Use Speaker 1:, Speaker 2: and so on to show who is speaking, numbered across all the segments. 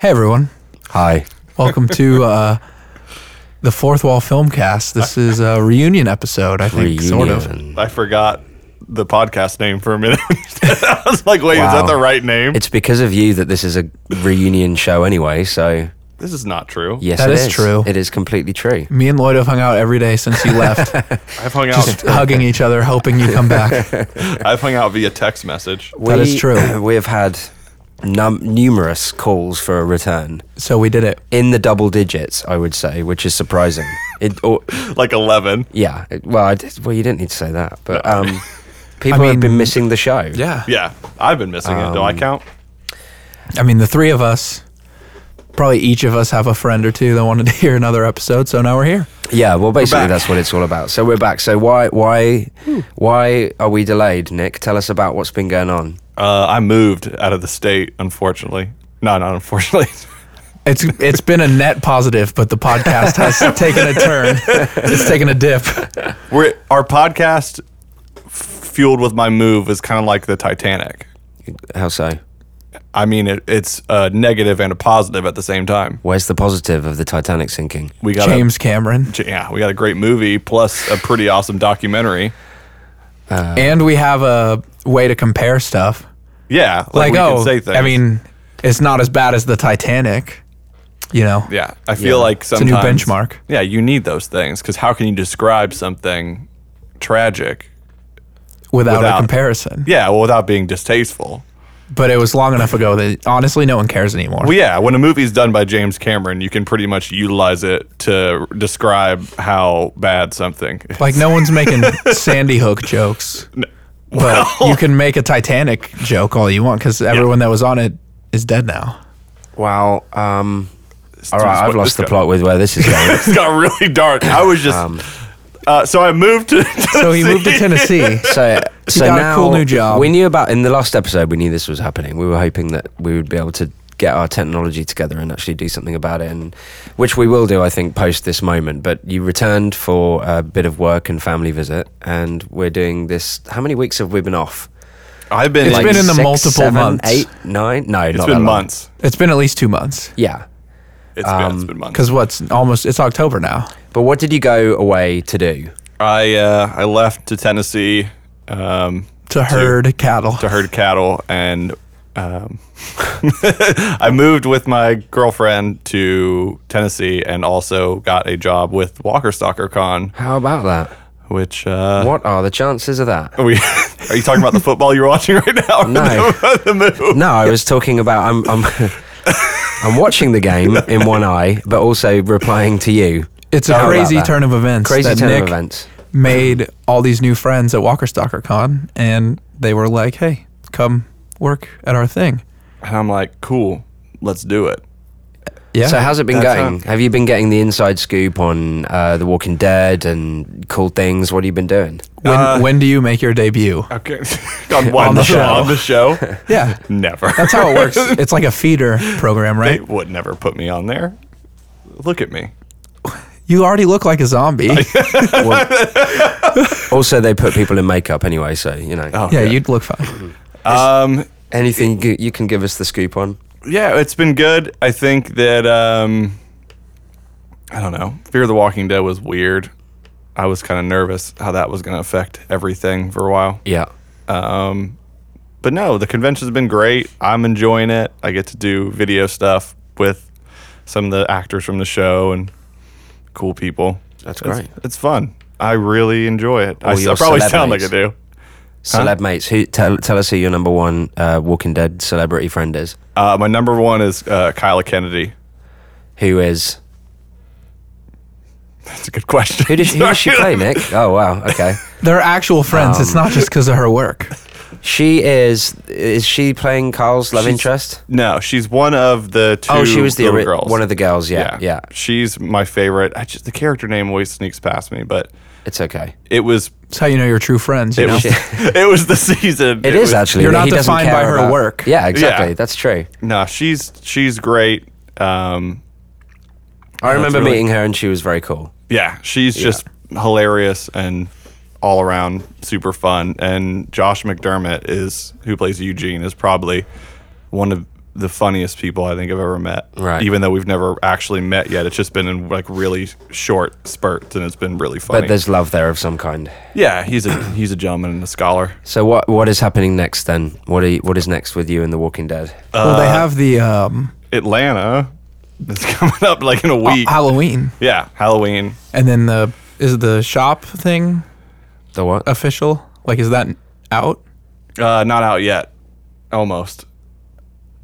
Speaker 1: Hey everyone,
Speaker 2: Hi.
Speaker 1: welcome to uh, the Fourth Wall Filmcast. This is a reunion episode, I think, sort of.
Speaker 2: Reunion.
Speaker 3: I forgot the podcast name for a minute. I was like, wait, is
Speaker 2: Wow.
Speaker 3: that the right name?
Speaker 2: It's because of you that this is a reunion show anyway, so
Speaker 3: this is not true.
Speaker 2: yes,
Speaker 1: That
Speaker 2: it
Speaker 1: is true.
Speaker 2: It is completely true.
Speaker 1: Me and Lloyd have hung out every day since you left,
Speaker 3: I've hung
Speaker 1: just
Speaker 3: out.
Speaker 1: hugging each other, hoping you come back.
Speaker 3: I've hung out via text message.
Speaker 1: That is true.
Speaker 2: We have had num- numerous calls for a return
Speaker 1: So we did it.
Speaker 2: in the double digits, I would say, which is surprising. It, or,
Speaker 3: Like eleven.
Speaker 2: yeah, it- well, I did, well, you didn't need to say that, but um, people have
Speaker 1: mean-
Speaker 2: been missing the show.
Speaker 1: Yeah.
Speaker 3: Yeah, I've been missing it. Do I count?
Speaker 1: I mean, the three of us, probably each of us have a friend or two that wanted to hear another episode, so now we're Hmm. here.
Speaker 2: Yeah, well, basically
Speaker 3: back.
Speaker 2: that's what it's all about. So we're back. So why, why, why are we delayed, Nick? Tell us about what's been going on.
Speaker 3: Uh, I moved out of the state, unfortunately. No, not unfortunately.
Speaker 1: It's it's been a net positive, but the podcast has taken a turn. It's taken a dip.
Speaker 3: We're our podcast f- fueled with my move is kind of like the Titanic.
Speaker 2: How so?
Speaker 3: I mean, it, it's a negative and a positive at the same time.
Speaker 2: Where's the positive of the Titanic sinking?
Speaker 3: We got
Speaker 1: James Cameron,
Speaker 3: A, yeah, we got a great movie plus a pretty awesome documentary.
Speaker 1: and we have a way to compare stuff.
Speaker 3: Yeah,
Speaker 1: like,
Speaker 3: we
Speaker 1: oh,
Speaker 3: can say things.
Speaker 1: I mean, it's not as bad as the Titanic, you know.
Speaker 3: Yeah, I feel
Speaker 2: Yeah.
Speaker 3: like
Speaker 1: a new
Speaker 3: sometimes
Speaker 1: benchmark.
Speaker 3: Yeah, you need those things because how can you describe something tragic?
Speaker 1: Without, a
Speaker 3: Without-
Speaker 1: comparison.
Speaker 3: Yeah, well, without being distasteful.
Speaker 1: But it was long enough ago that honestly, no one cares anymore.
Speaker 3: Well, yeah, when a movie's done by James Cameron, you can pretty much utilize it to describe how bad something.
Speaker 1: like no one's making Sandy Hook jokes, but you can make a Titanic joke all you want because everyone that was on it is dead now.
Speaker 2: Well, um, all
Speaker 3: this
Speaker 2: right, I've
Speaker 3: one-
Speaker 2: lost
Speaker 3: this
Speaker 2: the
Speaker 3: guy-
Speaker 2: plot with where this is going.
Speaker 3: It's got really dark. I was just. uh, so I moved to.
Speaker 1: So he moved to
Speaker 3: Tennessee.
Speaker 1: Tennessee.
Speaker 2: So, so
Speaker 1: got a
Speaker 2: now
Speaker 1: cool new job.
Speaker 2: We knew about in the last episode. We knew this was happening. We were hoping that we would be able to get our technology together and actually do something about it, and which we will do, I think, post this moment. But you returned for a bit of work and family visit, and we're doing this. How many weeks have we been off?
Speaker 3: I've been.
Speaker 1: It's
Speaker 3: like,
Speaker 1: been in the
Speaker 2: Six,
Speaker 1: multiple
Speaker 2: seven,
Speaker 1: months.
Speaker 2: eight, nine. No,
Speaker 3: It's
Speaker 2: not that
Speaker 3: been
Speaker 2: long.
Speaker 3: months.
Speaker 1: It's been at least two months
Speaker 2: Yeah,
Speaker 3: It's been. It's been months.
Speaker 1: because what's almost it's October now.
Speaker 2: but what did you go away to do?
Speaker 3: I uh, I left to Tennessee um,
Speaker 1: To herd cattle.
Speaker 3: to herd cattle and um, I moved with my girlfriend to Tennessee and also got a job with Walker Stalker Con,
Speaker 2: How about that?
Speaker 3: which uh,
Speaker 2: What are the chances of that?
Speaker 3: Are, we, are you talking about the football you're watching right now? or
Speaker 2: No.
Speaker 3: the, the move?
Speaker 2: No, I was talking about I'm I'm I'm watching the game in one eye, but also replying to you.
Speaker 1: It's a
Speaker 2: How about
Speaker 1: crazy
Speaker 2: that?
Speaker 1: turn of events.
Speaker 2: Crazy
Speaker 1: that
Speaker 2: turn
Speaker 1: Nick
Speaker 2: of events.
Speaker 1: made all these new friends at Walker Stalker Con, and they were like, "Hey, come work at our thing."
Speaker 3: And I'm like, cool, let's do it.
Speaker 1: Yeah.
Speaker 2: So how's it been
Speaker 3: That's
Speaker 2: going? Have you been getting the inside scoop on uh, The Walking Dead and cool things? What have you been doing?
Speaker 1: when
Speaker 3: Uh,
Speaker 1: when do you make your debut?
Speaker 3: Okay. on, what,
Speaker 1: On the
Speaker 3: the
Speaker 1: show.
Speaker 3: show. On the show?
Speaker 1: Yeah.
Speaker 3: Never.
Speaker 1: That's how it works. It's like a feeder program,
Speaker 3: They
Speaker 1: right?
Speaker 3: would never put me on there. Look at me.
Speaker 1: You already look like a zombie. Yeah,
Speaker 2: Also, they put people in makeup anyway, so you know
Speaker 3: Oh,
Speaker 1: you'd look fine.
Speaker 3: Um,
Speaker 2: anything you, you can give us the scoop on.
Speaker 3: yeah, it's been good. I think that um, I don't know. Fear of the Walking Dead was weird. I was kind of nervous how that was going to affect everything for a while.
Speaker 2: Yeah,
Speaker 3: Um, but no, the convention's been great. I'm enjoying it. I get to do video stuff with some of the actors from the show and cool people.
Speaker 2: That's great.
Speaker 3: It's, it's fun. I really enjoy it. I, s-
Speaker 2: your
Speaker 3: I probably sound like I
Speaker 2: celebrities.
Speaker 3: do.
Speaker 2: celeb mates. Who tell tell us who your number one uh, Walking Dead celebrity friend is?
Speaker 3: Uh, my number one is uh, Kyla Kennedy.
Speaker 2: Who is?
Speaker 3: That's a good question.
Speaker 2: Who does, who does she play, Nick? Oh wow, okay.
Speaker 1: They're actual friends. it's not just because of her work.
Speaker 2: She is. Is she playing Carl's love
Speaker 3: She's-
Speaker 2: interest?
Speaker 3: No, she's one of the two.
Speaker 2: Oh, she was the
Speaker 3: little
Speaker 2: ori-
Speaker 3: girls.
Speaker 2: one of the girls. Yeah, yeah.
Speaker 3: She's my favorite. I just the character name always sneaks past me, but
Speaker 2: It's okay.
Speaker 3: it was
Speaker 1: It's how you know you're true friends. You
Speaker 3: it
Speaker 1: know?
Speaker 3: was it was the season.
Speaker 2: it is
Speaker 3: was-
Speaker 2: actually.
Speaker 1: You're
Speaker 2: that
Speaker 1: not
Speaker 2: he doesn't
Speaker 1: defined by
Speaker 2: care
Speaker 1: her
Speaker 2: about-
Speaker 1: work.
Speaker 2: Yeah, exactly.
Speaker 3: Yeah.
Speaker 2: That's true.
Speaker 3: No, she's she's great. Um,
Speaker 2: I remember
Speaker 3: really-
Speaker 2: meeting her and she was very cool.
Speaker 3: yeah, she's just hilarious and all around super fun. And Josh McDermott is who plays Eugene is probably one of the funniest people I think I've ever met.
Speaker 2: Right.
Speaker 3: Even though we've never actually met yet, it's just been in like really short spurts, and it's been really funny.
Speaker 2: But there's love there of some kind.
Speaker 3: yeah, he's a he's a gentleman and a scholar.
Speaker 2: So what what is happening next then? What are you, what is next with you and The Walking Dead?
Speaker 1: well, they
Speaker 3: uh,
Speaker 1: have the um,
Speaker 3: Atlanta is coming up like in a
Speaker 1: Ha-
Speaker 3: week.
Speaker 1: Halloween,
Speaker 3: yeah, Halloween.
Speaker 1: and then the is the shop thing
Speaker 2: The what?
Speaker 1: Uh, official? Like, is that out?
Speaker 3: Uh, not out yet. Almost.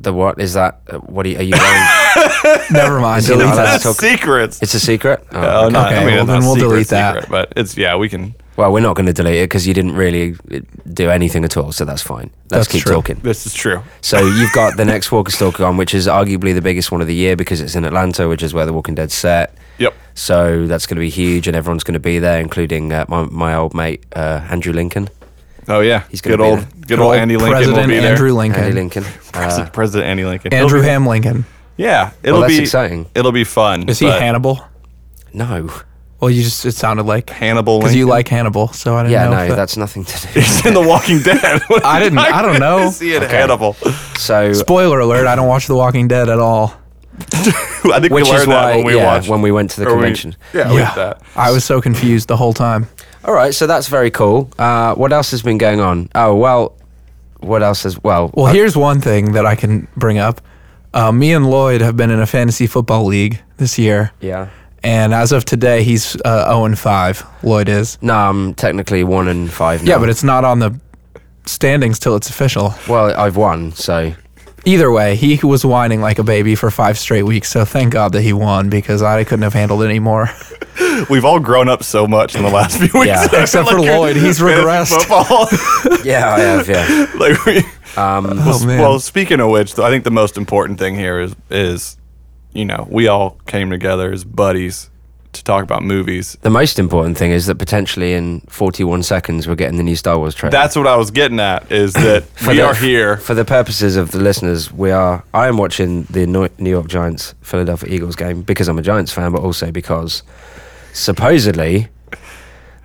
Speaker 2: The what is that? uh, What are you, are you wearing?
Speaker 1: Never mind.
Speaker 2: it
Speaker 1: delete
Speaker 2: not
Speaker 1: that.
Speaker 2: allowed? talk-
Speaker 3: secrets.
Speaker 2: it's a secret. Oh,
Speaker 3: Oh,
Speaker 2: okay.
Speaker 3: no,
Speaker 1: Okay,
Speaker 3: I mean,
Speaker 1: well, then
Speaker 3: it's not
Speaker 1: we'll
Speaker 3: secret,
Speaker 1: delete that.
Speaker 3: secret, But it's yeah, we can.
Speaker 2: Well, we're not going to delete it because you didn't really uh, do anything at all, so that's fine.
Speaker 1: That's
Speaker 2: Let's keep
Speaker 1: true.
Speaker 2: talking.
Speaker 3: This is true.
Speaker 2: So you've got the next Walker Stalker on, which is arguably the biggest one of the year because it's in Atlanta, which is where The Walking Dead's set.
Speaker 3: Yep.
Speaker 2: So that's going to be huge, and everyone's going to be there, including uh, my, my old mate uh, Andrew Lincoln.
Speaker 3: Oh yeah.
Speaker 2: He's gonna
Speaker 3: good
Speaker 2: be
Speaker 3: old,
Speaker 2: there.
Speaker 3: good old Andy Lincoln
Speaker 1: President
Speaker 3: will be there.
Speaker 1: Andrew Lincoln.
Speaker 2: Andy Lincoln. Uh,
Speaker 3: President, President Andy Lincoln. He'll
Speaker 1: Andrew
Speaker 3: be-
Speaker 1: Ham Lincoln.
Speaker 3: Yeah,
Speaker 2: well,
Speaker 3: it'll
Speaker 2: that's
Speaker 3: be
Speaker 2: exciting.
Speaker 3: It'll be fun.
Speaker 1: Is he
Speaker 3: but
Speaker 1: Hannibal?
Speaker 2: No.
Speaker 1: Well, you just it sounded like
Speaker 3: Hannibal?
Speaker 1: because you
Speaker 3: Lincoln?
Speaker 1: like Hannibal, so I didn't know.
Speaker 2: Yeah,
Speaker 1: if
Speaker 2: no,
Speaker 1: that-
Speaker 2: that's nothing to do.
Speaker 3: He's in The Walking Dead. What
Speaker 1: I
Speaker 3: are you
Speaker 1: didn't- I
Speaker 3: talking
Speaker 1: don't
Speaker 3: about?
Speaker 1: know.
Speaker 3: Is he in
Speaker 2: Okay.
Speaker 3: Hannibal?
Speaker 2: So
Speaker 1: spoiler alert. I don't watch The Walking Dead at all.
Speaker 3: I
Speaker 2: which
Speaker 3: think we
Speaker 2: is
Speaker 3: learned
Speaker 2: why
Speaker 3: that when we
Speaker 2: yeah,
Speaker 3: watched
Speaker 2: when we went to the
Speaker 3: or we-
Speaker 2: convention.
Speaker 3: yeah, we did that.
Speaker 1: I was so confused the whole time.
Speaker 2: All right, so that's very cool. Uh, what else has been going on? Oh well, what else is well?
Speaker 1: Well, here's one thing that I can bring up. Uh, me and Lloyd have been in a fantasy football league this year.
Speaker 2: yeah.
Speaker 1: And as of today, he's uh, 0 and 5. Lloyd is.
Speaker 2: No, I'm technically one and five. Now.
Speaker 1: Yeah, but it's not on the standings till it's official.
Speaker 2: well, I've won, so
Speaker 1: Either way, he was whining like a baby for five straight weeks. So thank God that he won because I couldn't have handled it anymore.
Speaker 3: We've all grown up so much in the last few weeks.
Speaker 2: Yeah.
Speaker 3: I feel
Speaker 1: Except for Lloyd, he's
Speaker 3: fantasy
Speaker 1: regressed.
Speaker 3: Football.
Speaker 2: yeah, I have. Yeah,
Speaker 3: like we,
Speaker 2: um,
Speaker 1: oh, man.
Speaker 3: Well, speaking of which, though, I think the most important thing here is is you know we all came together as buddies to talk about movies.
Speaker 2: the most important thing is that potentially in 41 seconds we're getting the new Star Wars trailer.
Speaker 3: That's what I was getting at. Is that
Speaker 2: For
Speaker 3: we
Speaker 2: the-
Speaker 3: are here.
Speaker 2: for the purposes of the listeners. We are. I am watching the Nor- New York Giants Philadelphia Eagles game because I'm a Giants fan, but also because supposedly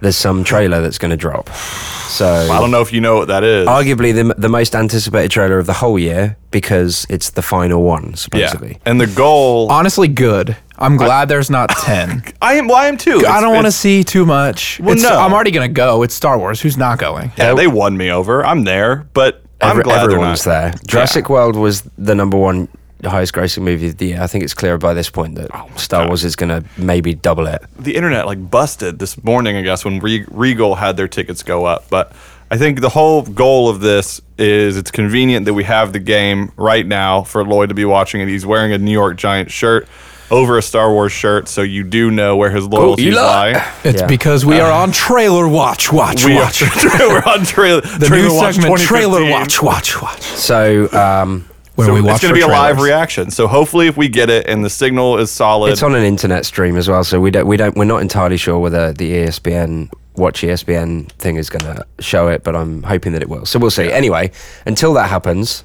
Speaker 2: there's some trailer that's going to drop. So
Speaker 3: I don't know if you know what that is.
Speaker 2: arguably the, the most anticipated trailer of the whole year because it's the final one
Speaker 3: yeah,
Speaker 2: supposedly
Speaker 3: and the goal.
Speaker 1: Honestly, good. I'm glad there's not 10.
Speaker 3: I am. Well, I am too.
Speaker 1: I
Speaker 3: It's-
Speaker 1: don't want to
Speaker 3: it's-
Speaker 1: see too much.
Speaker 3: Well,
Speaker 1: It's-
Speaker 3: no.
Speaker 1: I'm already going to go. It's Star Wars. Who's not going?
Speaker 3: Yeah, they won me over. I'm there, but I'm
Speaker 2: Every-
Speaker 3: glad they're not.
Speaker 2: everyone's there jurassic world was the number one highest grossing movie of the year i think it's clear by this point that star wars is going to maybe double it
Speaker 3: the internet like busted this morning, I guess, when Re- Regal had their tickets go up. But I think the whole goal of this is it's convenient that we have the game right now for Lloyd to be watching it. He's wearing a New York Giant shirt over a Star Wars shirt, so you do know where his loyalties
Speaker 2: Eli.
Speaker 3: lie.
Speaker 1: It's
Speaker 2: Yeah.
Speaker 1: because we are on Trailer Watch, Watch,
Speaker 3: Uh, We are,
Speaker 1: Watch.
Speaker 3: we're on trailer.
Speaker 1: the
Speaker 3: trailer
Speaker 1: new
Speaker 3: watch
Speaker 1: segment,
Speaker 3: 2015.
Speaker 1: Trailer Watch, Watch, Watch.
Speaker 2: so um,
Speaker 1: Where
Speaker 3: So
Speaker 1: we watch
Speaker 3: it's going to
Speaker 1: for
Speaker 3: be a live
Speaker 1: trailers.
Speaker 3: reaction. So hopefully, if we get it and the signal is solid,
Speaker 2: it's on an internet stream as well so we don't we don't we're not entirely sure whether the E espn watch E espn thing is going to show it but i'm hoping that it will so we'll see anyway until that happens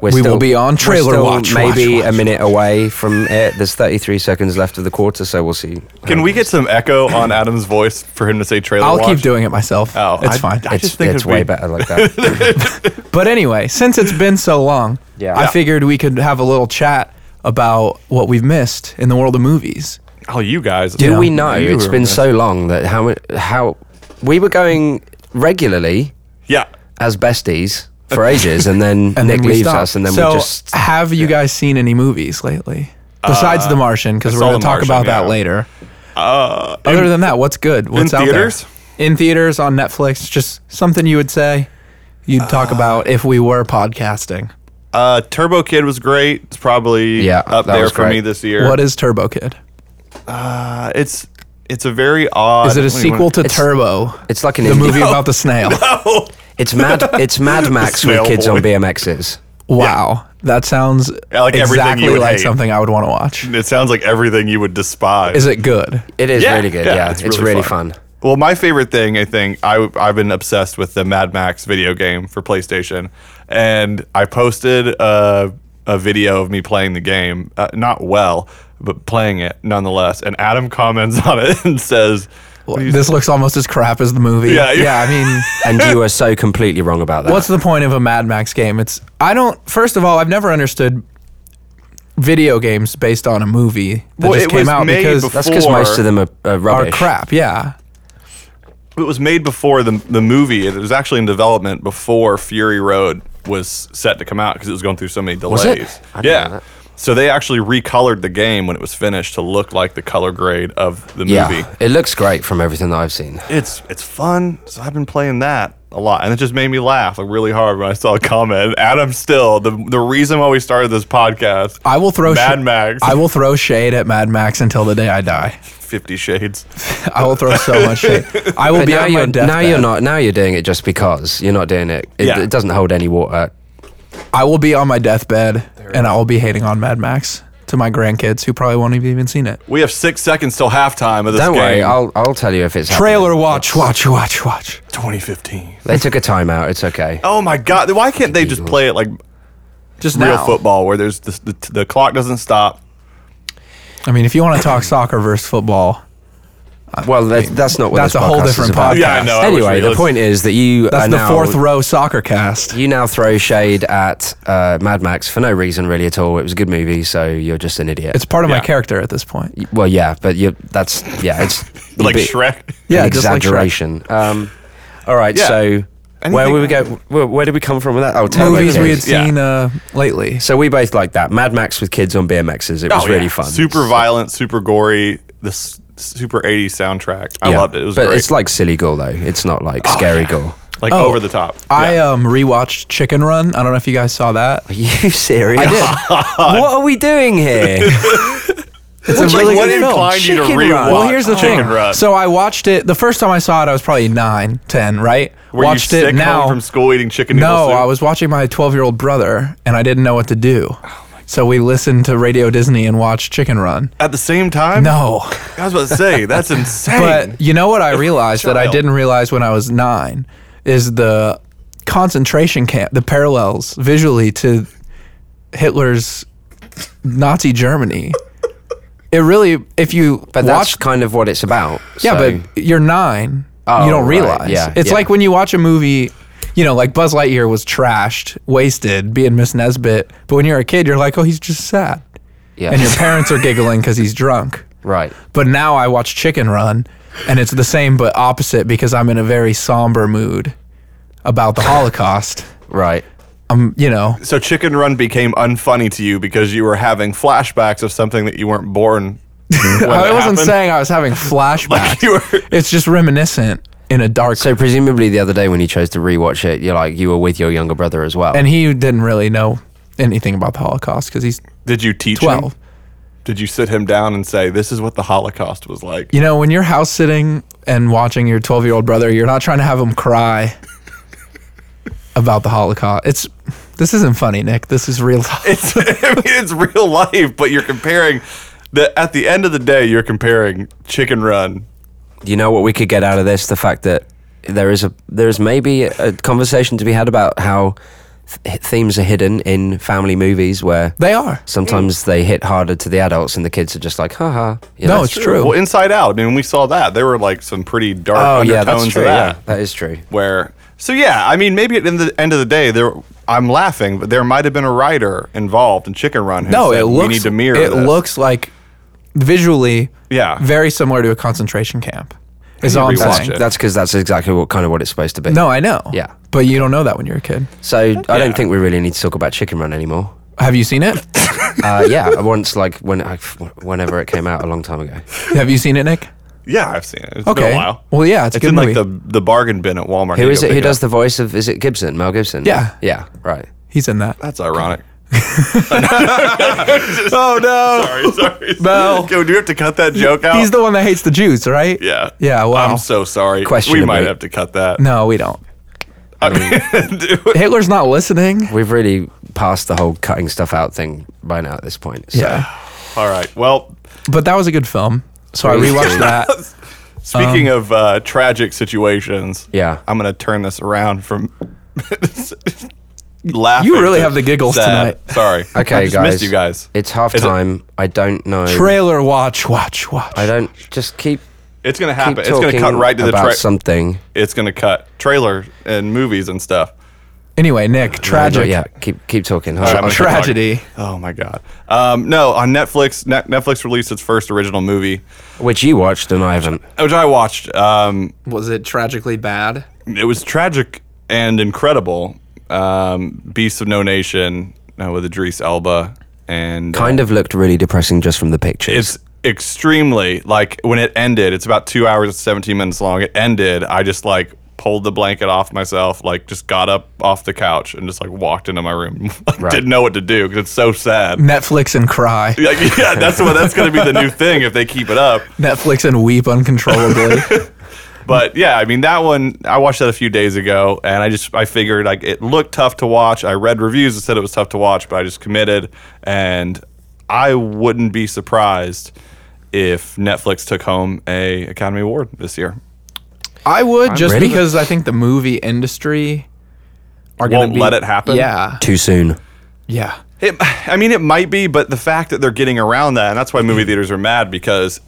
Speaker 2: we're
Speaker 1: We will be on
Speaker 2: we're
Speaker 1: Trailer
Speaker 2: still
Speaker 1: Watch,
Speaker 2: maybe
Speaker 1: watch, watch,
Speaker 2: a minute away from it there's 33 seconds left of the quarter so we'll see
Speaker 3: can we get some echo on Adam's voice for him to say trailer?
Speaker 1: I'll
Speaker 3: watch?
Speaker 1: keep doing it myself.
Speaker 3: Oh,
Speaker 1: it's
Speaker 3: I-
Speaker 1: fine.
Speaker 3: I-
Speaker 2: it's,
Speaker 3: just think
Speaker 2: it's
Speaker 3: it'd
Speaker 2: way
Speaker 3: be-
Speaker 2: better like that
Speaker 1: But anyway, since it's been so long,
Speaker 2: Yeah.
Speaker 1: I
Speaker 2: Yeah.
Speaker 1: figured we could have a little chat about what we've missed in the world of movies.
Speaker 3: Oh, you guys.
Speaker 2: do we
Speaker 1: Yeah.
Speaker 2: know
Speaker 3: You
Speaker 2: it's
Speaker 3: were
Speaker 2: been
Speaker 3: missed.
Speaker 2: so long that how mu- how we were going regularly
Speaker 3: Yeah.
Speaker 2: as besties for ages and then
Speaker 1: And
Speaker 2: nick
Speaker 1: then we
Speaker 2: leaves
Speaker 1: stopped.
Speaker 2: us and then
Speaker 1: so
Speaker 2: we just
Speaker 1: have you guys seen any movies lately? Besides The Martian, because
Speaker 3: Uh, I
Speaker 1: we're
Speaker 3: saw
Speaker 1: going
Speaker 3: The
Speaker 1: to talk about that
Speaker 3: Martian, yeah. Uh,
Speaker 1: later. Other than that, what's good? What's out
Speaker 3: theaters?
Speaker 1: there? In theaters, on Netflix, just something you would say, you'd talk about if we were podcasting.
Speaker 3: Uh, Turbo Kid was great. It's probably
Speaker 2: Yeah, that
Speaker 3: up there
Speaker 2: was
Speaker 3: for
Speaker 2: great.
Speaker 3: me this year.
Speaker 1: What is Turbo Kid?
Speaker 3: Uh, it's it's a very odd.
Speaker 1: Is it a
Speaker 3: what do you
Speaker 1: sequel
Speaker 3: want-
Speaker 1: to Turbo?
Speaker 2: it's like an
Speaker 1: the
Speaker 2: indie-
Speaker 1: movie about the snail.
Speaker 2: It's mad. It's Mad Max with
Speaker 3: Snail
Speaker 2: kids
Speaker 3: boy.
Speaker 2: on BMXs.
Speaker 1: Wow, that sounds
Speaker 3: Yeah, like everything you
Speaker 1: exactly
Speaker 3: would
Speaker 1: like
Speaker 3: hate.
Speaker 1: something I would want to watch.
Speaker 3: It sounds like everything you would despise.
Speaker 1: Is it good?
Speaker 2: It is
Speaker 3: Yeah,
Speaker 2: really good.
Speaker 3: yeah,
Speaker 2: Yeah,
Speaker 3: it's
Speaker 2: it's,
Speaker 3: really
Speaker 2: really,
Speaker 3: fun.
Speaker 2: fun.
Speaker 3: well, my favorite thing, I think, I I've been obsessed with the Mad Max video game for PlayStation, and I posted a a video of me playing the game, uh, not well, but playing it nonetheless. And Adam comments on it and says.
Speaker 1: this looks almost as crap as the movie.
Speaker 3: Yeah, you-
Speaker 1: yeah. I mean,
Speaker 2: and you are so completely wrong about that.
Speaker 1: what's the point of a Mad Max game? It's I don't. First of all, I've never understood video games based on a movie that
Speaker 3: Well,
Speaker 1: just
Speaker 3: it
Speaker 1: came
Speaker 3: was
Speaker 1: out
Speaker 3: made
Speaker 1: because
Speaker 3: before-
Speaker 2: That's because most of them are, are
Speaker 1: are
Speaker 2: rubbish.
Speaker 1: crap. Yeah,
Speaker 3: It was made before the the movie. It was actually in development before Fury Road was set to come out because it was going through so many
Speaker 2: Was
Speaker 3: delays.
Speaker 2: it? I didn't know
Speaker 3: Yeah.
Speaker 2: that.
Speaker 3: So they actually recolored the game when it was finished to look like the color grade of the
Speaker 2: Yeah,
Speaker 3: movie.
Speaker 2: it looks great from everything that I've seen.
Speaker 3: It's it's fun. So I've been playing that a lot, and it just made me laugh like really hard when I saw a comment. Adam Still, the the reason why we started this podcast.
Speaker 1: I will throw
Speaker 3: Mad Max.
Speaker 1: I will throw shade at Mad Max until the day I die.
Speaker 3: Fifty Shades.
Speaker 1: I will throw so much shade. I will
Speaker 2: But
Speaker 1: be on
Speaker 2: now
Speaker 1: my
Speaker 2: you're
Speaker 1: deathbed.
Speaker 2: now you're not now you're doing it just because you're not doing it. It,
Speaker 3: Yeah.
Speaker 2: it doesn't hold any water.
Speaker 1: I will be on my deathbed, and I will be hating on Mad Max to my grandkids who probably won't have even seen it.
Speaker 3: We have six seconds till halftime of this
Speaker 2: Don't
Speaker 3: game.
Speaker 2: worry, I'll I'll tell you if it's happening.
Speaker 1: Trailer watch, watch, watch, watch.
Speaker 3: 2015.
Speaker 2: They took a timeout. It's okay.
Speaker 3: Oh my god! Why can't they just play it like
Speaker 1: Just
Speaker 3: real
Speaker 1: now.
Speaker 3: football where there's this, the, the clock doesn't stop.
Speaker 1: I mean, if you want to talk soccer versus football,
Speaker 3: Uh,
Speaker 2: Well, that, that's not what
Speaker 1: that's
Speaker 2: this
Speaker 1: a whole
Speaker 2: podcast is
Speaker 1: different
Speaker 2: about.
Speaker 1: podcast.
Speaker 3: Yeah, I know. I wish
Speaker 2: Anyway,
Speaker 3: we-
Speaker 2: the
Speaker 3: let's-
Speaker 2: point is that you
Speaker 1: That's
Speaker 2: are
Speaker 1: the
Speaker 2: now,
Speaker 1: fourth row soccer cast.
Speaker 2: You now throw shade at uh, Mad Max for no reason really at all. It was a good movie, so you're just an idiot.
Speaker 1: It's part of
Speaker 3: Yeah.
Speaker 1: my character at this point.
Speaker 2: well, yeah, but you that's yeah, it's a
Speaker 3: Like
Speaker 2: bit-
Speaker 3: Shrek.
Speaker 1: Yeah,
Speaker 2: an
Speaker 1: just like Shrek.
Speaker 2: exaggeration. um, all right,
Speaker 3: Yeah.
Speaker 2: so where
Speaker 3: Anything-
Speaker 2: would we go? Where, where did we come from with that? Oh, Turbo
Speaker 1: Movies we had
Speaker 2: Kids.
Speaker 3: Yeah.
Speaker 1: seen uh, lately.
Speaker 2: So we both like that Mad Max with kids on BMXs. It was really fun.
Speaker 3: Oh, Super violent, super gory. This super 80s soundtrack. I
Speaker 2: Yeah.
Speaker 3: loved it. It was
Speaker 2: but
Speaker 3: great. Oh,
Speaker 2: it's like silly gore though. It's not like scary gore.
Speaker 3: like
Speaker 1: Oh,
Speaker 3: over the top.
Speaker 1: I
Speaker 3: Yeah.
Speaker 1: um, rewatched Chicken Run. I don't know if you guys saw that.
Speaker 2: Are you serious?
Speaker 1: I did.
Speaker 2: what are we doing here?
Speaker 1: It's
Speaker 3: Like, what
Speaker 1: good film.
Speaker 3: inclined you to
Speaker 2: Chicken
Speaker 3: rewatch
Speaker 2: Run.
Speaker 1: Well, here's the
Speaker 3: Chicken
Speaker 1: thing.
Speaker 3: Run?
Speaker 1: So I watched it the first time I saw it. I was probably nine, ten, right?
Speaker 3: Were
Speaker 1: watched
Speaker 3: you sick
Speaker 1: it now.
Speaker 3: home from school eating chicken noodle
Speaker 1: no,
Speaker 3: soup?
Speaker 1: I was watching my 12 year old brother, and I didn't know what to do.
Speaker 3: Oh
Speaker 1: so we listened to Radio Disney and watched Chicken Run.
Speaker 3: at the same time.
Speaker 1: No,
Speaker 3: I was about to say that's insane.
Speaker 1: but you know what I realized that I
Speaker 3: Child.
Speaker 1: didn't realize when I was nine is the concentration camp, the parallels visually to Hitler's Nazi Germany. It really, if you watch
Speaker 2: But that's kind of what it's about.
Speaker 1: Yeah,
Speaker 2: so-
Speaker 1: but you're nine.
Speaker 2: Oh,
Speaker 1: you don't
Speaker 2: right,
Speaker 1: realize.
Speaker 2: yeah,
Speaker 1: It's
Speaker 2: yeah.
Speaker 1: like when you watch a movie, you know, like Buzz Lightyear was trashed, wasted, being Miss Nesbit. But when you're a kid, you're like, oh, he's just sad.
Speaker 2: yeah,
Speaker 1: And your parents are giggling because he's drunk.
Speaker 2: right.
Speaker 1: But now I watch Chicken Run, and it's the same but opposite because I'm in a very somber mood about the Holocaust.
Speaker 2: Right.
Speaker 1: I'm, you know,
Speaker 3: so Chicken Run became unfunny to you because you were having flashbacks of something that you weren't born. when
Speaker 1: I wasn't
Speaker 3: it happened.
Speaker 1: saying I was having flashbacks.
Speaker 3: you were-
Speaker 1: It's just reminiscent in a dark.
Speaker 2: So presumably the other day when you chose to rewatch it, you're like you were with your younger brother as well.
Speaker 1: and he didn't really know anything about the Holocaust because he's
Speaker 3: Did you teach
Speaker 1: 12.
Speaker 3: him? Did you sit him down and say, "This is what the Holocaust was like"?
Speaker 1: You know, when you're house sitting and watching your 12 year old brother, you're not trying to have him cry about the Holocaust. It's this isn't funny, Nick. This is real.
Speaker 3: It's I mean, it's real life, but you're comparing the at the end of the day, you're comparing Chicken Run.
Speaker 2: you know what we could get out of this? The fact that there is a there is maybe a conversation to be had about how th- themes are hidden in family movies where
Speaker 1: They are.
Speaker 2: sometimes they hit harder to the adults and the kids are just like, haha. You
Speaker 1: No,
Speaker 2: know?
Speaker 1: it's true.
Speaker 3: Well, Inside Out. I mean, we saw that. There were like some pretty dark
Speaker 2: Oh yeah,
Speaker 3: undertones
Speaker 2: that's true.
Speaker 3: of that.
Speaker 2: Yeah, that is true.
Speaker 3: Where so yeah, I mean, maybe at the end of the- end of the day, there I'm laughing, but there might have been a writer involved in Chicken Run. Who
Speaker 1: No,
Speaker 3: said,
Speaker 1: it looks.
Speaker 3: we need to mirror.
Speaker 1: it
Speaker 3: this."
Speaker 1: looks like visually,
Speaker 3: Yeah.
Speaker 1: very similar to a concentration camp. Is
Speaker 3: need to
Speaker 1: all I'm
Speaker 3: rewatch
Speaker 1: saying.
Speaker 3: it.
Speaker 2: That's because that's exactly what kind of what it's supposed to be.
Speaker 1: No, I know.
Speaker 2: Yeah.
Speaker 1: but you don't know that when you're a kid.
Speaker 2: so I
Speaker 3: Yeah.
Speaker 2: don't think we really need to talk about Chicken Run anymore.
Speaker 1: Have you seen it?
Speaker 2: Uh, yeah, once like when I, whenever it came out a long time ago.
Speaker 1: have you seen it, Nick?
Speaker 3: Yeah, I've seen it. It's
Speaker 1: Okay.
Speaker 3: been a while.
Speaker 1: Well, yeah, it's a
Speaker 3: it's
Speaker 1: good
Speaker 3: in
Speaker 1: movie.
Speaker 3: like the the bargain bin at Walmart.
Speaker 2: Who
Speaker 3: You
Speaker 2: is
Speaker 3: go
Speaker 2: it?
Speaker 3: pick
Speaker 2: Who does
Speaker 3: up.
Speaker 2: the voice of? Is it Gibson? Mel Gibson?
Speaker 1: Yeah.
Speaker 2: Yeah. Right.
Speaker 1: He's in that.
Speaker 3: That's ironic.
Speaker 1: Oh no,
Speaker 3: sorry, sorry.
Speaker 1: No.
Speaker 3: Okay, do we have to cut that joke out?
Speaker 1: he's the one that hates the Jews, right?
Speaker 3: yeah.
Speaker 1: Yeah. Wow.
Speaker 3: I'm so sorry. We
Speaker 2: Questionably.
Speaker 3: might have to cut that.
Speaker 1: no, we don't.
Speaker 3: Dude,
Speaker 1: Hitler's not listening.
Speaker 2: We've really passed the whole cutting stuff out thing by now at this point. So.
Speaker 1: Yeah.
Speaker 3: All right. Well,
Speaker 1: But that was a good film. So I rewatched that.
Speaker 3: speaking
Speaker 1: um,
Speaker 3: of uh, tragic situations,
Speaker 2: Yeah.
Speaker 3: I'm gonna turn this around from laughing.
Speaker 1: You really
Speaker 3: to
Speaker 1: have the giggles
Speaker 3: sad. Sorry.
Speaker 2: Okay,
Speaker 3: I just
Speaker 2: guys.
Speaker 3: Missed you guys.
Speaker 2: It's half
Speaker 3: Is it-
Speaker 2: time. I don't know.
Speaker 1: Trailer watch, watch, watch.
Speaker 2: I don't. Just keep
Speaker 3: It's gonna happen.
Speaker 2: Keep
Speaker 3: It's gonna cut
Speaker 2: talking
Speaker 3: right to the
Speaker 2: about
Speaker 3: tra-
Speaker 2: something.
Speaker 3: It's gonna cut trailer and movies and stuff.
Speaker 1: Anyway, Nick, tragic.
Speaker 2: Yeah, keep keep talking.
Speaker 3: All
Speaker 2: Hold
Speaker 3: right,
Speaker 2: on.
Speaker 3: I'm gonna keep
Speaker 1: Tragedy.
Speaker 3: talking. Oh my god. Um, no, on Netflix. Net- Netflix released its first original movie,
Speaker 2: Which you watched and I haven't.
Speaker 3: which I watched. Um,
Speaker 1: Was it tragically bad?
Speaker 3: it was tragic and incredible. Um, Beasts of No Nation uh, with Idris Elba and
Speaker 2: Kind of looked really depressing just from the pictures.
Speaker 3: it's extremely like when it ended it's about two hours and 17 minutes long it ended i just like pulled the blanket off myself like just got up off the couch and just like walked into my room like,
Speaker 2: Right.
Speaker 3: didn't know what to do because it's so sad
Speaker 1: Netflix and cry.
Speaker 3: like, yeah that's what that's gonna be the new thing if they keep it up
Speaker 1: Netflix and weep uncontrollably.
Speaker 3: but yeah i mean that one i watched that a few days ago and i just i figured like it looked tough to watch i read reviews that said it was tough to watch but i just committed and i wouldn't be surprised if netflix took home a academy award this year
Speaker 1: I would just
Speaker 2: ready.
Speaker 1: because I think the movie industry are gonna
Speaker 3: won't
Speaker 1: be-
Speaker 3: let it happen
Speaker 1: Yeah,
Speaker 2: Too soon.
Speaker 1: yeah.
Speaker 3: It, I mean, it might be, but the fact that they're getting around that, and that's why movie theaters are mad because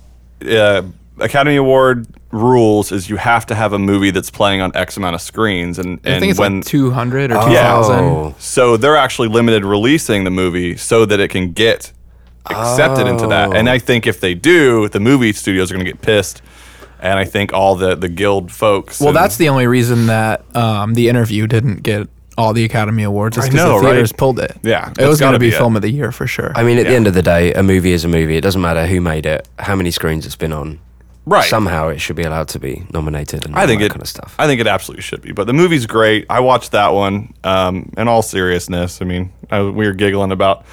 Speaker 3: uh, Academy Award rules is you have to have a movie that's playing on X amount of screens, and
Speaker 1: I think
Speaker 3: and
Speaker 1: it's
Speaker 3: when
Speaker 1: like two hundred or two
Speaker 3: Yeah.
Speaker 1: thousand.
Speaker 2: Oh.
Speaker 3: so they're actually limited releasing the movie so that it can get accepted into that.
Speaker 1: Oh.
Speaker 3: And I think if they do, the movie studios are going to get pissed, and I think all the the guild folks.
Speaker 1: Well,
Speaker 3: and-
Speaker 1: that's the only reason that um, the interview didn't get all the Academy Awards. Is
Speaker 3: I
Speaker 1: because
Speaker 3: know,
Speaker 1: the theaters
Speaker 3: right?
Speaker 1: pulled it.
Speaker 3: Yeah,
Speaker 1: it
Speaker 3: that's
Speaker 1: was going to
Speaker 3: gotta
Speaker 1: be,
Speaker 3: be it.
Speaker 1: film of the year for sure.
Speaker 2: I mean, at the end of the day, a movie is a movie. It doesn't matter who made it, how many screens it's been on.
Speaker 3: Right.
Speaker 2: Somehow it should be allowed to be nominated and
Speaker 3: I
Speaker 2: all
Speaker 3: think
Speaker 2: that
Speaker 3: it
Speaker 2: kind of stuff.
Speaker 3: I think it absolutely should be. But the movie's great. I watched that one. Um, in all seriousness, I mean, I, we were giggling about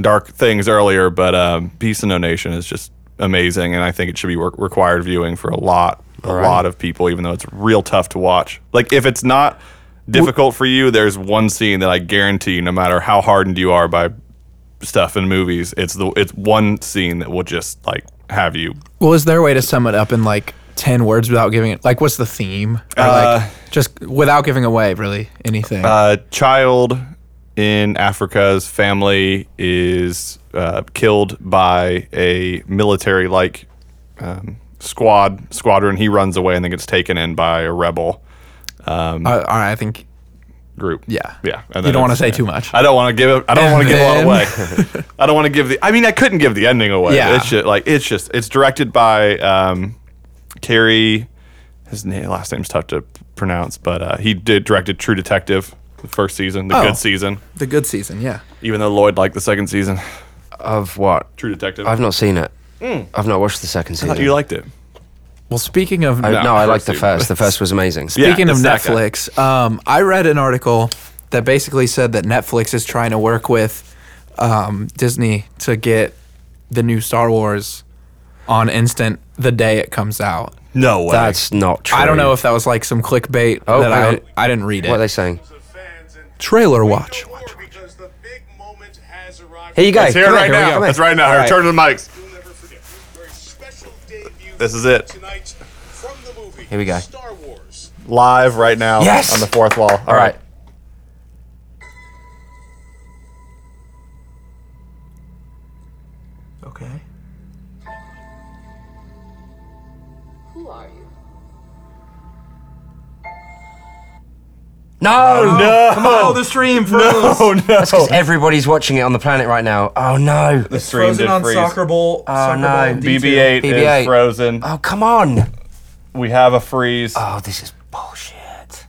Speaker 3: dark things earlier, but um, Peace and No Nation is just amazing, and I think it should be work- required viewing for a lot, a lot of people. Even though it's real tough to watch. Like if it's not difficult for you, there's one scene that I guarantee, no matter how hardened you are by stuff in movies, it's the it's one scene that will just like have you
Speaker 1: well, is there a way to sum it up in like ten words without giving it? Like, what's the theme? Or
Speaker 3: Uh,
Speaker 1: like, just without giving away really anything.
Speaker 3: a child in Africa's family is uh, killed by a military-like um, squad squadron. He runs away and then gets taken in by a rebel
Speaker 1: Uh, all right, I think
Speaker 3: group.
Speaker 1: yeah,
Speaker 3: yeah. and
Speaker 1: You
Speaker 3: then
Speaker 1: don't want to
Speaker 3: it's-
Speaker 1: say too much.
Speaker 3: I don't want to give. it- I don't
Speaker 1: And
Speaker 3: want to give a lot
Speaker 1: then-
Speaker 3: away. I don't want to give the. I mean, I couldn't give the ending away.
Speaker 1: Yeah.
Speaker 3: It's just like it's just it's directed by um, Carrie. His name, last name's tough to pronounce, but uh, he did directed True Detective, the first season, the
Speaker 1: Oh.
Speaker 3: good season.
Speaker 1: the good season, yeah.
Speaker 3: Even though Lloyd liked the second season,
Speaker 2: Of what?
Speaker 3: True Detective.
Speaker 2: I've not seen it. I've not watched the second season.
Speaker 3: Mm. thought you liked it.
Speaker 1: Well, speaking of
Speaker 2: I, no,
Speaker 3: No,
Speaker 2: I
Speaker 3: first
Speaker 2: liked the
Speaker 3: two.
Speaker 2: first. The first was amazing.
Speaker 3: Yeah,
Speaker 1: Speaking of
Speaker 3: it's that guy.
Speaker 1: Netflix, um, I read an article that basically said that Netflix is trying to work with um, Disney to get the new Star Wars on instant the day it comes out.
Speaker 3: No way.
Speaker 2: That's not true.
Speaker 1: I don't know if that was like some clickbait
Speaker 2: Oh,
Speaker 1: that
Speaker 2: hang
Speaker 1: I,
Speaker 2: on.
Speaker 1: I didn't read it.
Speaker 2: What are they saying?
Speaker 1: Trailer watch. Watch,
Speaker 2: Here you go.
Speaker 3: It's here
Speaker 2: Come
Speaker 3: right
Speaker 2: here, here we
Speaker 3: now.
Speaker 2: go.
Speaker 3: It's right now.
Speaker 2: All
Speaker 3: Turn to the mics.
Speaker 4: This is it.
Speaker 2: Here we go.
Speaker 4: Star Wars.
Speaker 3: Live right now
Speaker 2: Yes!
Speaker 3: on the fourth wall.
Speaker 2: All right.
Speaker 1: Okay.
Speaker 5: Who are you?
Speaker 2: No, no.
Speaker 1: Oh, the stream froze.
Speaker 3: Oh no.
Speaker 2: Everybody's watching it on the planet right now. Oh no.
Speaker 3: The stream did freeze.
Speaker 1: Bowl. Oh
Speaker 2: no.
Speaker 3: BB-8,
Speaker 2: BB-8.
Speaker 3: is frozen.
Speaker 2: Oh come on.
Speaker 3: We have a freeze.
Speaker 2: Oh, this is bullshit.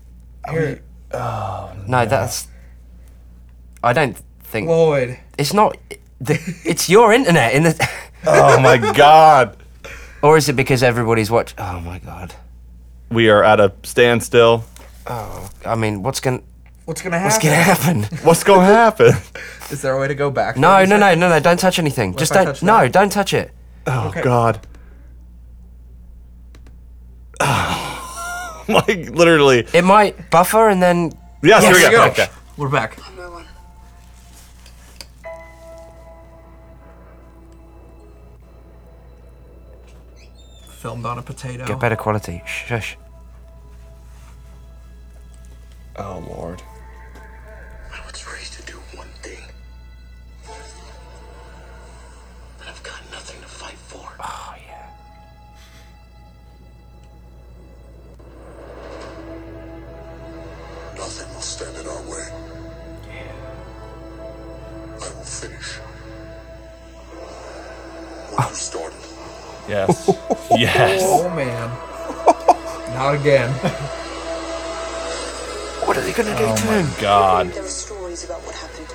Speaker 2: Oh no, that's. I don't think
Speaker 1: Lloyd.
Speaker 2: it's not. The, it's your internet in the,
Speaker 3: oh my god.
Speaker 2: or is it because everybody's watch? Oh my god.
Speaker 3: We are at a standstill.
Speaker 2: I mean, what's gonna
Speaker 1: What's gonna
Speaker 2: what's
Speaker 1: happen?
Speaker 2: gonna happen?
Speaker 3: What's going to happen?
Speaker 1: Is there a way to go back?
Speaker 2: No, no, no, no, no! Don't touch anything. Just
Speaker 1: if I
Speaker 2: don't.
Speaker 1: touch
Speaker 2: No,
Speaker 1: that?
Speaker 2: don't touch it.
Speaker 3: Oh god. like literally.
Speaker 2: It might buffer and then.
Speaker 3: Yes, here
Speaker 2: Yes,
Speaker 3: we go.
Speaker 2: go.
Speaker 3: Okay.
Speaker 1: We're back. Filmed on a potato.
Speaker 2: Get better quality. Shush.
Speaker 3: Oh lord.
Speaker 4: I was raised to do one thing. But I've got nothing to fight for.
Speaker 2: Oh yeah.
Speaker 4: stand in our way. I will finish. What you started.
Speaker 3: Yes. yes.
Speaker 6: Oh man. Not again.
Speaker 2: What are they gonna do
Speaker 1: Oh
Speaker 2: to him?
Speaker 3: God.
Speaker 5: There are stories about what happened.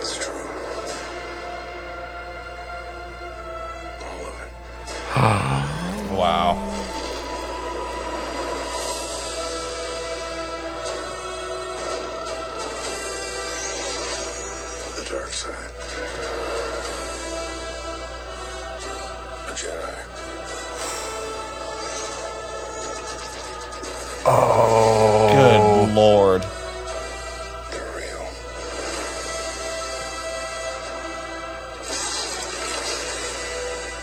Speaker 4: It's true. All of it.
Speaker 3: Wow.
Speaker 4: The dark side. A Jedi.
Speaker 3: Good lord.
Speaker 4: They're real.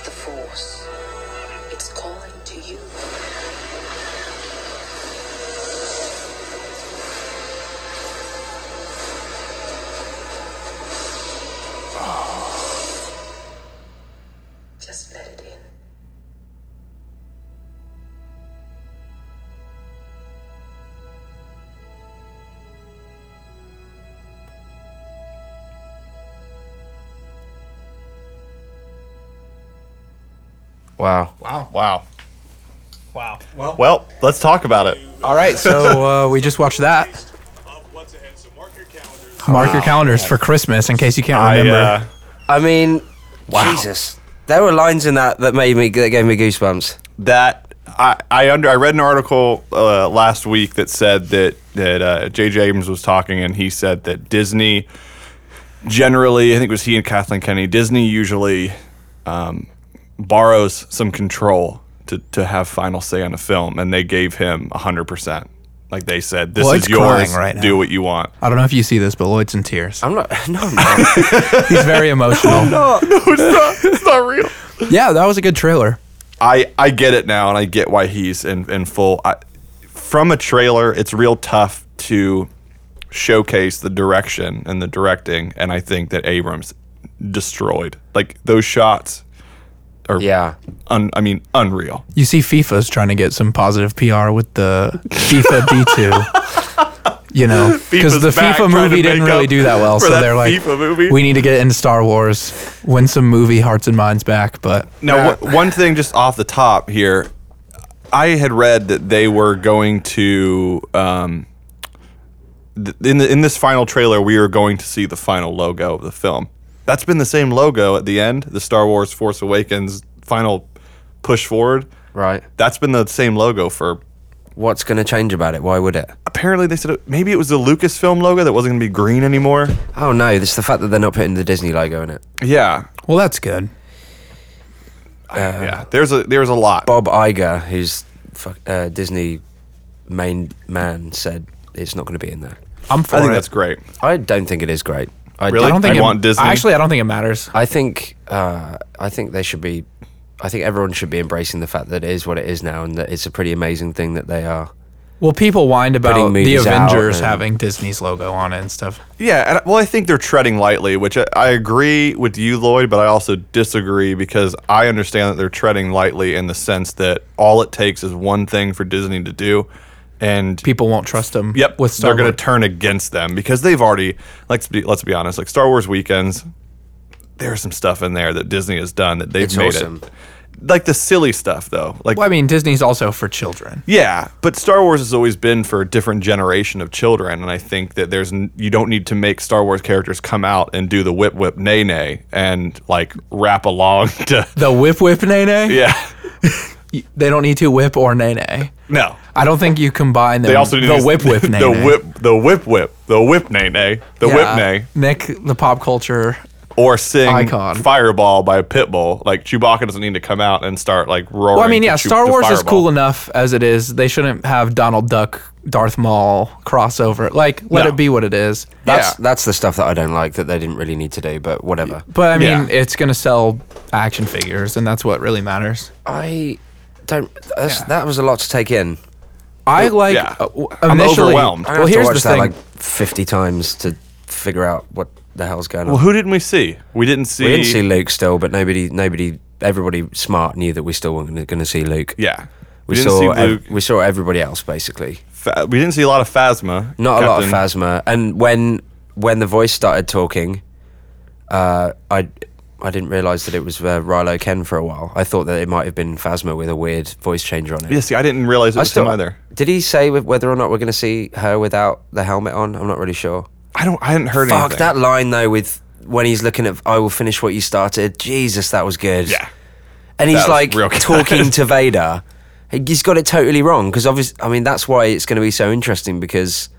Speaker 5: The Force. It's calling to you. Just let it in.
Speaker 2: Wow.
Speaker 3: Wow.
Speaker 6: Wow. Well,
Speaker 3: Well, let's talk about it.
Speaker 1: All right, so uh, we just watched that. Mark your calendars for Christmas in case you can't
Speaker 3: I,
Speaker 1: remember.
Speaker 3: uh,
Speaker 2: I mean, Jesus. There were lines in that that made me that gave me goosebumps.
Speaker 3: that I, I under I read an article uh, last week that said that that uh, J.J. Abrams was talking and he said that Disney generally I think it was he and Kathleen Kennedy Disney usually um, borrows some control to to have final say on a film and they gave him hundred percent like they said this
Speaker 1: Well,
Speaker 3: is
Speaker 1: it's crying
Speaker 3: yours
Speaker 1: right
Speaker 3: do
Speaker 1: now.
Speaker 3: what you want
Speaker 1: I don't know if you see this, but Lloyd's in tears.
Speaker 2: I'm not. No, I'm not.
Speaker 1: He's very emotional.
Speaker 3: it's not real
Speaker 1: Yeah, that was a good trailer.
Speaker 3: I I get it now, and I get why he's in in full. I, from a trailer, it's real tough to showcase the direction and the directing, and I think that Abrams destroyed like those shots. Are
Speaker 2: yeah.
Speaker 3: un, I mean, unreal.
Speaker 1: You see, FIFA's trying to get some positive PR with the FIFA D2. You know, because
Speaker 3: FIFA's
Speaker 1: the
Speaker 3: back
Speaker 1: FIFA
Speaker 3: trying to
Speaker 1: movie didn't
Speaker 3: make
Speaker 1: really
Speaker 3: up
Speaker 1: do that well,
Speaker 3: for
Speaker 1: so
Speaker 3: that
Speaker 1: they're like,
Speaker 3: FIFA movie.
Speaker 1: we need to get into Star Wars, win some movie hearts and minds back. But
Speaker 3: Now, one- one thing just off the top here, I had read that they were going to um, th- in the, in this final trailer, we are going to see the final logo of the film. That's been the same logo at the end, the Star Wars Force Awakens final push forward.
Speaker 2: Right.
Speaker 3: That's been the same logo for.
Speaker 2: What's going to change about it? Why would it?
Speaker 3: Apparently, they said it, maybe it was the Lucasfilm logo that wasn't going to be green anymore.
Speaker 2: Oh no! It's the fact that they're not putting the Disney logo in it.
Speaker 3: Yeah,
Speaker 1: well, that's good.
Speaker 3: yeah. There's a there's a lot.
Speaker 2: Bob Iger, who's fuck- uh, Disney main man, said it's not going to be in there.
Speaker 1: I'm for
Speaker 3: I think
Speaker 1: it.
Speaker 3: that's great.
Speaker 2: I don't think it is great. I
Speaker 3: Really?
Speaker 1: I don't think
Speaker 3: I
Speaker 1: it,
Speaker 3: want Disney.
Speaker 1: Actually, I don't think it matters.
Speaker 2: I think uh, I think they should be. I think everyone should be embracing the fact that it is what it is now, and that it's a pretty amazing thing that they are.
Speaker 1: Well, people whined about
Speaker 2: Putting
Speaker 1: the
Speaker 2: movies out
Speaker 1: Avengers
Speaker 2: and-
Speaker 1: having Disney's logo on it and stuff.
Speaker 3: Yeah, and, I- well, I think they're treading lightly, which I, I agree with you, Lloyd, but I also disagree because I understand that they're treading lightly in the sense that all it takes is one thing for Disney to do, and
Speaker 1: People won't trust them.
Speaker 3: yep,
Speaker 1: with Star
Speaker 3: they're going
Speaker 1: Wars.
Speaker 3: to turn against them because they've already let's be let's be honest, like Star Wars weekends, there's some stuff in there that Disney has done that they've
Speaker 2: It's
Speaker 3: made
Speaker 2: awesome.
Speaker 3: it, like the silly stuff though, like
Speaker 1: well, I mean, Disney's also for children.
Speaker 3: yeah, but Star Wars has always been for a different generation of children, and I think that there's n- you don't need to make Star Wars characters come out and do the whip whip nay nay and like rap along to
Speaker 1: The whip whip nay nay.
Speaker 3: yeah
Speaker 1: They don't need to whip or nay nay.
Speaker 3: no.
Speaker 1: I don't think you combine them.
Speaker 3: They also need
Speaker 1: the
Speaker 3: to-
Speaker 1: whip whip nay
Speaker 3: the
Speaker 1: nay.
Speaker 3: whip the whip whip the whip nay nay the
Speaker 1: Yeah.
Speaker 3: whip nay
Speaker 1: Nick, the pop culture.
Speaker 3: or sing
Speaker 1: Icon.
Speaker 3: Fireball by Pitbull. Like Chewbacca doesn't need to come out and start like roaring.
Speaker 1: Well, I mean,
Speaker 3: to
Speaker 1: yeah,
Speaker 3: Chew-
Speaker 1: Star
Speaker 3: to
Speaker 1: Wars is
Speaker 3: Fireball.
Speaker 1: cool enough as it is. They shouldn't have Donald Duck, Darth Maul crossover. Like, let
Speaker 3: No.
Speaker 1: it be what it is.
Speaker 2: That's
Speaker 3: Yeah.
Speaker 2: that's the stuff that I don't like that they didn't really need to do, but whatever.
Speaker 1: But I mean,
Speaker 3: Yeah.
Speaker 1: it's gonna sell action figures, and that's what really matters.
Speaker 2: I don't. That's, That was a lot to take in.
Speaker 1: I like.
Speaker 3: yeah.
Speaker 1: uh, w-
Speaker 3: I'm
Speaker 1: initially-
Speaker 3: overwhelmed.
Speaker 2: I
Speaker 1: well,
Speaker 2: have
Speaker 1: here's
Speaker 2: to watch
Speaker 1: the
Speaker 2: that
Speaker 1: thing.
Speaker 2: like fifty times to figure out what the hell's going on.
Speaker 3: Well, who didn't we see? We didn't see.
Speaker 2: we didn't see Luke still, but nobody, nobody, everybody smart knew that we still weren't going to see Luke.
Speaker 3: Yeah.
Speaker 2: We
Speaker 3: didn't
Speaker 2: saw
Speaker 3: see
Speaker 2: ev-
Speaker 3: Luke.
Speaker 2: we saw everybody else basically.
Speaker 3: Fa- we didn't see a lot of Phasma.
Speaker 2: Not a lot of
Speaker 3: Captain.
Speaker 2: phasma. And when when the voice started talking, uh, I I didn't realize that it was uh, Rilo Ken for a while. I thought that it might have been phasma with a weird voice changer on it.
Speaker 3: Yeah, see, I didn't realize it
Speaker 2: I
Speaker 3: was
Speaker 2: still
Speaker 3: him either.
Speaker 2: Did he say wh- whether or not we're going to see her without the helmet on? I'm not really sure.
Speaker 3: I don't. I hadn't heard
Speaker 2: Fuck
Speaker 3: anything.
Speaker 2: that line though with when he's looking at I will finish what you started. Jesus, that was good.
Speaker 3: Yeah.
Speaker 2: And
Speaker 3: That
Speaker 2: he's
Speaker 3: was
Speaker 2: like
Speaker 3: real good.
Speaker 2: talking to Vader. He's got it totally wrong because obviously, I mean, that's why it's going to be so interesting because,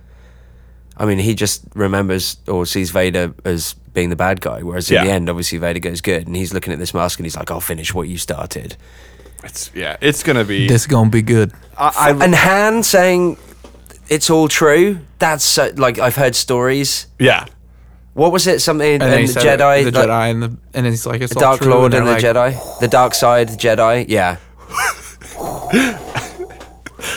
Speaker 2: I mean, he just remembers or sees Vader as being the bad guy, whereas in
Speaker 3: Yeah.
Speaker 2: the end, obviously, Vader goes good, and he's looking at this mask and he's like, "I'll finish what you started."
Speaker 3: It's, yeah, it's gonna be.
Speaker 1: This gonna be good.
Speaker 3: I, I,
Speaker 2: and Han saying, "It's all true." That's so, like I've heard stories.
Speaker 3: yeah,
Speaker 2: What was it? Something and,
Speaker 1: then he
Speaker 2: the
Speaker 1: said it-
Speaker 2: Jedi,
Speaker 1: the
Speaker 2: like,
Speaker 1: Jedi, and the and it's like it's
Speaker 2: the
Speaker 1: all
Speaker 2: Dark
Speaker 1: true,
Speaker 2: Lord, and,
Speaker 1: they're
Speaker 2: the
Speaker 1: like,
Speaker 2: Jedi, the Dark Side, the Jedi. Yeah.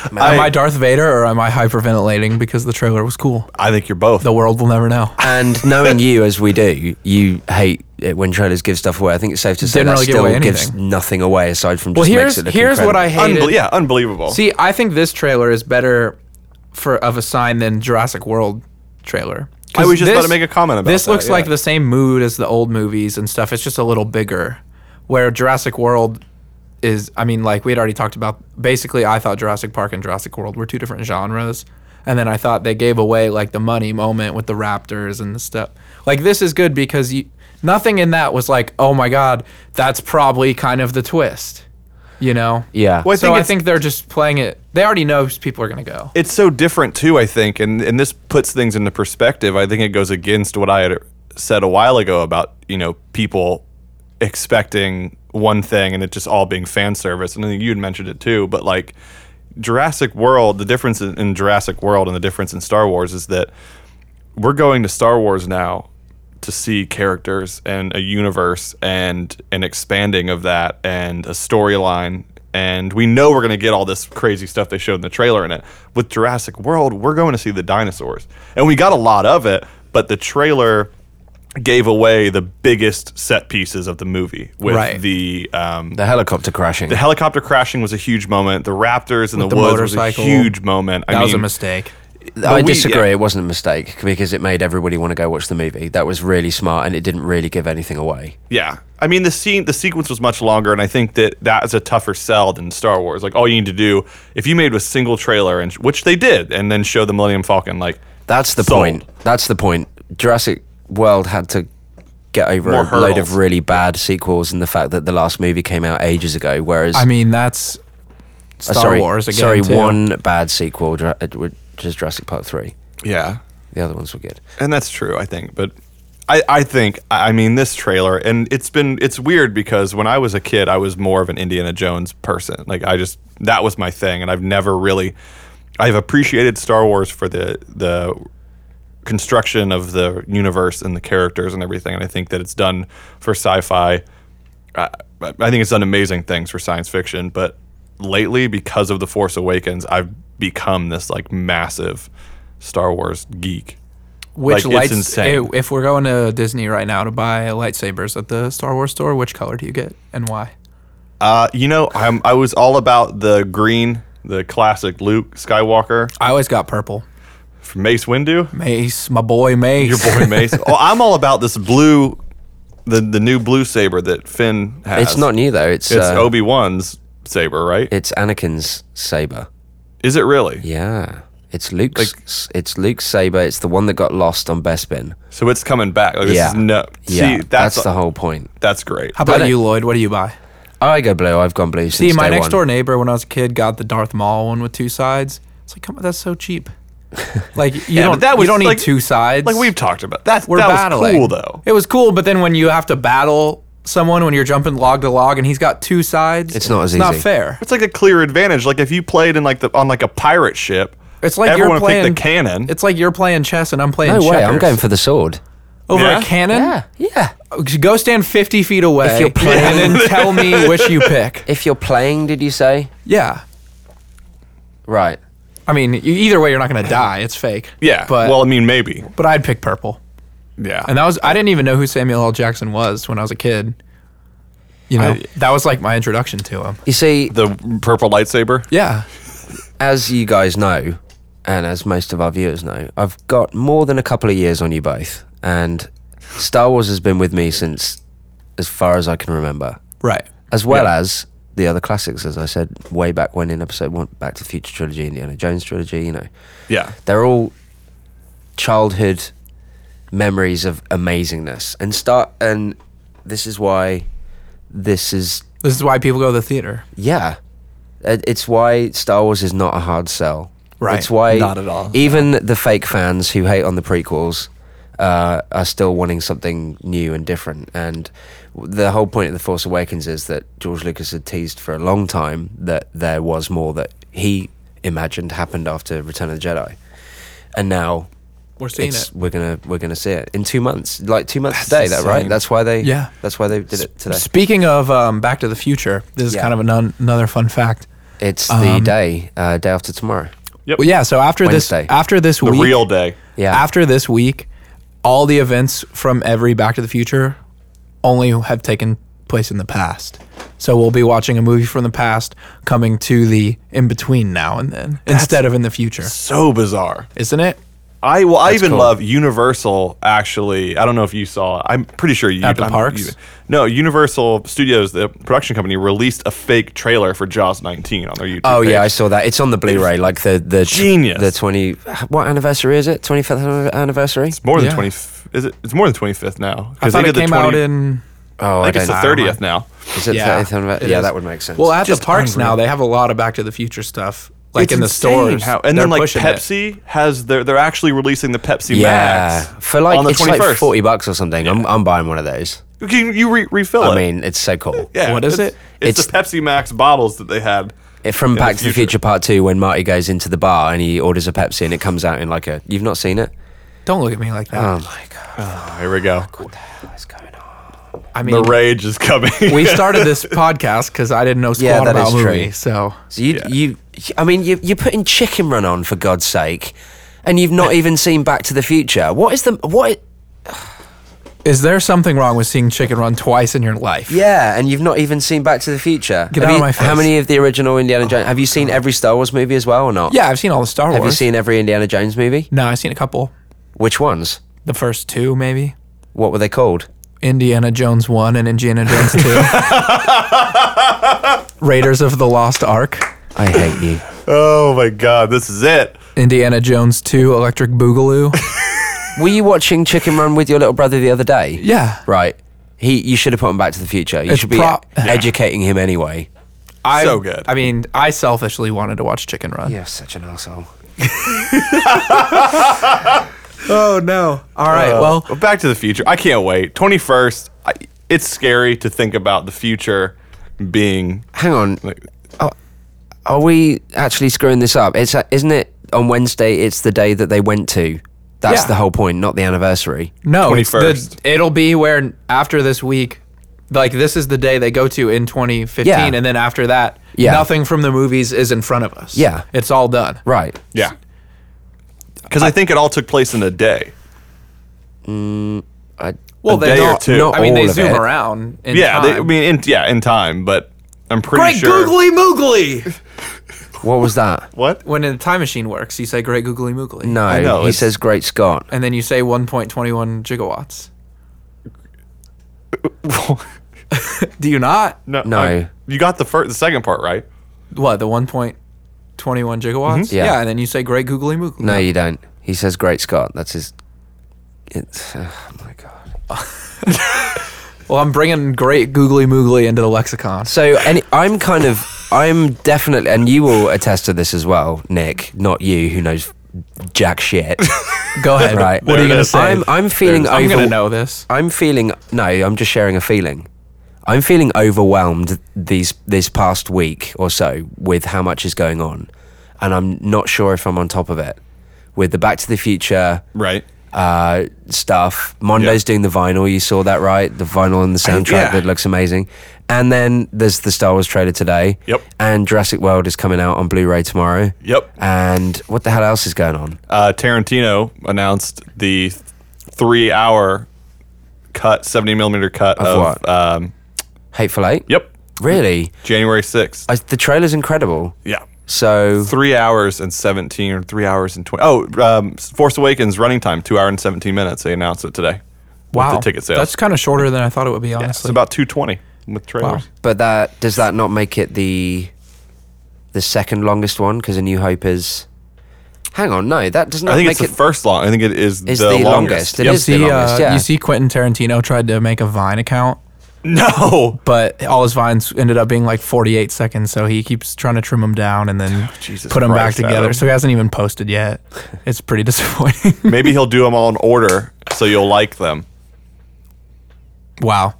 Speaker 1: Am
Speaker 3: I-
Speaker 1: I Darth Vader or am I hyperventilating because the trailer was cool?
Speaker 3: I think you're both.
Speaker 1: The world will never know.
Speaker 2: And knowing you as we do, you hate it when trailers give stuff away. I think it's safe to say
Speaker 1: Didn't
Speaker 2: that
Speaker 1: really give
Speaker 2: still
Speaker 1: away
Speaker 2: gives
Speaker 1: anything.
Speaker 2: nothing away aside from just
Speaker 1: Well,
Speaker 2: makes
Speaker 1: here's
Speaker 2: it look
Speaker 1: here's what I
Speaker 2: incredible.
Speaker 1: hated.
Speaker 3: Unbe- yeah, unbelievable.
Speaker 1: See, I think this trailer is better for of a sign than Jurassic World trailer. 'Cause
Speaker 3: I was just about to make a comment about
Speaker 1: This
Speaker 3: that,
Speaker 1: looks like
Speaker 3: yeah.
Speaker 1: the same mood as the old movies and stuff. It's just a little bigger. Where Jurassic World is, I mean, like we had already talked about. Basically, I thought Jurassic Park and Jurassic World were two different genres, and then I thought they gave away like the money moment with the raptors and the stuff. Like this is good because you, nothing in that was like, oh my god, that's probably kind of the twist, you know?
Speaker 2: Yeah.
Speaker 3: Well, I
Speaker 1: so
Speaker 3: think
Speaker 1: I
Speaker 3: it's-
Speaker 1: think they're just playing it. They already know people are gonna go.
Speaker 3: it's so different too i think and and this puts things into perspective i think it goes against what i had said a while ago about you know people expecting one thing and it just all being fan service and i think you had mentioned it too but like jurassic world the difference in, in jurassic world and the difference in star wars is that we're going to star wars now to see characters and a universe and an expanding of that and a storyline. And we know we're going to get all this crazy stuff they showed in the trailer in it. With Jurassic World, we're going to see the dinosaurs. And we got a lot of it, but the trailer gave away the biggest set pieces of the movie with
Speaker 1: Right.
Speaker 3: the um,
Speaker 2: the helicopter crashing.
Speaker 3: the helicopter crashing was a huge moment. The raptors in the,
Speaker 1: the
Speaker 3: woods was a
Speaker 1: motorcycle.
Speaker 3: huge moment. I
Speaker 1: That was a
Speaker 3: mean,
Speaker 1: mistake.
Speaker 2: I
Speaker 3: we-
Speaker 2: disagree.
Speaker 3: yeah.
Speaker 2: It wasn't a mistake because it made everybody want to go watch the movie. That was really smart, and it didn't really give anything away.
Speaker 3: Yeah. I mean, the scene, the sequence was much longer, and I think that that is a tougher sell than Star Wars. Like, all you need to do, if you made a single trailer, and which they did, and then show the Millennium Falcon, like,
Speaker 2: That's the
Speaker 3: Sold.
Speaker 2: point. That's the point. Jurassic World had to get over
Speaker 3: More
Speaker 2: a load
Speaker 3: hurdles.
Speaker 2: of really bad sequels and the fact that the last movie came out ages ago. Whereas,
Speaker 1: I mean, that's
Speaker 2: uh,
Speaker 1: Star Wars again.
Speaker 2: sorry,
Speaker 1: too.
Speaker 2: one bad sequel, Dra- uh, which is Jurassic Park three.
Speaker 3: yeah.
Speaker 2: The other ones were good.
Speaker 3: And that's true, I think. But I, I think, I I mean, this trailer, and it's been, it's weird because when I was a kid, I was more of an Indiana Jones person. Like, I just, that was my thing, and I've never really, I've appreciated Star Wars for the, the, construction of the universe and the characters and everything and i think that it's done for sci-fi I, I think it's done amazing things for science fiction, but lately, because of The Force Awakens, I've become this like massive Star Wars geek.
Speaker 1: Which
Speaker 3: Like, it's
Speaker 1: lights?
Speaker 3: insane.
Speaker 1: i- If we're going to Disney right now to buy lightsabers at the Star Wars store, which color do you get and why?
Speaker 3: Uh, you know, I'm, I was all about the green, the classic Luke Skywalker
Speaker 1: I always got purple.
Speaker 3: from Mace Windu,
Speaker 1: Mace, my boy, Mace.
Speaker 3: your boy Mace. oh, I'm all about this blue, the the new blue saber that Finn has.
Speaker 2: It's not new though. It's
Speaker 3: It's
Speaker 2: uh,
Speaker 3: Obi Wan's saber, right?
Speaker 2: it's Anakin's saber.
Speaker 3: Is it really?
Speaker 2: Yeah, it's Luke's. it's Luke's saber. It's the one that got lost on Bespin.
Speaker 3: So it's coming back. Like, this
Speaker 2: Yeah.
Speaker 3: is no.
Speaker 2: yeah,
Speaker 3: See, that's
Speaker 2: that's the whole point.
Speaker 3: That's great.
Speaker 1: How about
Speaker 2: Don't-
Speaker 1: you, Lloyd? What do you buy?
Speaker 2: I go blue. I've gone blue
Speaker 1: See,
Speaker 2: since
Speaker 1: my
Speaker 2: day
Speaker 1: next
Speaker 2: one.
Speaker 1: door neighbor when I was a kid got the Darth Maul one with two sides. It's like, come on, that's so cheap. Like you
Speaker 3: Yeah, but
Speaker 1: don't.
Speaker 3: that was
Speaker 1: you don't need
Speaker 3: like-
Speaker 1: two sides.
Speaker 3: Like we've talked about that.
Speaker 1: we're
Speaker 3: that
Speaker 1: battling.
Speaker 3: was cool though.
Speaker 1: It was cool, but then when you have to battle someone when you're jumping log to log and he's got two sides,
Speaker 2: It's not as
Speaker 1: Not
Speaker 2: easy.
Speaker 1: fair.
Speaker 3: It's like a clear advantage. Like if you played in like the on like a pirate ship,
Speaker 1: It's like
Speaker 3: everyone
Speaker 1: you're
Speaker 3: would pick
Speaker 1: playing
Speaker 3: the cannon.
Speaker 1: It's like you're playing chess and I'm playing.
Speaker 2: No way. I'm
Speaker 1: checkers.
Speaker 2: going for the sword.
Speaker 1: over
Speaker 3: Yeah?
Speaker 1: a cannon. Oh,
Speaker 2: yeah.
Speaker 1: Go stand 50 feet away
Speaker 2: If you're playing-
Speaker 1: and then tell me which you pick.
Speaker 2: If you're playing, did you say?
Speaker 1: Yeah.
Speaker 2: Right.
Speaker 1: I mean, you, either way, you're not going to die. It's fake.
Speaker 3: yeah.
Speaker 1: But,
Speaker 3: well, I mean, maybe.
Speaker 1: but I'd pick purple.
Speaker 3: Yeah.
Speaker 1: And that was, I didn't even know who Samuel L. Jackson was when I was a kid. You know, that was like my introduction to him.
Speaker 2: You see,
Speaker 3: The purple lightsaber.
Speaker 1: Yeah.
Speaker 2: as you guys know, and as most of our viewers know, I've got more than a couple of years on you both, and Star Wars has been with me since as far as I can remember,
Speaker 1: Right.
Speaker 2: as well as the other classics, as I said way back when in episode one, Back to the Future trilogy, Indiana Jones trilogy. You know,
Speaker 3: Yeah.
Speaker 2: they're all childhood memories of amazingness, and start and this is why this is
Speaker 1: This is why people go to the theater.
Speaker 2: yeah. It- It's why Star Wars is not a hard sell.
Speaker 1: Right.
Speaker 2: It's why
Speaker 7: Not at all.
Speaker 2: Even the fake fans who hate on the prequels uh, are still wanting something new and different. And the whole point of The Force Awakens is that George Lucas had teased for a long time that there was more that he imagined happened after Return of the Jedi. And now
Speaker 1: We're seeing
Speaker 2: it's,
Speaker 1: it.
Speaker 2: we're gonna we're gonna see it in two months, like two months today. That right?
Speaker 3: insane.
Speaker 2: That's why they
Speaker 1: Yeah.
Speaker 2: That's why they did it today.
Speaker 1: Speaking of um, Back to the Future, this is
Speaker 2: Yeah.
Speaker 1: kind of anon- another fun fact.
Speaker 2: It's the
Speaker 1: Um,
Speaker 2: day uh, day after tomorrow.
Speaker 3: Yep.
Speaker 1: Well, yeah. So after
Speaker 2: Wednesday.
Speaker 1: this, after this
Speaker 3: The
Speaker 1: week,
Speaker 3: real day.
Speaker 2: Yeah.
Speaker 1: after this week, all the events from every Back to the Future only have taken place in the past. So we'll be watching a movie from the past coming to the in between now and then instead of in the future,
Speaker 3: So bizarre.
Speaker 1: isn't it?
Speaker 3: I well, I even
Speaker 2: cool.
Speaker 3: love Universal. Actually, I don't know if you saw. I'm pretty sure you.
Speaker 1: At the
Speaker 3: I'm-
Speaker 1: parks?
Speaker 3: you- no, Universal Studios, the production company, released a fake trailer for Jaws 19 on their YouTube.
Speaker 2: Oh yeah, I
Speaker 3: page.
Speaker 2: saw that. It's on the Blu-ray, like the the tw-
Speaker 3: Genius.
Speaker 2: The twenty what anniversary is it? Twenty fifth anniversary.
Speaker 3: It's more than
Speaker 1: Yeah.
Speaker 3: 20. Is it? It's more than 25th now.
Speaker 1: I
Speaker 3: 'Cause
Speaker 1: thought
Speaker 3: they
Speaker 1: it
Speaker 3: did the
Speaker 1: came
Speaker 3: 20
Speaker 1: out in.
Speaker 2: Oh,
Speaker 3: I think it's the
Speaker 2: don't-
Speaker 3: 30th now.
Speaker 2: Is it
Speaker 1: Yeah,
Speaker 2: 30th anniversary?
Speaker 1: it
Speaker 2: Yeah,
Speaker 1: is.
Speaker 2: that would make sense.
Speaker 1: Well, at
Speaker 3: Just
Speaker 1: the parks now,
Speaker 3: unreal.
Speaker 1: they have a lot of Back to the Future stuff, like
Speaker 3: It's
Speaker 1: in the
Speaker 3: insane
Speaker 1: stores.
Speaker 3: how- and
Speaker 1: They're
Speaker 3: then like
Speaker 1: pushing it.
Speaker 3: Pepsi has they're they're actually releasing the Pepsi
Speaker 2: yeah,
Speaker 3: Max
Speaker 2: for like
Speaker 3: on the
Speaker 2: it's
Speaker 3: 21st.
Speaker 2: like forty bucks or something. I'm I'm buying one of those.
Speaker 3: You can you re- refill
Speaker 2: I
Speaker 3: it.
Speaker 2: mean, it's so cool.
Speaker 3: yeah,
Speaker 1: What is
Speaker 3: it's-
Speaker 1: it?
Speaker 3: It's, the
Speaker 2: It's-
Speaker 3: Pepsi Max bottles that they had.
Speaker 2: It- From
Speaker 3: the
Speaker 2: Back to the Future
Speaker 3: future.
Speaker 2: Part Two, when Marty goes into the bar and he orders a Pepsi and it comes out in like a you've not seen it.
Speaker 1: Don't look at me like that.
Speaker 2: Oh my god,
Speaker 3: Oh, here we go.
Speaker 2: what's going on?
Speaker 1: I mean,
Speaker 3: The rage is coming.
Speaker 1: we started this podcast because I didn't know squat
Speaker 2: Yeah, that
Speaker 1: about
Speaker 2: is true.
Speaker 1: movie. So
Speaker 2: So you
Speaker 3: Yeah.
Speaker 2: you I mean you you're putting Chicken Run on for God's sake, and you've not even seen Back to the Future. What is the what?
Speaker 1: Is there something wrong with seeing Chicken Run twice in your life?
Speaker 2: Yeah, and you've not even seen Back to the Future.
Speaker 1: Get
Speaker 2: Have
Speaker 1: out of
Speaker 2: you-
Speaker 1: my face.
Speaker 2: How many of the original Indiana Jones? Have you seen every Star Wars movie as well or not?
Speaker 1: Yeah, I've seen all the Star Wars.
Speaker 2: Have you seen every Indiana Jones movie?
Speaker 1: No, I've seen a couple.
Speaker 2: Which ones?
Speaker 1: The first two, maybe.
Speaker 2: What were they called?
Speaker 1: Indiana Jones 1 and Indiana Jones 2. Raiders of the Lost Ark.
Speaker 2: I hate you.
Speaker 3: oh my god, this is it.
Speaker 1: Indiana Jones 2 Electric Boogaloo.
Speaker 2: Were you watching Chicken Run with your little brother the other day?
Speaker 1: Yeah.
Speaker 2: Right. He, you should have put him back to the future. You
Speaker 1: It's
Speaker 2: should be
Speaker 1: pro- Yeah.
Speaker 2: educating him anyway.
Speaker 1: I,
Speaker 3: So good.
Speaker 1: I mean, I selfishly wanted to watch Chicken Run.
Speaker 2: You're such an asshole.
Speaker 1: Oh, no. All right. well,
Speaker 3: Uh, But Back to the Future. I can't wait. Twenty first. It's scary to think about the future being.
Speaker 2: Hang on.
Speaker 3: Like,
Speaker 2: Are we actually screwing this up? It's a, isn't it on Wednesday? It's the day that they went to. That's
Speaker 1: Yeah.
Speaker 2: the whole point, not the anniversary.
Speaker 1: no. it's the-
Speaker 3: 21st.
Speaker 1: it'll be where after this week, like, this is the day they go to in 2015.
Speaker 2: Yeah.
Speaker 1: And then after that,
Speaker 2: Yeah.
Speaker 1: nothing from the movies is in front of us.
Speaker 2: Yeah.
Speaker 1: It's all done.
Speaker 2: Right.
Speaker 3: yeah. Because I think it all took place in a day.
Speaker 2: I,
Speaker 1: Well,
Speaker 3: a
Speaker 1: they
Speaker 3: day or
Speaker 1: don't-
Speaker 3: two.
Speaker 1: I mean,
Speaker 2: all
Speaker 1: they
Speaker 2: of
Speaker 1: zoom
Speaker 2: it.
Speaker 1: around. In
Speaker 3: yeah. They, I
Speaker 1: time.
Speaker 3: mean, in, yeah, in time, but I'm pretty
Speaker 1: Great
Speaker 3: sure.
Speaker 1: googly moogly.
Speaker 2: What was that?
Speaker 3: What?
Speaker 1: When the time machine works, you say great googly moogly.
Speaker 2: No,
Speaker 3: know,
Speaker 2: he
Speaker 3: it's-
Speaker 2: says Great Scott.
Speaker 1: And then you say 1.21 gigawatts. Do you not?
Speaker 3: No.
Speaker 2: No.
Speaker 3: I- you got the first, the second part right.
Speaker 1: What, the 1.21 gigawatts?
Speaker 2: Mm-hmm. Yeah.
Speaker 1: And then you say great googly moogly.
Speaker 2: No, you don't. He says Great Scott. That's his. It's, oh my god.
Speaker 1: Well, I'm bringing great googly moogly into the lexicon.
Speaker 2: So, any, I'm kind of, I'm definitely, and you will attest to this as well, Nick. Not you, who knows jack shit.
Speaker 1: Go ahead.
Speaker 2: right.
Speaker 1: What are you going
Speaker 3: There it
Speaker 1: to
Speaker 3: is.
Speaker 1: say?
Speaker 2: I'm, I'm feeling.
Speaker 1: I'm going
Speaker 2: over-
Speaker 1: to know this.
Speaker 2: I'm feeling no. I'm just sharing a feeling. I'm feeling overwhelmed these this past week or so with how much is going on, and I'm not sure if I'm on top of it. With the Back to the Future
Speaker 3: Right.
Speaker 2: uh, stuff, Mondo's
Speaker 3: Yeah. Uh,
Speaker 2: doing the vinyl. You saw that, right? The vinyl and the soundtrack
Speaker 3: yeah.
Speaker 2: that looks amazing. And then there's the Star Wars trailer today.
Speaker 3: Yep.
Speaker 2: And Jurassic World is coming out on Blu-ray tomorrow.
Speaker 3: Yep.
Speaker 2: And what the hell else is going on?
Speaker 3: Uh, Tarantino announced the three-hour cut, seventy millimeter cut of,
Speaker 2: what?
Speaker 3: um,
Speaker 2: Hateful Eight.
Speaker 3: Yep.
Speaker 2: Really,
Speaker 3: January 6th.
Speaker 2: I, the trailer's incredible.
Speaker 3: yeah.
Speaker 2: So
Speaker 3: Three hours and 17 or three hours and 20. Oh, um, Force Awakens running time, two hour and 17 minutes. They announced it today.
Speaker 1: Wow.
Speaker 3: With the ticket sales.
Speaker 1: That's kind of shorter than I thought it would be,
Speaker 3: Yeah, it's
Speaker 1: honestly.
Speaker 3: about 220 with trailers.
Speaker 2: But that does that not make it the the second longest one? Because A New Hope is. Hang on, no, that does not
Speaker 3: I think
Speaker 2: make
Speaker 3: it's the
Speaker 2: it.
Speaker 3: first long. I think it is the,
Speaker 2: It's the longest.
Speaker 3: longest.
Speaker 2: It
Speaker 3: Yep.
Speaker 1: you
Speaker 2: is the
Speaker 1: see,
Speaker 2: longest,
Speaker 1: uh,
Speaker 2: yeah.
Speaker 1: you see, Quentin Tarantino tried to make a Vine account,
Speaker 3: No.
Speaker 1: but all his vines ended up being like 48 seconds. So he keeps trying to trim them down and then
Speaker 3: Oh, Jesus
Speaker 1: put them
Speaker 3: Christ,
Speaker 1: back together.
Speaker 3: Adam.
Speaker 1: So he hasn't even posted yet. It's pretty disappointing.
Speaker 3: Maybe he'll do them all in order so you'll like them.
Speaker 1: Wow.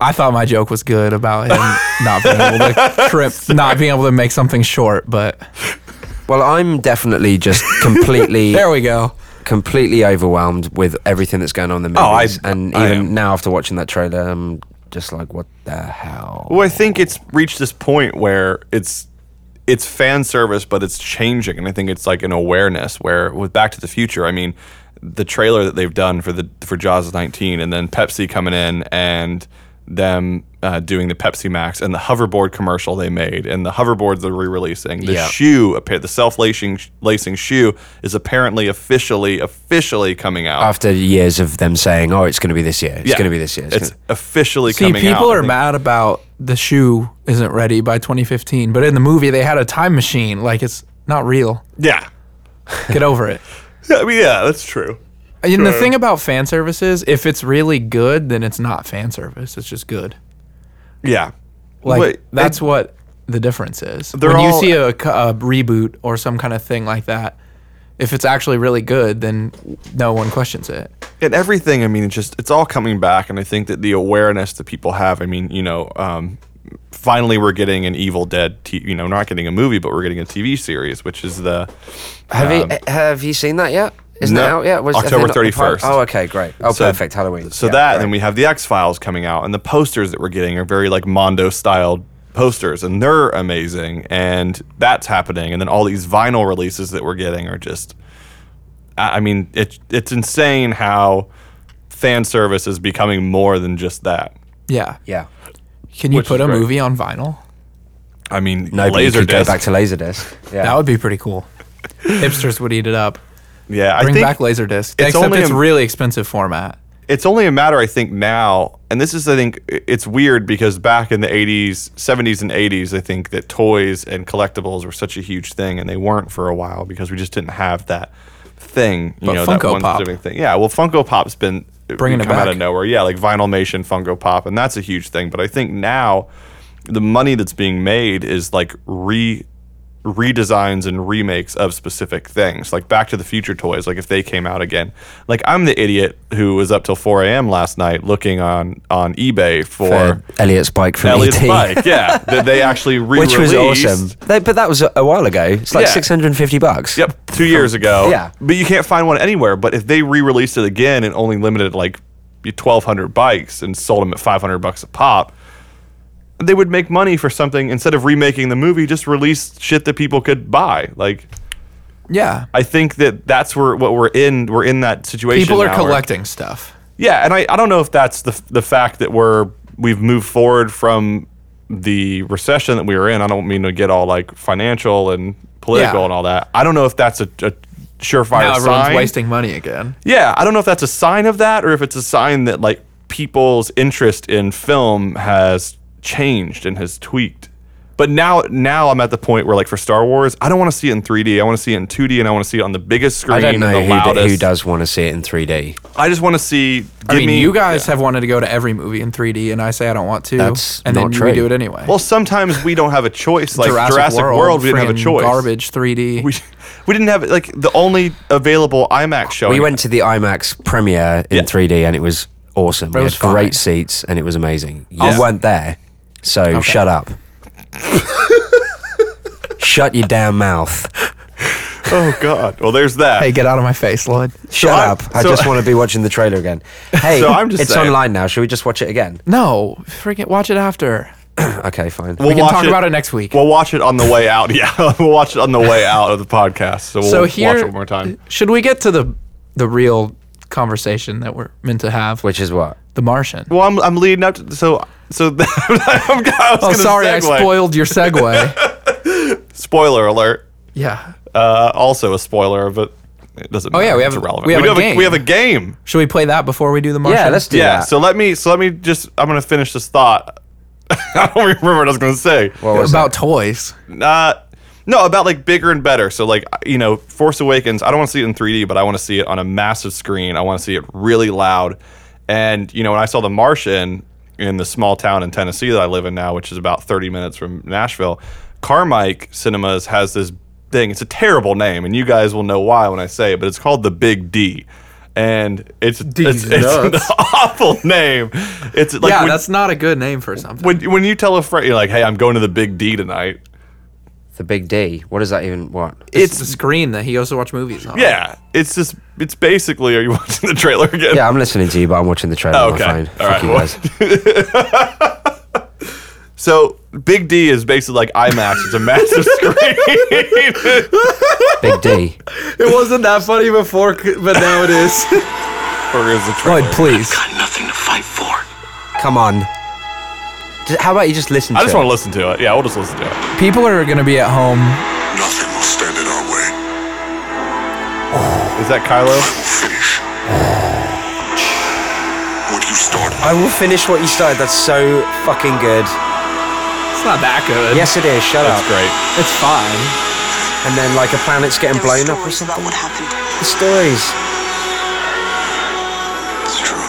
Speaker 1: I thought my joke was good about him not being able to trip, not being able to make something short, but
Speaker 2: Well, I'm definitely just completely,
Speaker 1: there we go.
Speaker 2: completely overwhelmed with everything that's going on in the
Speaker 3: Oh, I-
Speaker 2: movies, and
Speaker 3: I
Speaker 2: even
Speaker 3: am.
Speaker 2: now after watching that trailer, I'm just like, what the hell?
Speaker 3: Well, I think it's reached this point where it's it's fan service, but it's changing, and I think it's like an awareness. Where with Back to the Future, I mean, the trailer that they've done for the for Jaws 19, and then Pepsi coming in and them uh, doing the Pepsi Max and the hoverboard commercial they made, and the hoverboards they're re-releasing. The
Speaker 2: Yeah.
Speaker 3: shoe, appa- the self lacing lacing shoe, is apparently officially officially coming out.
Speaker 2: After years of them saying, "Oh, it's going to be this year. It's
Speaker 3: Yeah.
Speaker 2: going to be this year." It's
Speaker 3: It's
Speaker 2: gonna-
Speaker 3: officially
Speaker 1: See,
Speaker 3: coming out.
Speaker 1: people
Speaker 3: I
Speaker 1: are
Speaker 3: think-
Speaker 1: mad about the shoe isn't ready by 2015, but in the movie they had a time machine. Like it's not real.
Speaker 3: Yeah.
Speaker 1: Get over it.
Speaker 3: yeah, I mean, yeah, that's true.
Speaker 1: And the thing about fan service is, if it's really good, then it's not fan service. It's just good.
Speaker 3: Yeah.
Speaker 1: Like
Speaker 3: But
Speaker 1: that's
Speaker 3: it-
Speaker 1: what the difference is.
Speaker 3: They're
Speaker 1: When you
Speaker 3: all-
Speaker 1: see a, c- a reboot or some kind of thing like that, if it's actually really good, then no one questions it.
Speaker 3: and everything i mean it's just it's all coming back and i think that the awareness that people have i mean you know um, finally we're getting an evil dead t- you know we're not getting a movie but we're getting a tv series which is the
Speaker 2: have you eh, have you seen that yet? Isn't
Speaker 3: um, no.
Speaker 2: it out yet? Was- have they
Speaker 3: October
Speaker 2: not-
Speaker 3: 31st.
Speaker 2: Oh, okay, great. Oh,
Speaker 3: So-
Speaker 2: perfect. Halloween.
Speaker 3: so
Speaker 2: Yeah,
Speaker 3: that
Speaker 2: great.
Speaker 3: and then we have the x files coming out and the posters that we're getting are very like mondo styled posters and they're amazing and that's happening and then all these vinyl releases that we're getting are just i I mean it, it's insane how fan service is becoming more than just that
Speaker 1: Yeah.
Speaker 2: yeah.
Speaker 1: Can you
Speaker 3: Which
Speaker 1: put
Speaker 3: is
Speaker 1: a
Speaker 3: great.
Speaker 1: movie on vinyl?
Speaker 3: I mean,
Speaker 2: No, but you
Speaker 3: laser
Speaker 2: could go
Speaker 3: disc.
Speaker 2: back to Laserdisc. Yeah.
Speaker 1: That would be pretty cool. Hipsters would eat it up.
Speaker 3: yeah, I
Speaker 1: Bring
Speaker 3: think
Speaker 1: back Laserdisc. Except
Speaker 3: only
Speaker 1: it's
Speaker 3: a-
Speaker 1: really expensive format.
Speaker 3: it's only a matter. I think now, and this is, I think, i- it's weird because back in the '80s, '70s, and '80s, I think that toys and collectibles were such a huge thing, and they weren't for a while because we just didn't have that thing. You
Speaker 1: But
Speaker 3: know, that
Speaker 1: Funko
Speaker 3: one
Speaker 1: Pop.
Speaker 3: specific thing. Yeah, well, Funko Pop's been
Speaker 1: Bringing it
Speaker 3: come out
Speaker 1: back.
Speaker 3: of nowhere. Yeah, like Vinylmation, Funko Pop, and that's a huge thing. But I think now, the money that's being made is like re redesigns and remakes of specific things, like Back to the Future toys, like if they came out again. Like I'm the idiot who was up till 4 a.m. last night looking on on eBay for,
Speaker 2: For Elliot's bike from
Speaker 3: Elliot's
Speaker 2: ET.
Speaker 3: bike. Yeah, that they actually re-released.
Speaker 2: Which was awesome. They- but that was a, a while ago. It's like
Speaker 3: Yeah.
Speaker 2: 650 bucks.
Speaker 3: Yep, two years ago.
Speaker 2: Yeah.
Speaker 3: but you can't find one anywhere. But if they re-released it again and only limited like 1,200 bikes and sold them at 500 bucks a pop. They would make money for something instead of remaking the movie. Just release shit that people could buy. Like
Speaker 1: Yeah.
Speaker 3: I think that that's where what we're in. We're in that situation.
Speaker 1: People are
Speaker 3: now where-
Speaker 1: collecting stuff.
Speaker 3: yeah, and I, I don't know if that's the the fact that we're we've moved forward from the recession that we were in. I don't mean to get all like financial and political
Speaker 1: Yeah.
Speaker 3: and all that. I don't know if that's a, a surefire
Speaker 1: Now everyone's
Speaker 3: sign.
Speaker 1: wasting money again.
Speaker 3: Yeah, I don't know if that's a sign of that or if it's a sign that like people's interest in film has changed and has tweaked. But now now I'm at the point where like for Star Wars, I don't want to see it in 3D. I want to see it in 2D and I want to see it on the biggest screen
Speaker 2: I don't know
Speaker 3: and the
Speaker 2: who, d-
Speaker 3: loudest.
Speaker 2: who does want to see it in 3D.
Speaker 3: I just want to see give
Speaker 1: I mean,
Speaker 3: me
Speaker 1: you guys have wanted to go to every movie in 3D, and I say I don't want to.
Speaker 2: That's
Speaker 1: and then
Speaker 2: not true.
Speaker 1: we do it anyway.
Speaker 3: Well, sometimes we don't have a choice. Like Jurassic, World, we didn't have a
Speaker 1: friggin'
Speaker 3: choice.
Speaker 1: Garbage 3D.
Speaker 3: We, we didn't have like the only available IMAX show.
Speaker 2: We went to the IMAX premiere in
Speaker 3: Yeah.
Speaker 2: 3D and it was awesome.
Speaker 1: it
Speaker 2: we
Speaker 1: was
Speaker 2: had great
Speaker 1: fine.
Speaker 2: seats and it was amazing. You
Speaker 3: Yeah.
Speaker 2: weren't there, so shut up. shut your damn mouth.
Speaker 3: Oh God. Well, there's that.
Speaker 1: hey, get out of my face, Lloyd.
Speaker 2: Shut
Speaker 3: I-
Speaker 2: up. I
Speaker 3: so-
Speaker 2: just want to be watching the trailer again. Hey,
Speaker 3: So I'm just
Speaker 2: it's
Speaker 3: saying-
Speaker 2: online now. Should we just watch it again?
Speaker 1: No, freaking watch it after.
Speaker 2: okay, fine.
Speaker 3: we'll
Speaker 1: can
Speaker 3: watch
Speaker 1: talk about it next week.
Speaker 3: We'll watch it on the way out. Yeah, we'll watch it on the way out of the podcast. So we'll
Speaker 1: so here,
Speaker 3: watch it one more time.
Speaker 1: should we get to the the real conversation that we're meant to have?
Speaker 2: Which is what?
Speaker 1: the Martian.
Speaker 3: Well, I'm, I'm leading up to so so that, I'm, I was
Speaker 1: Oh,
Speaker 3: gonna
Speaker 1: sorry, I
Speaker 3: segue.
Speaker 1: spoiled your segue.
Speaker 3: Spoiler alert.
Speaker 1: yeah.
Speaker 3: Uh, also a spoiler, but it doesn't. Oh
Speaker 1: yeah, we have-
Speaker 3: it's irrelevant.
Speaker 1: we have a game.
Speaker 3: we have a game.
Speaker 1: Should we play that before we do the Martian?
Speaker 2: Yeah, let's do
Speaker 3: yeah.
Speaker 2: that.
Speaker 3: So let me. So let me just. I'm gonna finish this thought. I don't remember what I was gonna say.
Speaker 2: What was
Speaker 1: about toys.
Speaker 3: Uh, no, about like bigger and better. So like uh, you know, Force Awakens. I don't want to see it in 3D, but I want to see it on a massive screen. I want to see it really loud. And you know, when I saw The Martian in the small town in Tennessee that I live in now, which is about 30 minutes from Nashville, Carmike Cinemas has this thing. It's a terrible name, and you guys will know why when I say it, but it's called the Big D. And it's it's, it's an
Speaker 6: nuts.
Speaker 3: awful name. It's like
Speaker 1: yeah,
Speaker 3: when,
Speaker 1: that's not a good name for something.
Speaker 3: when when you tell a friend you're like, "Hey, I'm going to the Big D tonight."
Speaker 2: The big D. What is that even? What?
Speaker 1: it's the screen that he goes to watch movies on.
Speaker 3: Yeah, it's just it's basically. Are you watching the trailer again?
Speaker 2: Yeah, I'm listening to you, but I'm watching the trailer. on
Speaker 3: Oh,
Speaker 2: my
Speaker 3: okay.
Speaker 2: phone.
Speaker 3: All
Speaker 2: Fuck
Speaker 3: right,
Speaker 2: you
Speaker 3: well-
Speaker 2: guys.
Speaker 3: So Big D is basically like IMAX. It's a massive screen
Speaker 2: Big D.
Speaker 6: It wasn't that funny before, c- but now it is.
Speaker 3: for is the
Speaker 1: Lloyd,
Speaker 3: trailer.
Speaker 1: please.
Speaker 4: Nothing to fight for.
Speaker 2: Come on. Just- How about you just listen
Speaker 3: I
Speaker 2: to
Speaker 3: just
Speaker 2: it?
Speaker 3: want to listen to it. Yeah, we'll just listen to it.
Speaker 1: People are going to be at home.
Speaker 4: Nothing will stand in our way.
Speaker 3: Is that Kylo?
Speaker 4: We'll finish. What you start,
Speaker 2: I will finish what you started. That's so fucking good.
Speaker 1: It's not that good.
Speaker 2: Yes, it is. Shut
Speaker 3: That's
Speaker 2: up.
Speaker 3: great.
Speaker 1: It's fine.
Speaker 2: And then, like, a planet's getting
Speaker 5: There are
Speaker 2: blown up or something.
Speaker 5: stories about what happened.
Speaker 2: The stories.
Speaker 4: it's true.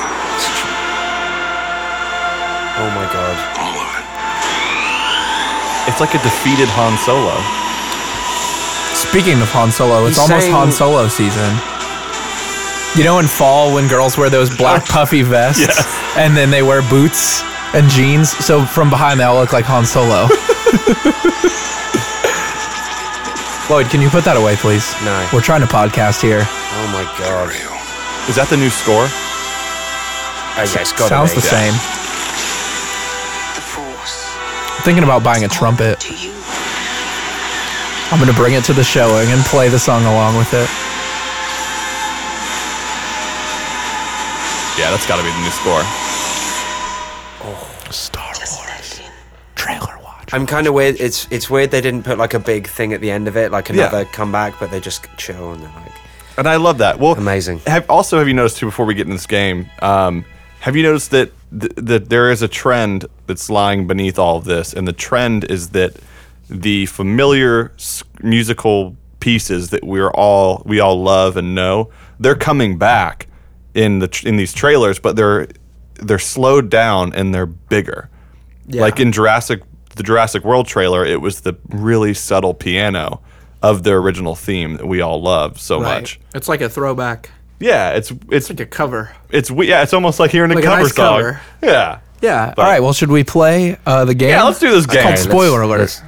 Speaker 2: Oh my god.
Speaker 4: All of it.
Speaker 3: It's like a defeated Han Solo.
Speaker 1: Speaking of Han Solo, it's
Speaker 2: He's
Speaker 1: almost
Speaker 2: saying-
Speaker 1: Han Solo season. You know, in fall when girls wear those black puffy vests and then they wear boots and jeans, so from behind they all look like Han Solo. Lloyd, can you put that away, please?
Speaker 2: No.
Speaker 1: We're trying to podcast here.
Speaker 2: Oh my god.
Speaker 4: Real.
Speaker 3: Is that the new score?
Speaker 2: Oh, yeah, it's gotta
Speaker 1: Sounds
Speaker 2: be.
Speaker 1: the same.
Speaker 5: The Force.
Speaker 1: Thinking about buying a trumpet.
Speaker 5: To you.
Speaker 1: I'm gonna bring it to the showing and play the song along with it.
Speaker 3: Yeah, that's got to be the new score.
Speaker 1: Star
Speaker 5: Just let in.
Speaker 1: trailer watch.
Speaker 2: I'm kind of weird. It's it's weird they didn't put like a big thing at the end of it, like
Speaker 3: Yeah.
Speaker 2: another comeback, but they just chill and they're like,
Speaker 3: And I love that. Well,
Speaker 2: Amazing.
Speaker 3: Have, also, have you noticed too? Before we get in this game, um, have you noticed that th- that there is a trend that's lying beneath all of this, and the trend is that the familiar s- musical pieces that we're all we all love and know, they're coming back in the tr- in these trailers, but they're they're slowed down and they're bigger. Like in Jurassic the Jurassic World trailer, it was the really subtle piano of their original theme that we all love so much.
Speaker 1: It's like a throwback,
Speaker 3: Yeah, it's it's
Speaker 1: like a cover.
Speaker 3: it's we- yeah, it's almost like hearing a
Speaker 1: Like a
Speaker 3: cover
Speaker 1: nice
Speaker 3: song.
Speaker 1: cover.
Speaker 3: Yeah,
Speaker 1: Yeah.
Speaker 3: But-
Speaker 1: All right. Well, should we play uh, the game?
Speaker 3: yeah. Let's do this
Speaker 1: It's
Speaker 3: game.
Speaker 1: called spoiler alert.
Speaker 2: let's-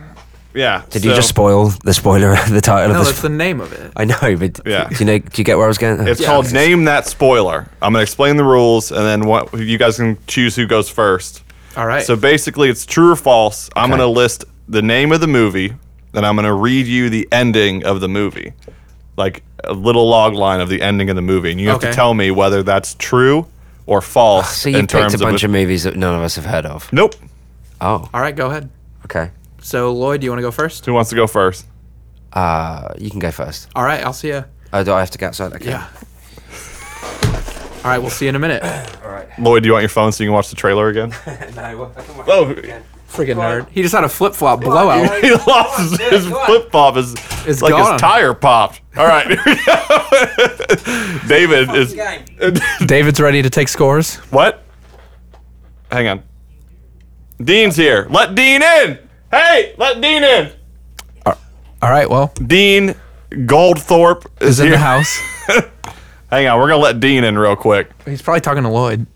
Speaker 3: yeah.
Speaker 2: Did you just spoil the spoiler, the title
Speaker 1: no,
Speaker 2: of
Speaker 1: that's
Speaker 2: this?
Speaker 1: the name of it.
Speaker 2: I know, but
Speaker 3: Yeah.
Speaker 2: do you know? Do you get where I was going?
Speaker 3: It's called name that spoiler. I'm gonna explain the rules, and then what you guys can choose who goes first.
Speaker 1: All right.
Speaker 3: So basically, it's true or false. I'm gonna list the name of the movie, and I'm gonna read you the ending of the movie, like a little log line of the ending of the movie, and you have to
Speaker 1: Okay.
Speaker 3: tell me whether that's true or false.
Speaker 2: So you
Speaker 3: in terms
Speaker 2: picked a bunch
Speaker 3: it-
Speaker 2: of movies that none of us have heard of.
Speaker 3: Nope.
Speaker 2: Oh,
Speaker 1: All right, go ahead.
Speaker 2: okay.
Speaker 1: So, Lloyd, do you want to go first?
Speaker 3: Who wants to go first?
Speaker 2: Uh, you can go first.
Speaker 1: All right, I'll see you.
Speaker 2: Oh, do I have to go outside? Okay.
Speaker 1: Yeah. All right, we'll see you in a minute.
Speaker 3: Lloyd, do you want your phone so you can watch the trailer again?
Speaker 2: No, I can watch
Speaker 3: Oh,
Speaker 1: Freaking nerd. He just had a flip flop blowout.
Speaker 3: he lost his, his flip flop. Is
Speaker 1: It's
Speaker 3: like
Speaker 1: gone.
Speaker 3: his tire popped. All right, here we go. David is
Speaker 1: David's ready to take scores.
Speaker 3: what? Hang on. Dean's here. Let Dean in. Hey, let Dean in.
Speaker 1: All right. Well,
Speaker 3: Dean Goldthorpe is,
Speaker 1: he's in
Speaker 3: here.
Speaker 1: the house.
Speaker 3: Hang on, we're gonna let Dean in real quick.
Speaker 1: He's probably talking to Lloyd.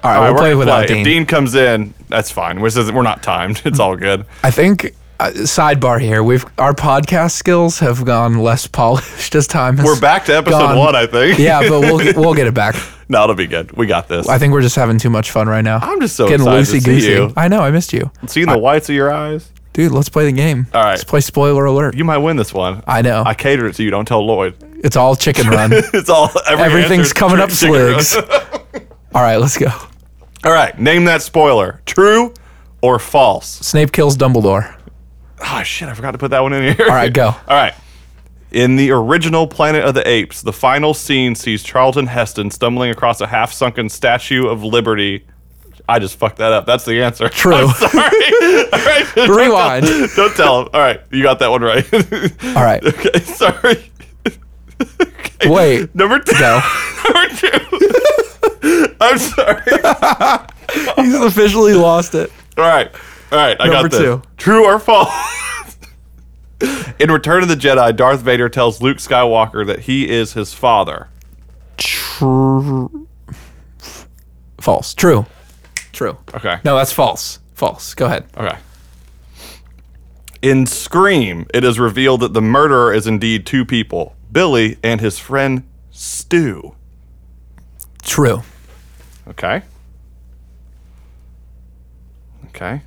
Speaker 1: All right,
Speaker 3: All right,
Speaker 1: we'll
Speaker 3: we're
Speaker 1: play
Speaker 3: gonna
Speaker 1: without
Speaker 3: play.
Speaker 1: Dean.
Speaker 3: If Dean comes in, that's fine. We're, we're not timed. It's all good.
Speaker 1: I think uh, sidebar here. We've our podcast skills have gone less polished as time has.
Speaker 3: We're back to episode
Speaker 1: gone.
Speaker 3: one, I think.
Speaker 1: yeah, but we'll get- we'll get it back.
Speaker 3: no, it'll be good. We got this.
Speaker 1: I think we're just having too much fun right now.
Speaker 3: I'm just so
Speaker 1: getting
Speaker 3: excited to
Speaker 1: loosey
Speaker 3: see
Speaker 1: goosey.
Speaker 3: you.
Speaker 1: I know. I missed you,
Speaker 3: Seeing the whites of your eyes,
Speaker 1: dude. Let's play the game.
Speaker 3: All right.
Speaker 1: Let's play spoiler alert.
Speaker 3: you might win this one.
Speaker 1: I know.
Speaker 3: I catered it to you. Don't tell Lloyd.
Speaker 1: it's all chicken run.
Speaker 3: it's all every
Speaker 1: Everything's
Speaker 3: answer's
Speaker 1: coming
Speaker 3: tri-
Speaker 1: up
Speaker 3: chicken
Speaker 1: sligs. all right, let's go.
Speaker 3: All right, name that spoiler. True or false?
Speaker 1: Snape kills Dumbledore.
Speaker 3: Oh shit, I forgot to put that one in here.
Speaker 1: All right, go.
Speaker 3: All right. In the original Planet of the Apes, the final scene sees Charlton Heston stumbling across a half sunken Statue of Liberty. I just fucked that up. That's the answer.
Speaker 1: True.
Speaker 3: I'm sorry. All right.
Speaker 1: Rewind.
Speaker 3: Don't tell, don't tell him. All right. You got that one right.
Speaker 1: All right,
Speaker 3: okay. Sorry. Okay.
Speaker 1: wait.
Speaker 3: Number two.
Speaker 1: Go.
Speaker 3: Number two. I'm sorry.
Speaker 1: He's officially lost it.
Speaker 3: All right. All right. I
Speaker 1: Number
Speaker 3: got this.
Speaker 1: two.
Speaker 3: True or false? In Return of the Jedi, Darth Vader tells Luke Skywalker that he is his father.
Speaker 1: True. False. True. True.
Speaker 3: Okay.
Speaker 1: No, that's false. False. Go ahead.
Speaker 3: Okay. In Scream, it is revealed that the murderer is indeed two people Billy and his friend Stu.
Speaker 1: True.
Speaker 3: Okay. Okay.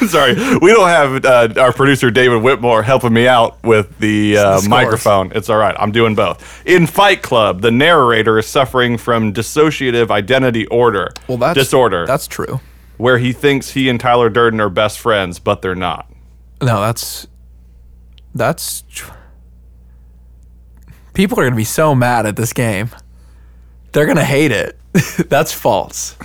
Speaker 3: Sorry, we don't have uh, our producer David Whitmore helping me out with the uh,
Speaker 1: scores.
Speaker 3: microphone. It's all right. I'm doing both. In Fight Club, the narrator is suffering from dissociative identity order.
Speaker 1: Well, that's
Speaker 3: disorder.
Speaker 1: That's true.
Speaker 3: where he thinks he and Tyler Durden are best friends, but they're not.
Speaker 1: No, that's that's. tr- People are gonna be so mad at this game. They're gonna hate it. that's false.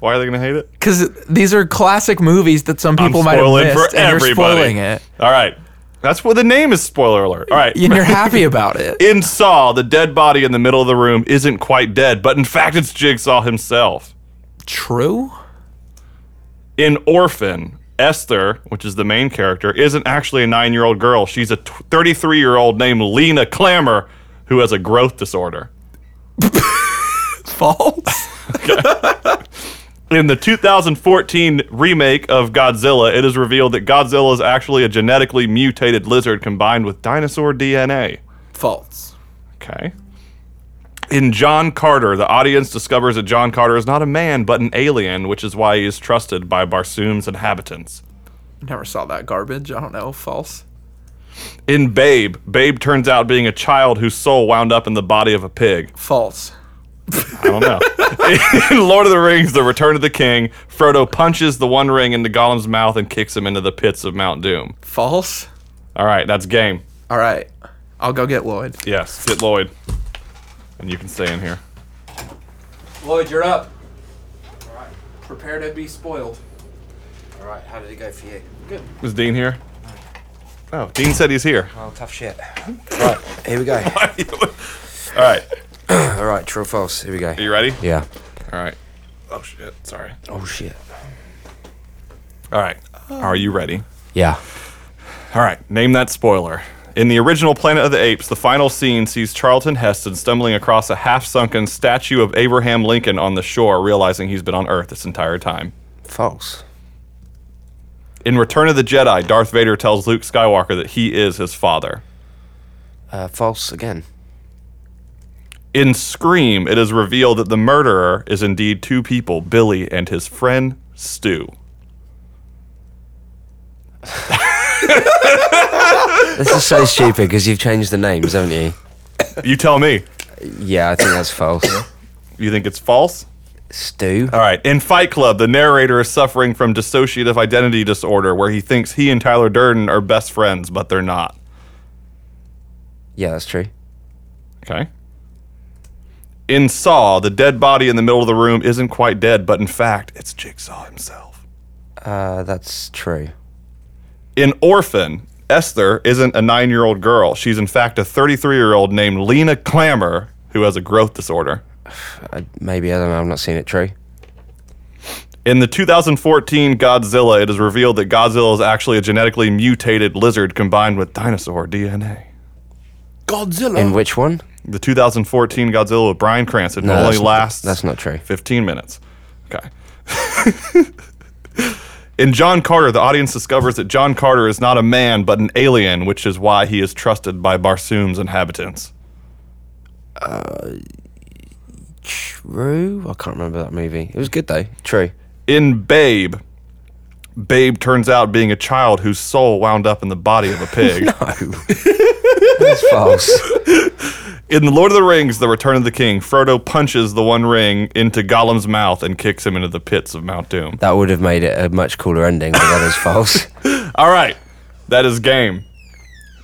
Speaker 3: Why are they going to hate it?
Speaker 1: Because these are classic movies that some people might have
Speaker 3: spoiling
Speaker 1: missed,
Speaker 3: for
Speaker 1: and you're
Speaker 3: everybody.
Speaker 1: spoiling it,
Speaker 3: All right. That's what the name is. Spoiler alert. All right.
Speaker 1: and you're happy about it.
Speaker 3: In Saw, the dead body in the middle of the room isn't quite dead, but in fact, it's Jigsaw himself.
Speaker 1: True.
Speaker 3: In Orphan, Esther, which is the main character, isn't actually a nine year old girl. She's a 33 year old named Lena Clammer who has a growth disorder.
Speaker 1: False.
Speaker 3: In the 2014 remake of Godzilla, it is revealed that Godzilla is actually a genetically mutated lizard combined with dinosaur DNA.
Speaker 1: false.
Speaker 3: Okay. In John Carter, the audience discovers that John Carter is not a man, but an alien, which is why he is trusted by Barsoom's inhabitants.
Speaker 1: Never saw that garbage. I don't know. False.
Speaker 3: In Babe, Babe turns out being a child whose soul wound up in the body of a pig.
Speaker 1: False.
Speaker 3: I don't know. in Lord of the Rings, The Return of the King, Frodo punches the One Ring into Gollum's mouth and kicks him into the pits of Mount Doom.
Speaker 1: False.
Speaker 3: All right, that's game.
Speaker 1: All right. I'll go get Lloyd.
Speaker 3: Yes, get Lloyd. And you can stay in here.
Speaker 1: Lloyd, you're up. All right. Prepare to be spoiled.
Speaker 2: All right, how did it go for you?
Speaker 3: Is Dean here? Oh, Dean said he's here.
Speaker 2: Oh, tough shit. Right, here we go.
Speaker 3: All right,
Speaker 2: All right, true or false? Here we go.
Speaker 3: are you ready?
Speaker 2: Yeah.
Speaker 3: All right. Oh shit. Sorry.
Speaker 2: Oh shit.
Speaker 3: All right. Are you ready?
Speaker 2: Yeah.
Speaker 3: All right. Name that spoiler. In the original Planet of the Apes, the final scene sees Charlton Heston stumbling across a half-sunken statue of Abraham Lincoln on the shore, realizing he's been on Earth this entire time.
Speaker 2: False.
Speaker 3: In Return of the Jedi, Darth Vader tells Luke Skywalker that he is his father.
Speaker 2: Uh, false again.
Speaker 3: In Scream, it is revealed that the murderer is indeed two people, Billy and his friend Stu.
Speaker 2: This is so stupid because you've changed the names, haven't you?
Speaker 3: You tell me.
Speaker 2: Yeah, I think that's false.
Speaker 3: You think it's false?
Speaker 2: Stu.
Speaker 3: All right. In Fight Club, the narrator is suffering from dissociative identity disorder, where he thinks he and Tyler Durden are best friends, but they're not.
Speaker 2: Yeah, that's true.
Speaker 3: Okay. In Saw, the dead body in the middle of the room isn't quite dead, but in fact, it's Jigsaw himself.
Speaker 2: Uh, that's true.
Speaker 3: In Orphan, Esther isn't a nine year old girl. She's, in fact, a 33 year old named Lena Clammer who has a growth disorder.
Speaker 2: I, Uh, maybe I don't know. I've not seen it. True.
Speaker 3: In the 2014 Godzilla, it is revealed that Godzilla is actually a genetically mutated lizard combined with dinosaur DNA.
Speaker 2: In which one?
Speaker 3: the 2014 Godzilla with Brian Cranston
Speaker 2: No,
Speaker 3: only
Speaker 2: that's not-
Speaker 3: lasts
Speaker 2: that's not true.
Speaker 3: 15 minutes. Okay. In John Carter, the audience discovers that John Carter is not a man but an alien, which is why he is trusted by Barsoom's inhabitants.
Speaker 2: True. I can't remember that movie. It was good though. True.
Speaker 3: In Babe, Babe turns out being a child whose soul wound up in the body of a pig.
Speaker 2: That's false.
Speaker 3: In The Lord of the Rings, The Return of the King, Frodo punches the One Ring into Gollum's mouth and kicks him into the pits of Mount Doom.
Speaker 2: That would have made it a much cooler ending, but that is false.
Speaker 3: All right, that is game.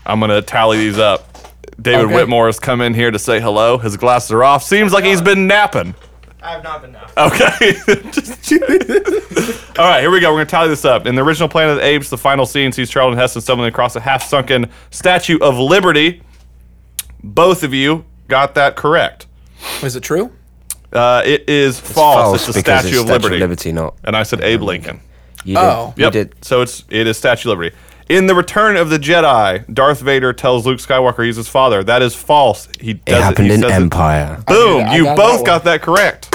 Speaker 3: I'm gonna tally these up. David
Speaker 1: Okay.
Speaker 3: Whitmore has come in here to say hello. His glasses are off. Seems like he's been napping.
Speaker 7: I have not been napping.
Speaker 3: Okay. Just- All right, here we go. We're gonna tally this up. In the original Planet of the Apes, the final scene sees Charlton Heston stumbling across a half-sunken Statue of Liberty. Both of you got that correct.
Speaker 1: Is it true?
Speaker 3: Uh, it is false. Oh, It's, the
Speaker 2: because
Speaker 3: Statue, of, Liberty.
Speaker 2: not.
Speaker 3: And I said Abe Lincoln.
Speaker 2: You did.
Speaker 1: Oh.
Speaker 2: You
Speaker 3: Yep.
Speaker 2: did.
Speaker 3: So it's it is Statue of Liberty. In the Return of the Jedi, Darth Vader tells Luke Skywalker he's his father. That is false. He
Speaker 2: It
Speaker 3: does
Speaker 2: happened
Speaker 3: he
Speaker 2: in
Speaker 3: says
Speaker 2: Empire.
Speaker 3: Boom!
Speaker 1: I
Speaker 3: you
Speaker 1: got that
Speaker 3: both
Speaker 1: one.
Speaker 3: got that correct.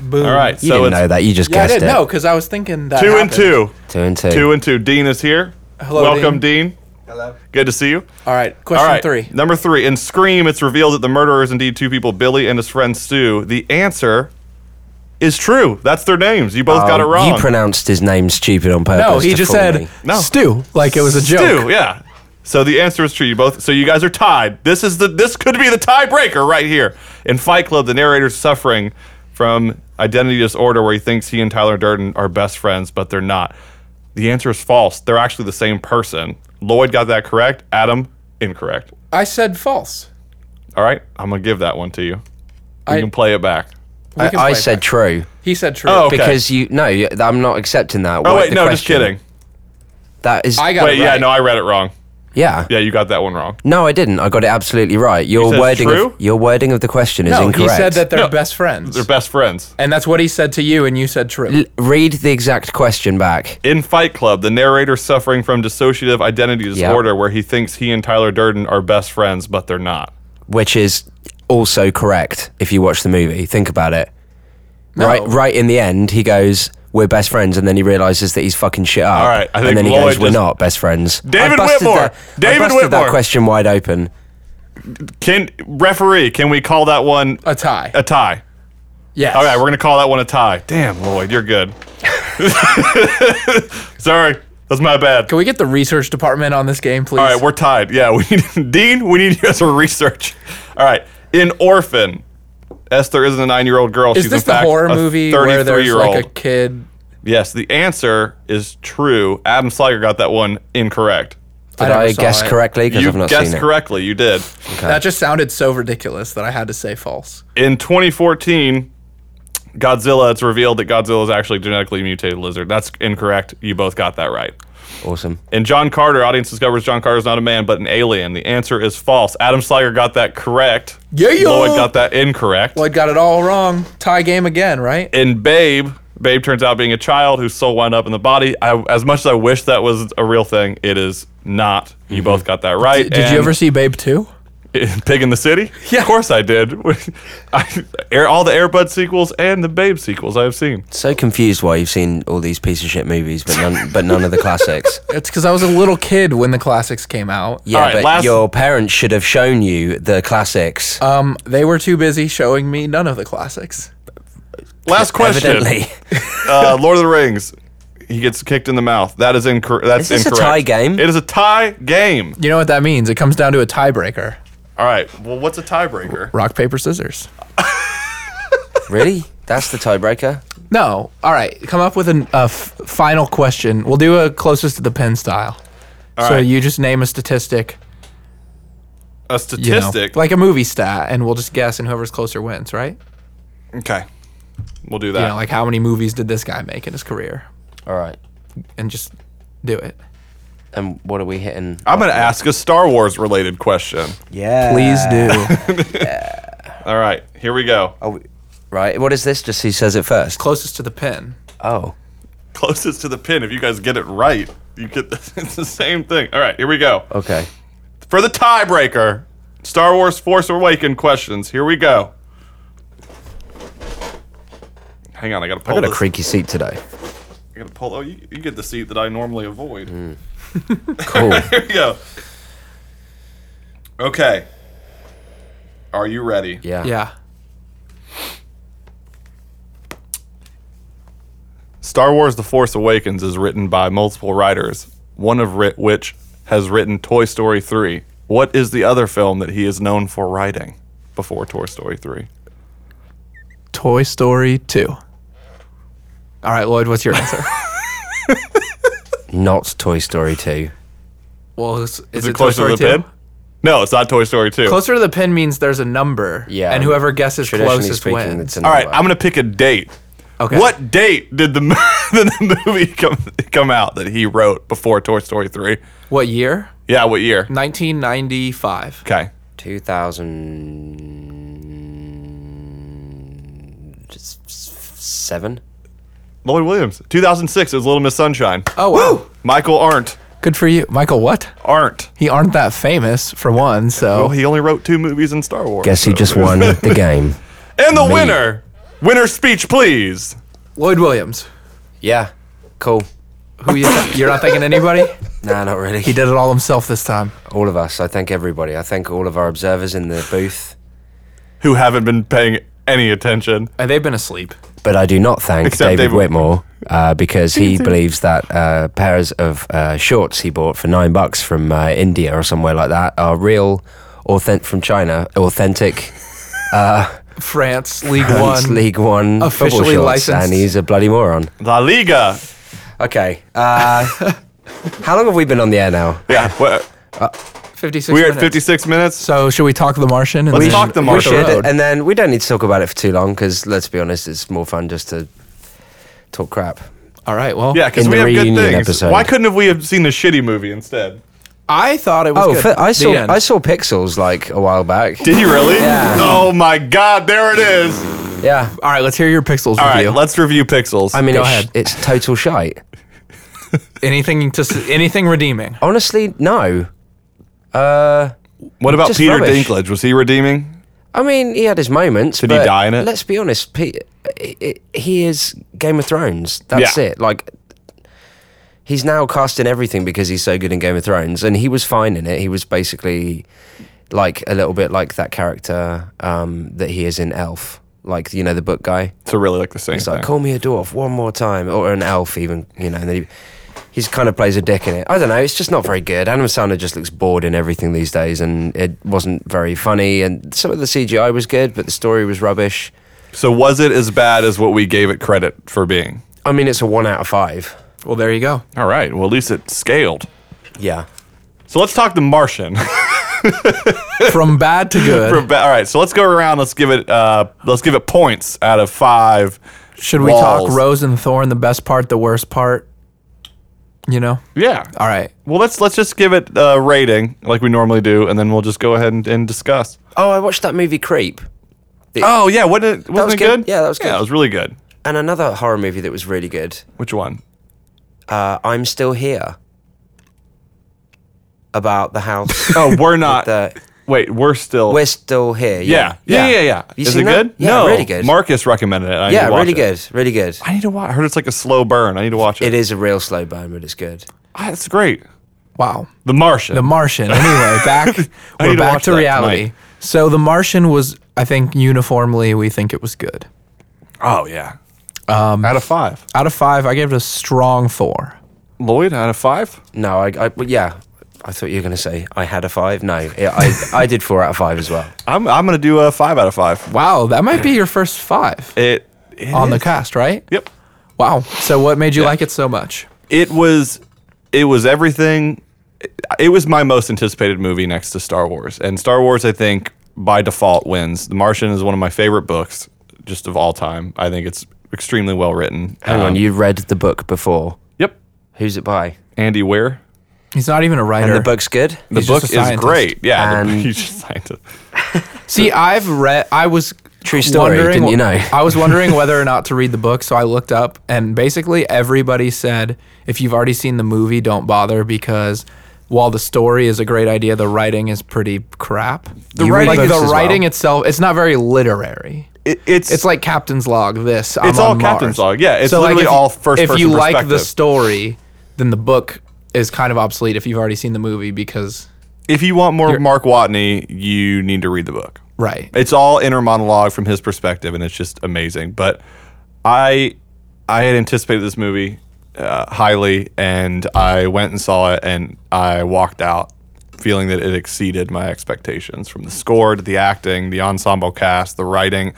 Speaker 1: Boom.
Speaker 3: All right.
Speaker 2: You
Speaker 3: so
Speaker 2: didn't
Speaker 3: it's
Speaker 2: know that. You just
Speaker 1: Yeah, I
Speaker 2: guessed
Speaker 1: didn't
Speaker 2: it.
Speaker 1: know because I was thinking that.
Speaker 3: two and
Speaker 1: happened.
Speaker 3: two.
Speaker 2: Two and two.
Speaker 3: Two and two. Dean is here.
Speaker 1: Hello,
Speaker 3: Welcome, Dean. Hello. Good to see you.
Speaker 1: All right. Question
Speaker 3: All right.
Speaker 1: three.
Speaker 3: Number three. In Scream, it's revealed that the murderer is indeed two people, Billy and his friend Stu. The answer is true. That's their names. You both got it
Speaker 2: Oh,
Speaker 3: wrong.
Speaker 2: You pronounced his name stupid on purpose.
Speaker 1: No, he
Speaker 2: to
Speaker 1: just
Speaker 2: fool
Speaker 1: said
Speaker 2: me.
Speaker 3: No.
Speaker 1: stew like it was a joke.
Speaker 3: Stu, yeah. So the answer is true. You both. So you guys are tied. This is the. This could be the tiebreaker right here. In Fight Club, the narrator's suffering from identity disorder, where he thinks he and Tyler Durden are best friends, but they're not. The answer is false. They're actually the same person. Lloyd got that correct. Adam incorrect.
Speaker 1: I said false.
Speaker 3: All right, I'm gonna give that one to you. You
Speaker 1: I-
Speaker 3: can play it back.
Speaker 1: We can
Speaker 2: I, I
Speaker 1: play
Speaker 2: said
Speaker 1: back.
Speaker 2: true
Speaker 1: he said true.
Speaker 3: Oh, okay.
Speaker 2: because you. No, you- I'm not accepting that.
Speaker 3: Oh
Speaker 2: What-
Speaker 3: wait,
Speaker 2: the
Speaker 3: no, just
Speaker 2: question-
Speaker 3: kidding.
Speaker 2: That is.
Speaker 1: I got
Speaker 3: Wait,
Speaker 1: it
Speaker 3: yeah,
Speaker 1: right.
Speaker 3: no, I read it wrong.
Speaker 2: Yeah.
Speaker 3: Yeah, you got that one wrong.
Speaker 2: No, I didn't. I got it absolutely right. Your
Speaker 3: said
Speaker 2: wording.
Speaker 3: true?
Speaker 2: Of, your wording of the question is
Speaker 1: No,
Speaker 2: incorrect.
Speaker 1: he said that they're
Speaker 3: No.
Speaker 1: best friends.
Speaker 3: They're best friends.
Speaker 1: and that's what he said to you, and you said true.
Speaker 2: L- Read the exact question back.
Speaker 3: In Fight Club, the narrator suffering from dissociative identity disorder, where he thinks he and Tyler Durden are best friends, but they're not.
Speaker 2: which is also correct if you watch the movie. Think about it. Right, right in the end, he goes, "We're best friends," and then he realizes that he's fucking shit up.
Speaker 3: All right, I think
Speaker 2: and then he
Speaker 3: Lloyd
Speaker 2: goes, "We're
Speaker 3: just-
Speaker 2: not best friends." I
Speaker 3: David
Speaker 2: busted
Speaker 3: Whitmore!
Speaker 2: that- I
Speaker 3: David
Speaker 2: busted
Speaker 3: Whitmore!
Speaker 2: That question wide open.
Speaker 3: Can referee? Can we call that one
Speaker 1: A tie.
Speaker 3: a tie?
Speaker 1: yes.
Speaker 3: Uh, All right, we're gonna call that one a tie. Damn, Lloyd, you're good. Sorry, that's my bad.
Speaker 1: Can we get the research department on this game, please?
Speaker 3: All right, we're tied. Yeah, we need Dean. We need you as a research. All right, in Orphan, Esther isn't a nine-year-old girl.
Speaker 1: Is
Speaker 3: She's
Speaker 1: this
Speaker 3: in
Speaker 1: the
Speaker 3: fact
Speaker 1: horror
Speaker 3: a
Speaker 1: movie where there's like a
Speaker 3: 33-year-old.
Speaker 1: kid?
Speaker 3: Yes, the answer is true. Adam Slager got that one incorrect.
Speaker 2: Did
Speaker 1: never
Speaker 2: I,
Speaker 1: saw
Speaker 2: guess
Speaker 1: it.
Speaker 2: correctly? Because
Speaker 3: You
Speaker 2: I've not
Speaker 3: guessed
Speaker 2: seen it.
Speaker 3: correctly. You did.
Speaker 1: That just sounded so ridiculous that I had to say false.
Speaker 3: In 2014, Godzilla, it's revealed that Godzilla is actually a genetically mutated lizard. That's incorrect. You both got that right.
Speaker 2: Awesome.
Speaker 3: In John Carter, audience discovers John Carter's not a man, but an alien. The answer is false. Adam Slager got that correct.
Speaker 1: Yeah, yo.
Speaker 3: Lloyd got that incorrect.
Speaker 1: Well, I got it all wrong. Tie game again, right?
Speaker 3: In Babe, Babe turns out being a child whose soul wound up in the body. I, as much as I wish that was a real thing, it is not. You
Speaker 2: Mm-hmm.
Speaker 3: both got that right.
Speaker 1: Did you ever see Babe 2?
Speaker 3: Pig in the City?
Speaker 1: Yeah.
Speaker 3: Of course I did. I, air, all the Airbud sequels and the Babe sequels I have seen.
Speaker 2: So confused why you've seen all these piece of shit movies, but none, but none of the classics.
Speaker 1: It's because I was a little kid when the classics came out.
Speaker 2: Yeah,
Speaker 3: Alright,
Speaker 2: but
Speaker 3: last- Uh,
Speaker 2: your parents should have shown you the classics.
Speaker 1: Um, they were too busy showing me none of the classics.
Speaker 3: Last question.
Speaker 2: Evidently,
Speaker 3: Uh, Lord of the Rings. He gets kicked in the mouth. That is incorrect. That's
Speaker 2: Is this a
Speaker 3: incorrect.
Speaker 2: tie game?
Speaker 3: It is a tie game.
Speaker 1: You know what that means? It comes down to a tiebreaker.
Speaker 3: All right. Well, what's a tiebreaker?
Speaker 1: Rock, paper, scissors.
Speaker 2: really? That's the tiebreaker.
Speaker 1: No. All right. Come up with an- a f- final question. We'll do a closest to the pin style. so
Speaker 3: right.
Speaker 1: you just name a statistic, you
Speaker 3: A
Speaker 1: know,
Speaker 3: statistic.
Speaker 1: like a movie stat, and we'll just guess, and whoever's closer wins, right?
Speaker 3: okay. We'll do
Speaker 1: You
Speaker 3: that.
Speaker 1: know, like how many movies did this guy make in his career,
Speaker 2: All right.
Speaker 1: and just do it.
Speaker 2: And what are we hitting?
Speaker 3: I'm going to ask a Star Wars related question.
Speaker 2: Yeah.
Speaker 1: Please do
Speaker 3: All right. Here we go.
Speaker 2: Oh, right. What is this? Just he says it first.
Speaker 1: closest to the pin.
Speaker 2: Oh,
Speaker 3: Closest to the pin. If you guys get it right, you get the, it's the same thing. All right. Here we go.
Speaker 2: okay.
Speaker 3: For the tiebreaker, Star Wars Force Awakened questions. Here we go. Hang on, I gotta pull.
Speaker 2: I got a
Speaker 3: this.
Speaker 2: creaky seat today.
Speaker 3: I gotta pull. Oh, you, you get the seat that I normally avoid.
Speaker 2: Cool.
Speaker 3: Here we go. Okay. Are you ready?
Speaker 2: Yeah.
Speaker 1: Yeah.
Speaker 3: Star Wars: The Force Awakens is written by multiple writers, one of writ- which has written Toy Story 3. What is the other film that he is known for writing? before Toy Story 3.
Speaker 1: Toy Story 2. All right, Lloyd, what's your answer?
Speaker 2: Not Toy Story 2.
Speaker 1: well, is,
Speaker 3: Is, it, closer to the pin? No, it's not Toy Story 2.
Speaker 1: Closer to the pin means there's a number.
Speaker 2: Yeah,
Speaker 1: And whoever guesses
Speaker 2: Traditionally
Speaker 1: closest
Speaker 2: speaking,
Speaker 1: wins.
Speaker 2: it's a
Speaker 3: All right,
Speaker 2: number.
Speaker 3: I'm going to pick a date.
Speaker 1: Okay.
Speaker 3: What date did the, mo- did the movie come, come out that he wrote before Toy Story 3?
Speaker 1: What year?
Speaker 3: Yeah, what year?
Speaker 1: 1995.
Speaker 3: Okay.
Speaker 2: 2007?
Speaker 3: Lloyd Williams. 2006, it was Little Miss Sunshine.
Speaker 1: Oh, wow.
Speaker 3: Michael Arndt.
Speaker 1: Good for you. Michael, what?
Speaker 3: Arndt.
Speaker 1: He aren't that famous, for one, so.
Speaker 3: Oh, he only wrote two movies in Star Wars.
Speaker 2: Guess he
Speaker 3: so-
Speaker 2: just won the game.
Speaker 3: And the winner. Winner speech, please.
Speaker 1: Lloyd Williams.
Speaker 2: Yeah, cool.
Speaker 1: Who you you're not thinking anybody?
Speaker 2: Nah, not really.
Speaker 1: He did it all himself this time.
Speaker 2: All of us. I thank everybody. I thank all of our observers in the booth.
Speaker 3: Who haven't been paying any attention.
Speaker 1: And they've been asleep.
Speaker 2: But I do not thank
Speaker 3: Except
Speaker 2: David
Speaker 3: David-
Speaker 2: Whitmore uh, because he believes that uh, pairs of uh, shorts he bought for nine bucks from uh, India or somewhere like that are real, authentic from China, authentic
Speaker 1: France, League
Speaker 2: France
Speaker 1: One.
Speaker 2: League One football
Speaker 1: Officially
Speaker 2: shorts,
Speaker 1: licensed.
Speaker 2: and he's a bloody moron.
Speaker 3: La Liga.
Speaker 2: Okay. Uh, how long have we been on the air now?
Speaker 3: Yeah, we're,
Speaker 1: 56
Speaker 3: we're at
Speaker 1: minutes.
Speaker 3: 56 minutes.
Speaker 1: So, should we talk The Martian? And
Speaker 3: Let's
Speaker 1: then-
Speaker 3: talk The
Speaker 2: We
Speaker 3: Martian.
Speaker 2: should,
Speaker 1: Road.
Speaker 2: and then we don't need to talk about it for too long because let's be honest, it's more fun just to talk crap.
Speaker 1: All right, well.
Speaker 3: Yeah, because
Speaker 2: In
Speaker 3: we
Speaker 2: the
Speaker 3: have good
Speaker 2: reunion
Speaker 3: things.
Speaker 2: episode.
Speaker 3: Why couldn't have we have seen the shitty movie instead?
Speaker 1: I thought it was
Speaker 2: Oh,
Speaker 1: good.
Speaker 2: fi- I
Speaker 1: The
Speaker 2: saw
Speaker 1: end.
Speaker 2: I saw Pixels like a while back.
Speaker 3: Did you really?
Speaker 2: Yeah.
Speaker 3: Oh my God, there it is.
Speaker 2: yeah,
Speaker 1: All right, let's hear your Pixels
Speaker 3: All right,
Speaker 1: review.
Speaker 3: let's review Pixels.
Speaker 2: I mean,
Speaker 1: Go
Speaker 2: it's,
Speaker 1: ahead.
Speaker 2: it's total shite.
Speaker 1: anything to s- anything redeeming.
Speaker 2: Honestly, no.
Speaker 3: what about
Speaker 2: just
Speaker 3: Peter
Speaker 2: rubbish.
Speaker 3: Dinklage? Was he redeeming?
Speaker 2: I mean, he had his moments.
Speaker 3: Did he
Speaker 2: but
Speaker 3: die in it?
Speaker 2: Let's be honest, Pete. i i he is Game of Thrones. That's
Speaker 3: Yeah.
Speaker 2: it. Like, he's now cast in everything because he's so good in Game of Thrones, and he was fine in it. He was basically like a little bit like that character um, that he is in Elf, like you know the book guy.
Speaker 3: So really like the same
Speaker 2: It's
Speaker 3: thing.
Speaker 2: like, call me a dwarf one more time, or an elf, even, you know. And then he, he's kind of plays a dick in it. I don't know. It's just not very good. Adam Sandler just looks bored in everything these days, and it wasn't very funny. And some of the CGI was good, but the story was rubbish.
Speaker 3: So was it as bad as what we gave it credit for being?
Speaker 2: I mean, it's a one out of five.
Speaker 1: Well, there you go.
Speaker 3: All right. Well, at least it scaled.
Speaker 2: Yeah.
Speaker 3: So let's talk The Martian.
Speaker 1: From bad to good.
Speaker 3: From ba- All right. So let's go around. Let's give it. Uh, let's give it points out of five.
Speaker 1: Should we
Speaker 3: walls.
Speaker 1: talk Rose and Thorn, the best part, the worst part? You know?
Speaker 3: Yeah.
Speaker 1: All right.
Speaker 3: Well, let's let's just give it a rating like we normally do, and then we'll just go ahead and, and discuss.
Speaker 2: Oh, I watched that movie Creep,
Speaker 3: Oh yeah, wasn't it, wasn't
Speaker 2: was
Speaker 3: it
Speaker 2: good.
Speaker 3: good?
Speaker 2: Yeah, that was
Speaker 3: Yeah,
Speaker 2: good.
Speaker 3: it was really good.
Speaker 2: and another horror movie that was really good.
Speaker 3: Which one?
Speaker 2: Uh, I'm still here. About the house.
Speaker 3: Oh, we're not.
Speaker 2: the-
Speaker 3: wait, we're still.
Speaker 2: We're still here.
Speaker 3: yeah. Yeah, yeah, yeah.
Speaker 2: You
Speaker 3: Is
Speaker 2: seen
Speaker 3: it
Speaker 2: that?
Speaker 3: good?
Speaker 2: Yeah,
Speaker 3: no,
Speaker 2: really good.
Speaker 3: Marcus recommended it. I need
Speaker 2: yeah,
Speaker 3: to watch
Speaker 2: really
Speaker 3: it.
Speaker 2: good. Really good.
Speaker 3: I need to watch. I heard it's like a slow burn. I need to watch
Speaker 2: It
Speaker 3: it.
Speaker 2: is a real slow burn, but it's good.
Speaker 3: Ah, it's great.
Speaker 1: Wow.
Speaker 3: The Martian.
Speaker 1: The Martian. Anyway, back
Speaker 3: I
Speaker 1: we're
Speaker 3: need to
Speaker 1: back
Speaker 3: watch
Speaker 1: to
Speaker 3: that
Speaker 1: reality.
Speaker 3: tonight.
Speaker 1: So The Martian was I think uniformly we think it was good.
Speaker 3: oh yeah. Um, out of five.
Speaker 1: Out of 5, I gave it a strong 4.
Speaker 3: Lloyd, out of five.
Speaker 2: No, I, I well, yeah. I thought you were going to say I had a five. No, yeah, I, I did four out of five as well.
Speaker 3: I'm I'm gonna do a five out of five.
Speaker 1: Wow, that might be your first 5
Speaker 3: It, it
Speaker 1: on the
Speaker 3: is-
Speaker 1: cast, right?
Speaker 3: Yep.
Speaker 1: Wow. So what made you like it so much?
Speaker 3: It was. It was everything. It, it was my most anticipated movie next to Star Wars, and Star Wars, I think, by default wins. The Martian is one of my favorite books, just of all time. I think it's extremely well written.
Speaker 2: Hang on,
Speaker 3: Um,
Speaker 2: you read the book before.
Speaker 3: Yep.
Speaker 2: Who's it by?
Speaker 3: Andy Weir.
Speaker 1: He's not even a writer.
Speaker 2: And the book's good.
Speaker 3: The
Speaker 1: He's
Speaker 3: book
Speaker 1: just a
Speaker 3: is
Speaker 1: scientist.
Speaker 3: great. Yeah, the,
Speaker 2: And-
Speaker 3: he's just a scientist.
Speaker 1: See, I've read. I was
Speaker 2: True story,
Speaker 1: wondering-
Speaker 2: didn't you know?
Speaker 1: I was wondering whether or not to read the book, so I looked up, and basically everybody said, if you've already seen the movie, don't bother because while the story is a great idea, the writing is pretty crap. The
Speaker 2: You read
Speaker 1: like
Speaker 2: books
Speaker 1: the
Speaker 2: as well.
Speaker 1: writing itself, it's not very literary.
Speaker 3: It, it's
Speaker 1: It's like Captain's Log. This I'm
Speaker 3: It's all
Speaker 1: on
Speaker 3: Captain's
Speaker 1: Mars.
Speaker 3: Log, yeah, it's literally
Speaker 1: if,
Speaker 3: all first
Speaker 1: If
Speaker 3: person
Speaker 1: you like the
Speaker 3: perspective.
Speaker 1: story, then the book is kind of obsolete if you've already seen the movie because
Speaker 3: if you want more Mark Watney, you need to read the book.
Speaker 1: right.
Speaker 3: It's all inner monologue from his perspective, and it's just amazing. But I, I had anticipated this movie uh, highly, and I went and saw it, and I walked out feeling that it exceeded my expectations from the score to the acting, the ensemble cast, the writing,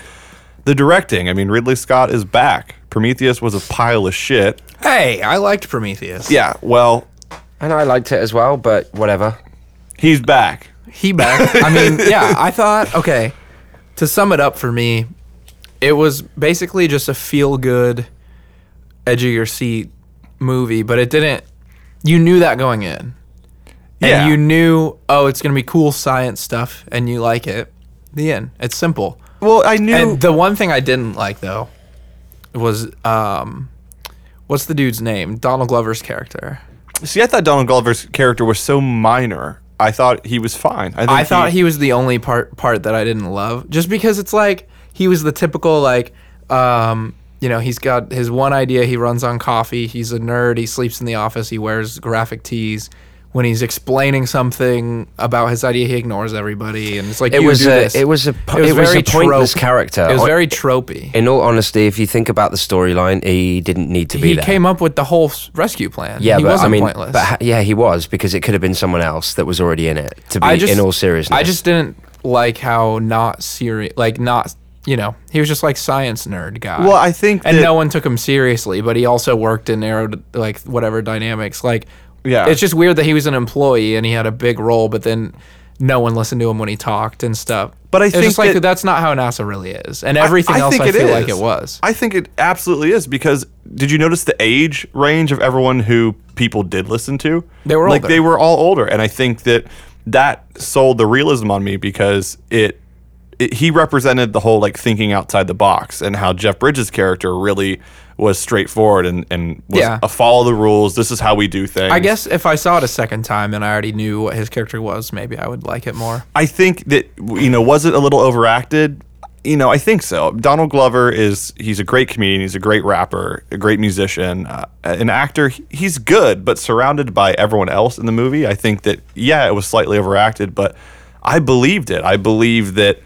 Speaker 3: the directing. I mean, Ridley Scott is back. Prometheus was a pile of shit.
Speaker 1: Hey, I liked Prometheus.
Speaker 3: Yeah, well,
Speaker 2: And I liked it as well, but whatever.
Speaker 3: he's back.
Speaker 1: He back. I mean, yeah, I thought, okay, to sum it up for me, it was basically just a feel good, edge of your seat movie, but it didn't, you knew that going in. And
Speaker 3: Yeah.
Speaker 1: you knew, oh, it's going to be cool science stuff, and you like it. The end. It's simple.
Speaker 3: Well, I knew.
Speaker 1: And the one thing I didn't like, though, was um, what's the dude's name? Donald Glover's character.
Speaker 3: See, I thought Donald Glover's character was so minor. I thought he was fine. I, think
Speaker 1: I thought he was the only part part that I didn't love, just because it's like he was the typical like, um, you know, he's got his one idea. He runs on coffee. He's a nerd. He sleeps in the office. He wears graphic tees. When he's explaining something about his idea, he ignores everybody, and it's like
Speaker 2: It
Speaker 1: you
Speaker 2: was
Speaker 1: do
Speaker 2: a-
Speaker 1: this.
Speaker 2: it was a po- it was a
Speaker 1: very
Speaker 2: pointless character.
Speaker 1: It was
Speaker 2: Or-
Speaker 1: very tropey.
Speaker 2: In all honesty, if you think about the storyline, he didn't need to be
Speaker 1: He
Speaker 2: there.
Speaker 1: came up with the whole s- rescue plan.
Speaker 2: yeah,
Speaker 1: he
Speaker 2: but
Speaker 1: wasn't
Speaker 2: I mean,
Speaker 1: pointless.
Speaker 2: but ha- yeah, he was because it could have been someone else that was already in it. To be
Speaker 1: I just,
Speaker 2: in all seriousness,
Speaker 1: I just didn't like how not serious, like not, you know, he was just like science nerd guy.
Speaker 3: Well, I think
Speaker 1: and
Speaker 3: that-
Speaker 1: no one took him seriously, but he also worked in aero, like whatever dynamics. Like,
Speaker 3: Yeah.
Speaker 1: it's just weird that he was an employee and he had a big role, but then no one listened to him when he talked and stuff.
Speaker 3: But I
Speaker 1: it's
Speaker 3: think
Speaker 1: just like
Speaker 3: that-
Speaker 1: that's not how NASA really is, and everything else
Speaker 3: think
Speaker 1: I feel like
Speaker 3: is.
Speaker 1: it was.
Speaker 3: I think it absolutely is because did you notice the age range of everyone who people did listen to?
Speaker 1: They were
Speaker 3: like
Speaker 1: older.
Speaker 3: they were all older, and I think that that sold the realism on me because it, it he represented the whole like thinking outside the box and how Jeff Bridges' character really was straightforward and and was
Speaker 1: Yeah.
Speaker 3: a follow the rules. This is how we do things.
Speaker 1: I guess if I saw it a second time and I already knew what his character was, maybe I would like it more.
Speaker 3: I think that you know was it a little overacted? You know, I think so. Donald Glover is he's a great comedian, he's a great rapper, a great musician, uh, an actor. He- He's good, but surrounded by everyone else in the movie, I think that yeah, it was slightly overacted, but I believed it. I believe that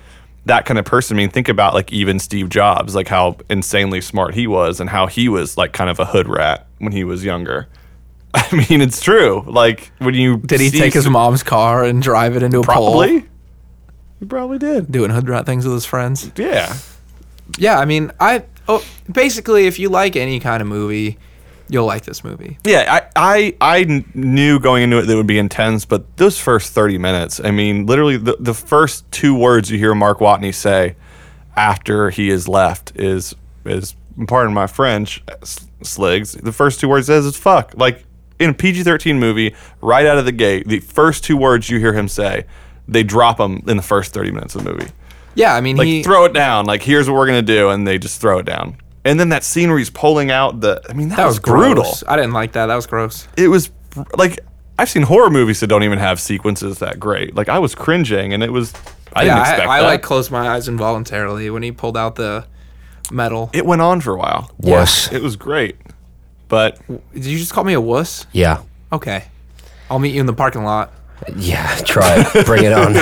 Speaker 3: that kind of person. I mean, think about like even Steve Jobs, like how insanely smart he was and how he was like kind of a hood rat when he was younger. I mean, it's true. Like when you
Speaker 1: Did he
Speaker 3: see
Speaker 1: take his
Speaker 3: s-
Speaker 1: mom's car and drive it into a pole?
Speaker 3: probably? He probably did.
Speaker 1: doing hood rat things with his friends.
Speaker 3: Yeah.
Speaker 1: Yeah, I mean, I oh, basically, if you like any kind of movie, you'll like this movie.
Speaker 3: Yeah, I, I I kn- knew going into it that it would be intense, but those first 30 minutes, I mean, literally the, the first two words you hear Mark Watney say after he is left is is pardon my French, uh, s- sligs. The first two words he says is fuck. Like in a PG-13 movie, right out of the gate, the first two words you hear him say, they drop them in the first 30 minutes of the movie.
Speaker 1: Yeah, I mean,
Speaker 3: like
Speaker 1: he,
Speaker 3: throw it down. Like here's what we're gonna do, and they just throw it down. And then that scene where he's pulling out the. I mean, that,
Speaker 1: that
Speaker 3: was,
Speaker 1: was
Speaker 3: brutal.
Speaker 1: gross. I didn't like that. That was gross.
Speaker 3: It was br- like I've seen horror movies that don't even have sequences that great. Like I was cringing, and it was. I
Speaker 1: yeah,
Speaker 3: didn't expect
Speaker 1: I, I
Speaker 3: that.
Speaker 1: like closed my eyes involuntarily when he pulled out the metal.
Speaker 3: it went on for a while.
Speaker 2: worse.
Speaker 3: It was great, but
Speaker 1: Did you just call me a wuss?
Speaker 2: Yeah,
Speaker 1: Okay, I'll meet you in the parking lot.
Speaker 2: yeah. Try it. Bring it on.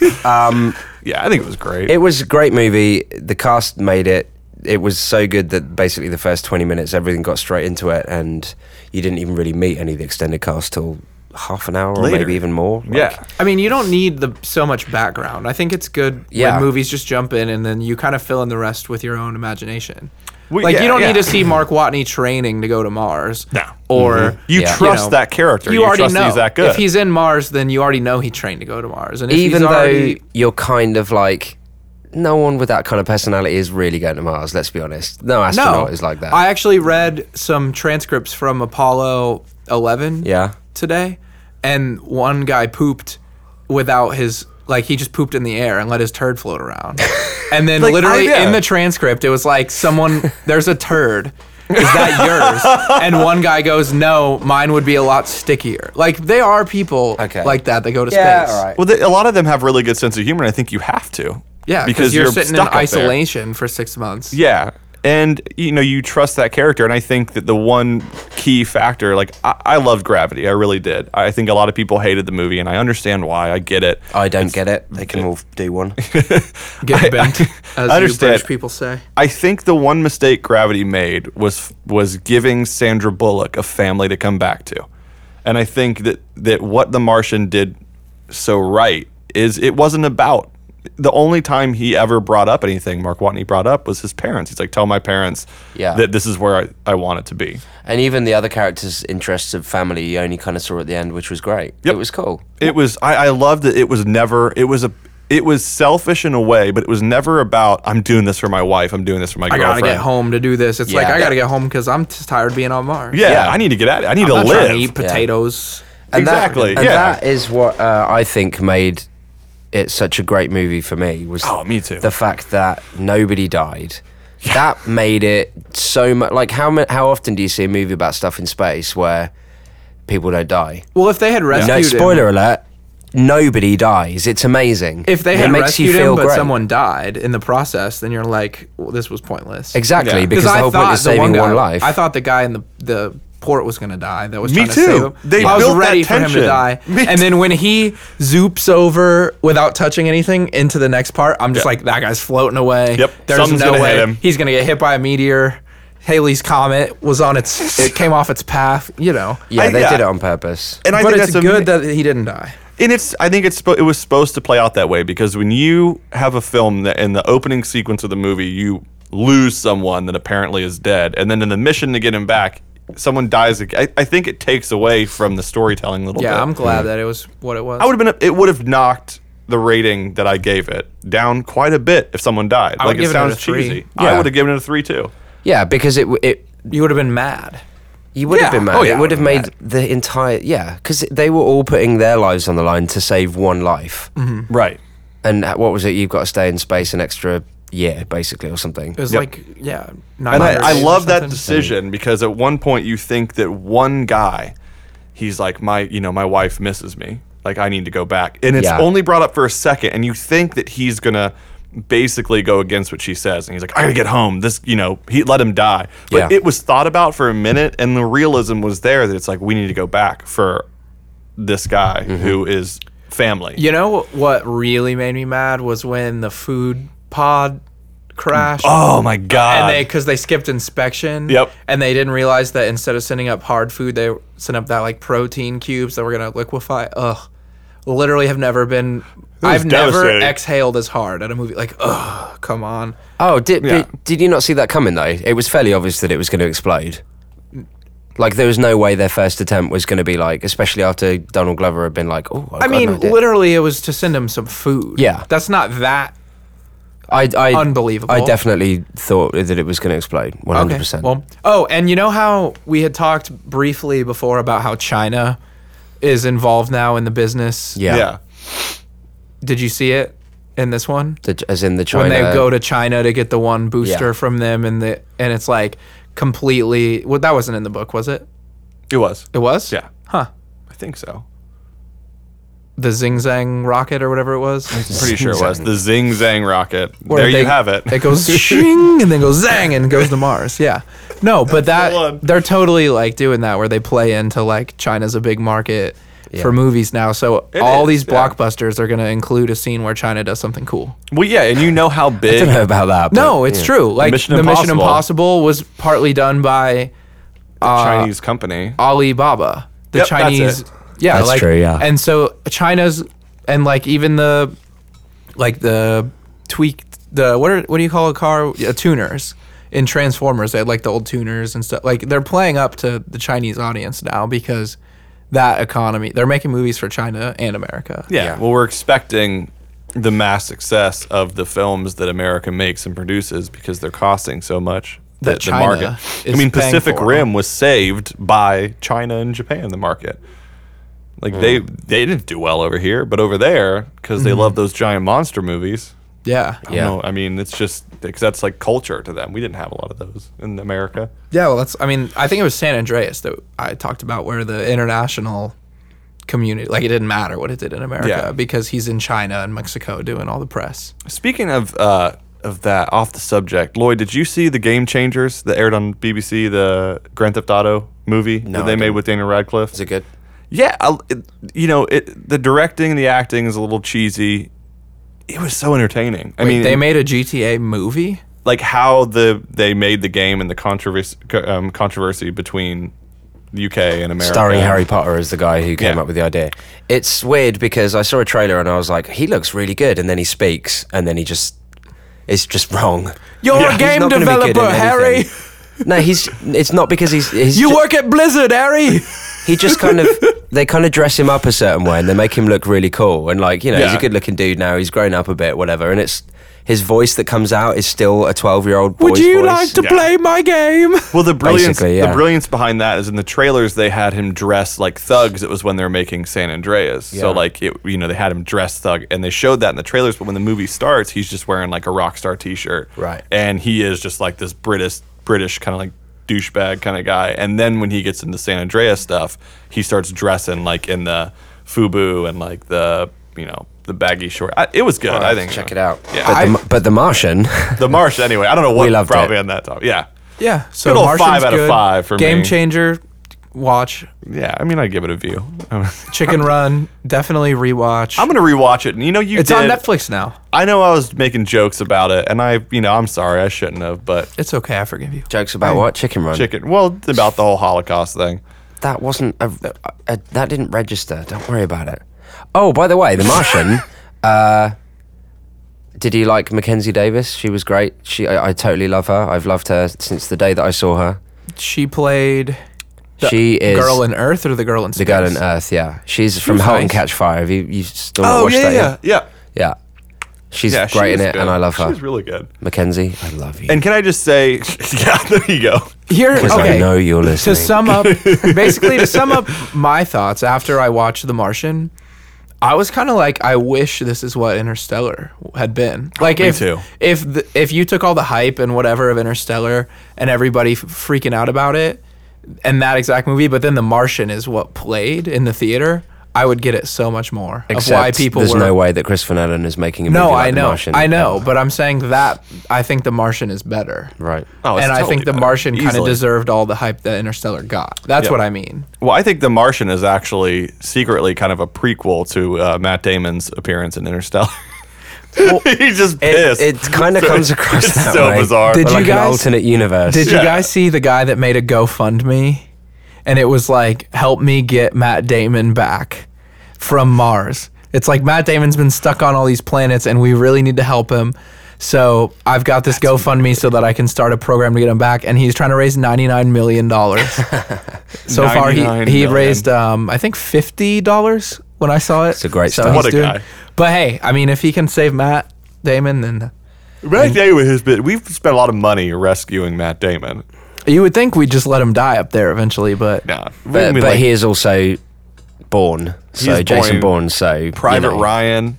Speaker 3: yeah, I think it was great.
Speaker 2: It was a great movie. The cast made it. It was so good that basically the first 20 minutes, everything got straight into it, and you didn't even really meet any of the extended cast till half an hour or
Speaker 3: Later.
Speaker 2: maybe even more. Like,
Speaker 3: yeah,
Speaker 1: I mean, you don't need the so much background. I think it's good
Speaker 2: Yeah.
Speaker 1: when movies just jump in and then you kind of fill in the rest with your own imagination.
Speaker 3: We-
Speaker 1: like
Speaker 3: yeah,
Speaker 1: you don't
Speaker 3: yeah.
Speaker 1: need to see Mark Watney training to go to Mars.
Speaker 3: No.
Speaker 1: Or
Speaker 3: Mm-hmm. you
Speaker 2: Yeah.
Speaker 3: trust
Speaker 1: Mm-hmm. you know,
Speaker 3: that character. You,
Speaker 1: already
Speaker 3: trust
Speaker 1: know
Speaker 3: he's that good.
Speaker 1: if he's in Mars, then you already know he trained to go to Mars. And if
Speaker 2: Even
Speaker 1: he's
Speaker 2: though
Speaker 1: already,
Speaker 2: you're kind of like, no one with that kind of personality is really going to Mars, let's be honest. No astronaut
Speaker 1: no,
Speaker 2: is like that.
Speaker 1: I actually read some transcripts from Apollo 11.
Speaker 2: yeah.
Speaker 1: today, and one guy pooped without his like he just pooped in the air and let his turd float around. And then
Speaker 3: Like,
Speaker 1: literally
Speaker 3: I- yeah.
Speaker 1: in the transcript, it was like someone there's a turd. Is that yours? and one guy goes, "No, mine would be a lot stickier." Like they are people
Speaker 2: Okay.
Speaker 1: like that that go to space.
Speaker 3: well, they, a lot of them have really good sense of humor, and I think you have to.
Speaker 1: Yeah, because you're, sitting in
Speaker 3: stuck up there.
Speaker 1: isolation for six months.
Speaker 3: Yeah. And you know, you trust that character, and I think that the one key factor, like I, I loved Gravity, I really did. I think a lot of people hated the movie, and I understand why. I get it.
Speaker 2: I don't get it. They can all do one.
Speaker 1: Get bent, as you
Speaker 3: understand.
Speaker 1: British people say.
Speaker 3: I think the one mistake Gravity made was was giving Sandra Bullock a family to come back to, and I think that that what The Martian did so right is it wasn't about the only time he ever brought up anything Mark Watney brought up was his parents. He's like, tell my parents
Speaker 2: Yeah.
Speaker 3: that this is where I, I want it to be.
Speaker 2: And even the other characters' interests of family, you only kind of saw at the end, which was great.
Speaker 3: Yep.
Speaker 2: It was cool.
Speaker 3: It was I, I loved that it was never it was a it was selfish in a way, but it was never about I'm doing this for my wife, I'm doing this for my
Speaker 1: I
Speaker 3: girlfriend.
Speaker 1: gotta get home to do this. It's like
Speaker 2: Yeah.
Speaker 1: I gotta get home because I'm just tired of being on Mars.
Speaker 3: Yeah,
Speaker 2: Yeah.
Speaker 3: I need to get at it. I need
Speaker 1: I'm
Speaker 3: to
Speaker 1: not
Speaker 3: live.
Speaker 1: trying to eat potatoes.
Speaker 2: And that-
Speaker 3: Exactly,
Speaker 2: and
Speaker 3: yeah.
Speaker 2: that is what uh, I think made it such a great movie for me. Was
Speaker 3: Oh, me too.
Speaker 2: The fact that nobody died. That made it so much. Like how mu- how often do you see a movie about stuff in space where people don't die?
Speaker 1: Well, if they had rescued
Speaker 2: No,
Speaker 1: him-
Speaker 2: spoiler alert. Nobody dies. It's amazing.
Speaker 1: if they
Speaker 2: It
Speaker 1: had
Speaker 2: makes you
Speaker 1: rescued him
Speaker 2: feel
Speaker 1: but
Speaker 2: great.
Speaker 1: someone died in the process, then you're like, well, this was pointless.
Speaker 2: exactly
Speaker 3: Yeah.
Speaker 2: because the
Speaker 1: I
Speaker 2: whole point
Speaker 1: thought
Speaker 2: is saving one,
Speaker 1: guy,
Speaker 2: life.
Speaker 1: I thought the guy in the the port was gonna die. That was
Speaker 3: Me
Speaker 1: trying to save
Speaker 3: too.
Speaker 1: him.
Speaker 3: They
Speaker 1: I was
Speaker 3: built that
Speaker 1: ready for him
Speaker 3: tension.
Speaker 1: to die.
Speaker 3: Me
Speaker 1: and then when he zoops over without touching anything into the next part, I'm just
Speaker 3: Yeah.
Speaker 1: like, that guy's floating away.
Speaker 3: Yep.
Speaker 1: There's
Speaker 3: Something's
Speaker 1: no
Speaker 3: gonna
Speaker 1: way
Speaker 3: hit him.
Speaker 1: he's gonna get hit by a meteor. Haley's comet was on its. it came off its path. You know.
Speaker 2: yeah,
Speaker 3: I-
Speaker 2: they
Speaker 3: yeah.
Speaker 2: did it on purpose.
Speaker 3: and I
Speaker 1: but
Speaker 3: think
Speaker 1: it's
Speaker 3: that's
Speaker 1: good that he didn't die.
Speaker 3: and it's I think it's spo- it was supposed to play out that way because when you have a film that in the opening sequence of the movie you lose someone that apparently is dead, and then in the mission to get him back, someone dies. ag- I, I think it takes away from the storytelling a little bit.
Speaker 1: Yeah, I'm
Speaker 2: Mm.
Speaker 1: glad that it was what it was.
Speaker 3: I would have been. It would have knocked the rating that I gave it down quite a bit if someone died.
Speaker 1: I
Speaker 3: like
Speaker 1: would
Speaker 3: it
Speaker 1: give it
Speaker 3: sounds
Speaker 1: a three.
Speaker 3: cheesy.
Speaker 2: Yeah.
Speaker 3: I would have given it a three too.
Speaker 2: Yeah, because it w- it
Speaker 1: you would have been mad.
Speaker 2: You would have
Speaker 1: Yeah.
Speaker 2: been mad.
Speaker 1: Oh, yeah,
Speaker 2: it
Speaker 1: I
Speaker 2: would have
Speaker 1: would've
Speaker 2: made the entire yeah, because they were all putting their lives on the line to save one life.
Speaker 1: Mm-hmm.
Speaker 3: Right.
Speaker 2: And h- what was it? You've got to stay in space an extra year, basically, or something.
Speaker 1: It was
Speaker 3: Yep.
Speaker 1: like, yeah,
Speaker 3: And I, I
Speaker 1: 900 days or
Speaker 3: love that
Speaker 1: something.
Speaker 3: decision because at one point you think that one guy, he's like, my, you know, my wife misses me. Like I need to go back, and it's
Speaker 2: Yeah.
Speaker 3: only brought up for a second, and you think that he's gonna basically go against what she says, and he's like, I gotta get home. This, you know, he let him die, but
Speaker 2: Yeah.
Speaker 3: it was thought about for a minute, and the realism was there that it's like we need to go back for this guy
Speaker 1: Mm-hmm.
Speaker 3: who is family.
Speaker 1: You know what really made me mad was when the food pod crashed.
Speaker 3: Oh my god!
Speaker 1: And they, because they skipped inspection.
Speaker 3: Yep.
Speaker 1: And they didn't realize that instead of sending up hard food, they sent up that like protein cubes that were gonna liquefy. Ugh. Literally, have never been. I've never
Speaker 3: devastating.
Speaker 1: exhaled as hard at a movie. Like, ugh, come on.
Speaker 2: Oh, did
Speaker 3: Yeah.
Speaker 2: did, did you not see that coming though? It was fairly obvious that it was going to explode.
Speaker 1: Mm.
Speaker 2: Like there was no way their first attempt was going to be like, especially after Donald Glover had been like, "Oh, I've
Speaker 1: I
Speaker 2: got
Speaker 1: mean,
Speaker 2: an idea."
Speaker 1: literally, it was to send him some food.
Speaker 2: Yeah.
Speaker 1: That's not that.
Speaker 2: I, I
Speaker 1: unbelievable.
Speaker 2: I definitely thought that it was going to explode, one hundred
Speaker 1: Okay.
Speaker 2: percent.
Speaker 1: Well, oh, and you know how we had talked briefly before about how China is involved now in the business.
Speaker 2: yeah,
Speaker 3: yeah.
Speaker 1: Did you see it in this one?
Speaker 2: The- as in the China.
Speaker 1: When they go to China to get the one booster
Speaker 2: Yeah.
Speaker 1: from them, and the and it's like completely. Well, that wasn't in the book, was it?
Speaker 3: it was.
Speaker 1: It was.
Speaker 3: Yeah,
Speaker 1: Huh.
Speaker 3: I think so.
Speaker 1: The Zing Zang rocket or whatever it was.
Speaker 3: Pretty sure it was the Zing Zang rocket.
Speaker 1: Where
Speaker 3: there you
Speaker 1: they-
Speaker 3: have it.
Speaker 1: It goes shing and then goes zang and goes to Mars. Yeah. No, but
Speaker 3: the one.
Speaker 1: that they're totally like doing that where they play into like China's a big market for movies now. So all
Speaker 3: is,
Speaker 1: these
Speaker 3: yeah.
Speaker 1: blockbusters are going to include a scene where China does something cool.
Speaker 3: Well, yeah, and you know how
Speaker 2: I
Speaker 3: big.
Speaker 2: don't know about that. but-
Speaker 1: No, it's true. Like
Speaker 3: Mission
Speaker 1: the Mission
Speaker 3: Impossible.
Speaker 1: Impossible was partly done by uh,
Speaker 3: Chinese company.
Speaker 1: Alibaba, the
Speaker 3: Yep, that's
Speaker 1: Chinese.
Speaker 3: it.
Speaker 1: Yeah,
Speaker 2: That's
Speaker 1: like,
Speaker 2: true, yeah.
Speaker 1: And so China's and like even the like the tweaked the what are what do you call a car? Yeah, tuners in Transformers. They had like the old tuners and stuff. Like they're playing up to the Chinese audience now because that economy. They're making movies for China and America.
Speaker 3: Yeah. Well, we're expecting the mass success of the films that America makes and produces because they're costing so much.
Speaker 1: That
Speaker 3: That the
Speaker 1: China
Speaker 3: market. I
Speaker 1: is
Speaker 3: mean,
Speaker 1: paying
Speaker 3: Pacific
Speaker 1: for.
Speaker 3: Rim was saved by China and Japan. The market, like they
Speaker 1: Mm.
Speaker 3: they didn't do well over here, but over there because they love those giant monster movies.
Speaker 1: Mm-hmm. Yeah.
Speaker 3: I
Speaker 2: Yeah.
Speaker 3: don't know. I mean, it's just because that's like culture to them. We didn't have a lot of those in America.
Speaker 1: Yeah, well, that's. I mean, I think it was San Andreas that I talked about where the international community, like, it didn't matter what it did in America
Speaker 3: Yeah.
Speaker 1: because he's in China and Mexico doing all the press.
Speaker 3: Speaking of uh, of that, off the subject, Lloyd, did you see the Game Changers that aired on BBC, the Grand Theft Auto movie that they
Speaker 2: I
Speaker 3: made
Speaker 2: didn't.
Speaker 3: with Daniel Radcliffe?
Speaker 2: Is it good?
Speaker 3: yeah, I, it, you know, it, the directing and the acting is a little cheesy. It was so entertaining. I
Speaker 1: Wait,
Speaker 3: mean,
Speaker 1: they made a GTA movie.
Speaker 3: like how the they made the game and the controversy co- um, controversy between UK and America.
Speaker 2: starring Harry Potter as the guy who came
Speaker 3: Yeah.
Speaker 2: up with the idea. It's weird because I saw a trailer and I was like, he looks really good, and then he speaks, and then he just it's just wrong.
Speaker 1: You're
Speaker 3: Yeah.
Speaker 1: a
Speaker 3: He's
Speaker 1: game
Speaker 2: not gonna be good
Speaker 1: developer,
Speaker 2: in
Speaker 1: Harry.
Speaker 2: anything. No, he's it's not because he's, he's
Speaker 1: You
Speaker 2: ju-
Speaker 1: work at Blizzard, Harry.
Speaker 2: he just kind of they kind of dress him up a certain way and they make him look really cool and like you know he's
Speaker 3: Yeah.
Speaker 2: a good looking dude now he's grown up a bit whatever and it's his voice that comes out is still a 12 year old boy's
Speaker 1: Would you
Speaker 2: voice.
Speaker 1: like to
Speaker 3: Yeah.
Speaker 1: play my game?
Speaker 3: Well, the brilliance,
Speaker 2: Basically, yeah.
Speaker 3: the brilliance behind that is in the trailers they had him dressed like thugs. It was when they were making San Andreas, so
Speaker 2: Yeah.
Speaker 3: like it, you know they had him dressed thug, and they showed that in the trailers. But when the movie starts, he's just wearing like a rock star T-shirt,
Speaker 2: Right.
Speaker 3: And he is just like this British, British kind of like douchebag kind of guy. And then when he gets into San Andreas stuff, he starts dressing like in the FUBU and like the you know the baggy short. I, it was good, I think.
Speaker 2: check it out
Speaker 3: Yeah.
Speaker 2: but, the, but the Martian
Speaker 3: The Marsh, anyway. I don't know what
Speaker 2: loved
Speaker 3: brought
Speaker 2: it.
Speaker 3: me on that topic. Yeah.
Speaker 1: Yeah. So
Speaker 3: Good old
Speaker 1: Martian's
Speaker 3: five out of
Speaker 1: good.
Speaker 3: five for
Speaker 1: Game
Speaker 3: me.
Speaker 1: changer. Watch
Speaker 3: Yeah, I mean, I give it a view.
Speaker 1: Chicken Run. Definitely rewatch.
Speaker 3: I'm gonna rewatch it, and you know you
Speaker 1: it's on
Speaker 3: did.
Speaker 1: Netflix now.
Speaker 3: I know I was making jokes about it, and I, you know, I'm sorry, I shouldn't have. But
Speaker 1: It's okay. I forgive you.
Speaker 2: jokes about what chicken run
Speaker 3: chicken, well, it's about the whole Holocaust thing.
Speaker 2: that wasn't a, a, that didn't register don't worry about it oh by the way the Martian uh did you like Mackenzie Davis? She was great. She, I, I totally love her. I've loved her since the day that I saw her.
Speaker 1: She played the
Speaker 2: she is
Speaker 1: Girl in Earth or the Girl in Space.
Speaker 2: The Girl on Earth, yeah. She's from
Speaker 1: was
Speaker 2: Halt and
Speaker 1: nice. Oh,
Speaker 2: Catch Fire. Have you, you still not watched that yet?
Speaker 3: yeah,
Speaker 2: Yeah. She's
Speaker 3: yeah.
Speaker 2: great in
Speaker 3: she's
Speaker 2: it,
Speaker 3: good.
Speaker 2: and I love her.
Speaker 3: She's really good.
Speaker 2: Mackenzie, I love you.
Speaker 3: And can I just say, yeah, there you go.
Speaker 1: Here,
Speaker 2: Because
Speaker 1: okay.
Speaker 2: I know you're listening.
Speaker 1: to sum up basically to sum up my thoughts after i watched the martian i was kind of like i wish this is what interstellar had been
Speaker 2: Oh,
Speaker 1: like if
Speaker 3: too.
Speaker 1: if the, if you took all the hype and whatever of interstellar and everybody f- freaking out about it and that exact movie but then the martian is what played in the theater i would get it so much more
Speaker 2: Except
Speaker 1: of why people
Speaker 2: there's
Speaker 1: were
Speaker 2: no way that Christopher Nolan is making a movie
Speaker 1: no
Speaker 2: like
Speaker 1: i
Speaker 2: The
Speaker 1: know
Speaker 2: Martian.
Speaker 1: i know but i'm saying that i think the martian is better
Speaker 2: Right.
Speaker 3: Oh, it's
Speaker 1: and I
Speaker 3: totally
Speaker 1: think The
Speaker 3: better.
Speaker 1: Martian kind of
Speaker 3: Easily.
Speaker 1: deserved all the hype that Interstellar got. That's
Speaker 3: Yep.
Speaker 1: what I mean.
Speaker 3: Well, I think The Martian is actually secretly kind of a prequel to uh, Matt Damon's appearance in Interstellar. He's just
Speaker 2: It,
Speaker 3: pissed.
Speaker 2: it kind of comes across
Speaker 3: it's
Speaker 2: that
Speaker 3: so
Speaker 2: way.
Speaker 3: bizarre.
Speaker 1: Did
Speaker 2: But
Speaker 1: you
Speaker 2: like
Speaker 1: guys-
Speaker 2: an alternate universe.
Speaker 1: Did you
Speaker 3: Yeah.
Speaker 1: guys see the guy that made a GoFundMe? And it was like, help me get Matt Damon back from Mars. It's like Matt Damon's been stuck on all these planets and we really need to help him. So I've got this GoFundMe so that I can start a program to get him back. And he's trying to raise $99 million. so far, he,
Speaker 3: $99
Speaker 1: he
Speaker 3: million.
Speaker 1: raised, um, I think, $50 when I saw it. It's
Speaker 2: a great
Speaker 1: so
Speaker 2: start.
Speaker 1: he's
Speaker 3: What a guy.
Speaker 1: But hey, I mean, if he can save Matt Damon, then
Speaker 3: Matt Damon has been. We've spent a lot of money rescuing Matt Damon.
Speaker 1: you would think we'd just let him die up there eventually. But
Speaker 3: Nah,
Speaker 2: But, but he is also born. So
Speaker 3: He's
Speaker 2: Jason
Speaker 3: Bourne.
Speaker 2: Bourne. So
Speaker 3: Private
Speaker 2: you know.
Speaker 3: Ryan.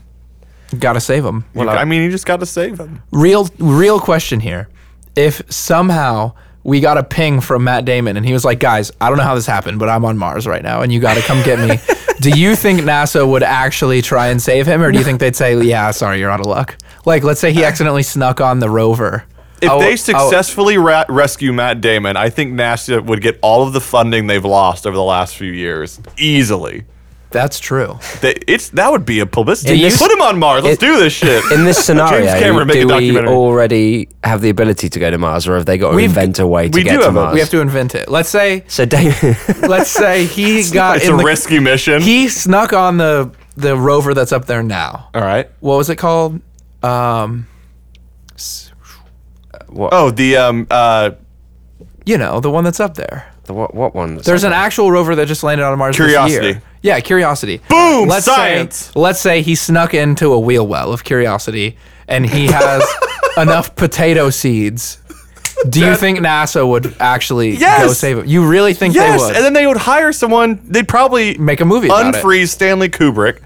Speaker 1: gotta save him.
Speaker 3: You- I mean, you just got to save him.
Speaker 1: real real question here if somehow we got a ping from matt damon and he was like guys i don't know how this happened but i'm on mars right now and you got to come get me do you think nasa would actually try and save him or do you think they'd say yeah sorry you're out of luck like let's say he accidentally snuck on the rover
Speaker 3: If
Speaker 1: Oh,
Speaker 3: they
Speaker 1: oh,
Speaker 3: successfully ra- rescue Matt Damon, I think NASA would get all of the funding they've lost over the last few years easily.
Speaker 1: that's true
Speaker 3: They, it's that would be a publicity.
Speaker 2: In
Speaker 3: You
Speaker 2: this-
Speaker 3: put him on Mars. Let's
Speaker 2: it-
Speaker 3: do this shit.
Speaker 2: In this scenario,
Speaker 3: Cameron, make a
Speaker 2: do we
Speaker 3: documentary.
Speaker 2: already have the ability to go to Mars, or have they got to
Speaker 1: We've-
Speaker 2: invent a way to
Speaker 3: we
Speaker 2: get
Speaker 3: do
Speaker 2: to
Speaker 3: have a-
Speaker 2: Mars?
Speaker 1: we have to invent it let's say
Speaker 2: so David,
Speaker 1: let's say he got
Speaker 3: it's
Speaker 1: in
Speaker 3: a
Speaker 1: the,
Speaker 3: risky mission.
Speaker 1: he snuck on the the rover that's up there now
Speaker 3: all right.
Speaker 1: what was it called um
Speaker 3: Oh, the um uh
Speaker 1: you know the one that's up there
Speaker 2: what, what one?
Speaker 1: There's an actual rover that just landed on Mars. this
Speaker 3: Curiosity.
Speaker 1: year. Yeah, Curiosity.
Speaker 3: Boom,
Speaker 1: say-
Speaker 3: science.
Speaker 1: let's say he snuck into a wheel well of Curiosity, and he has enough potato seeds. Do you think NASA would actually go
Speaker 3: Yes.
Speaker 1: save him? You really think
Speaker 3: yes,
Speaker 1: they would?
Speaker 3: and then they would hire someone. They'd probably
Speaker 1: Make a movie about it.
Speaker 3: unfreeze Stanley Kubrick,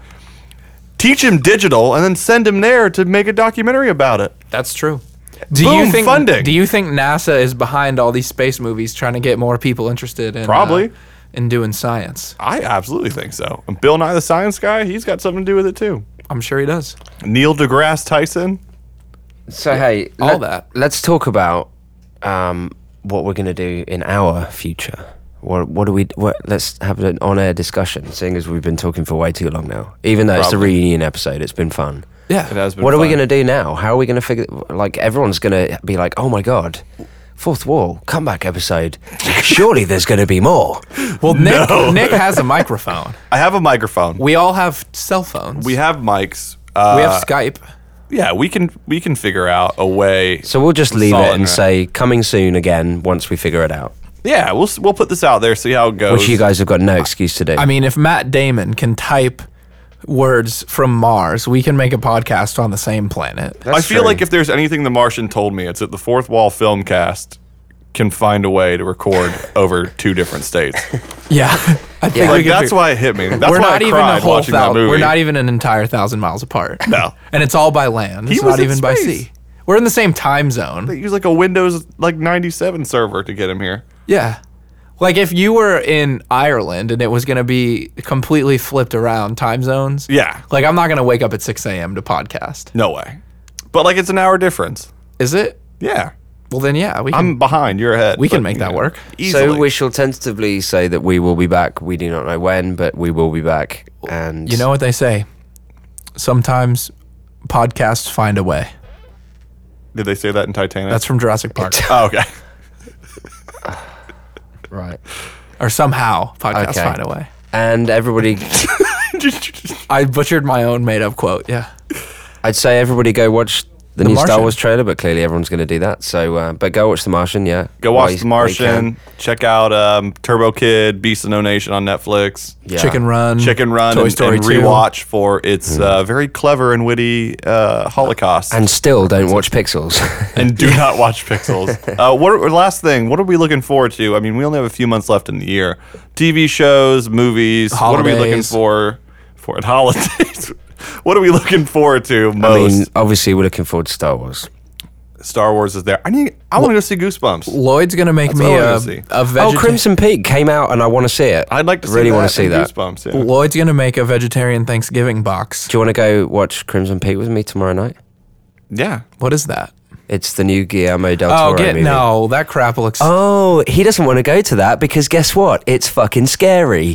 Speaker 3: teach him digital, and then send him there to make a documentary about it.
Speaker 1: That's true. Do you
Speaker 3: Boom,
Speaker 1: think
Speaker 3: funding.
Speaker 1: Do you think NASA is behind all these space movies, trying to get more people interested in uh,
Speaker 3: Probably.
Speaker 1: in doing science?
Speaker 3: I absolutely think so. And Bill Nye the Science Guy, he's got something to do with it too.
Speaker 1: I'm sure he does.
Speaker 3: Neil deGrasse Tyson.
Speaker 2: So hey,
Speaker 1: all that.
Speaker 2: Let's talk about um, what we're going to do in our future. What what do we? What, let's have an on-air discussion, seeing as we've been talking for way too long now. Even though it's the
Speaker 3: Probably.
Speaker 2: reunion episode, it's been fun.
Speaker 1: Yeah.
Speaker 3: has been
Speaker 2: what are we
Speaker 3: fun.
Speaker 2: going to do now? How are we going to figure? Like everyone's going to be like, oh my god. Fourth wall comeback episode. Surely there's going to be more.
Speaker 1: Well, Nick, Nick has a microphone.
Speaker 3: I have a microphone.
Speaker 1: We all have cell phones.
Speaker 3: We have mics. Uh,
Speaker 1: we have Skype.
Speaker 3: Yeah, we can we can figure out a way.
Speaker 2: So we'll just leave
Speaker 3: Solid,
Speaker 2: it and
Speaker 3: right?
Speaker 2: say coming soon again once we figure it out.
Speaker 3: yeah, we'll s- we'll put this out there, see how it goes.
Speaker 2: Which you guys have got no excuse to do.
Speaker 1: I mean, if Matt Damon can type words from Mars, we can make a podcast on the same planet.
Speaker 3: I feel like if there's anything The Martian told me, it's that the Fourth Wall Filmcast can find a way to record over two different states.
Speaker 1: Yeah, I think we
Speaker 3: Like
Speaker 1: could
Speaker 3: that's
Speaker 1: fi-
Speaker 3: why it hit me. That's
Speaker 1: we're
Speaker 3: why
Speaker 1: not
Speaker 3: I
Speaker 1: even a
Speaker 3: cried
Speaker 1: whole
Speaker 3: watching that
Speaker 1: thousand.
Speaker 3: movie.
Speaker 1: We're not even an entire thousand miles apart.
Speaker 3: No.
Speaker 1: and it's all by land. It's
Speaker 3: was
Speaker 1: not
Speaker 3: in
Speaker 1: even by
Speaker 3: space.
Speaker 1: sea. We're in the same time zone.
Speaker 3: They use like a Windows like 97 server to get him here.
Speaker 1: Yeah. Like if you were in Ireland and it was going to be completely flipped around time zones.
Speaker 3: Yeah.
Speaker 1: Like I'm not going to wake up at 6 a.m. to podcast.
Speaker 3: No way. But like it's an hour difference.
Speaker 1: Is it?
Speaker 3: Yeah.
Speaker 1: Well, then, yeah, we can,
Speaker 3: I'm behind. You're ahead.
Speaker 1: we can
Speaker 3: but,
Speaker 1: make
Speaker 3: you
Speaker 1: that
Speaker 3: know,
Speaker 1: work.
Speaker 3: Easily.
Speaker 2: So we shall tentatively say that we will be back. We do not know when, but we will be back. And
Speaker 1: You know what they say? Sometimes podcasts find a way.
Speaker 3: Did they say that in Titanic?
Speaker 1: That's from Jurassic Park.
Speaker 3: oh, okay.
Speaker 2: right.
Speaker 1: or somehow podcasts
Speaker 2: Okay.
Speaker 1: find a way.
Speaker 2: And everybody,
Speaker 1: I butchered my own made up quote. Yeah.
Speaker 2: I'd say everybody go watch the, new Star
Speaker 1: Martian.
Speaker 2: Wars trailer, but clearly everyone's going to do that. So, uh, but go watch The Martian. Yeah,
Speaker 3: Go
Speaker 2: While
Speaker 3: watch
Speaker 2: you-
Speaker 3: The
Speaker 2: while you can.
Speaker 3: Martian. Check out um, Turbo Kid, Beast of No Nation on Netflix.
Speaker 2: Yeah.
Speaker 1: Chicken Run.
Speaker 3: Chicken Run
Speaker 1: Toy
Speaker 3: and,
Speaker 1: Story Hmm.
Speaker 3: and
Speaker 1: 2.
Speaker 3: rewatch for its uh, very clever and witty uh, Holocaust.
Speaker 2: And still don't watch Pixels.
Speaker 3: and do not watch Pixels. Uh, what are- last thing? What are we looking forward to? I mean, we only have a few months left in the year. TV shows, movies. What are we looking
Speaker 1: Holidays.
Speaker 3: for for at holidays? what are we looking forward to
Speaker 2: I
Speaker 3: most?
Speaker 2: mean, obviously we're looking forward to Star Wars.
Speaker 3: Star Wars is there. I need. I want to go see Goosebumps.
Speaker 1: Lloyd's going to make me
Speaker 3: all I
Speaker 1: a,
Speaker 3: wanna
Speaker 1: a
Speaker 3: see.
Speaker 1: vegetarian.
Speaker 2: oh, Crimson Peak came out, and I want to see it.
Speaker 3: I'd like to see
Speaker 2: really
Speaker 3: that
Speaker 2: want to see
Speaker 3: and
Speaker 2: that.
Speaker 3: Goosebumps. Yeah.
Speaker 1: Lloyd's going to make a vegetarian Thanksgiving box.
Speaker 2: Do you want to go watch Crimson Peak with me tomorrow night?
Speaker 3: yeah.
Speaker 1: What is that?
Speaker 2: It's the new Guillermo del Toro
Speaker 1: Oh, get
Speaker 2: movie.
Speaker 1: no! That crap looks.
Speaker 2: Oh, he doesn't want to go to that because guess what? It's fucking scary.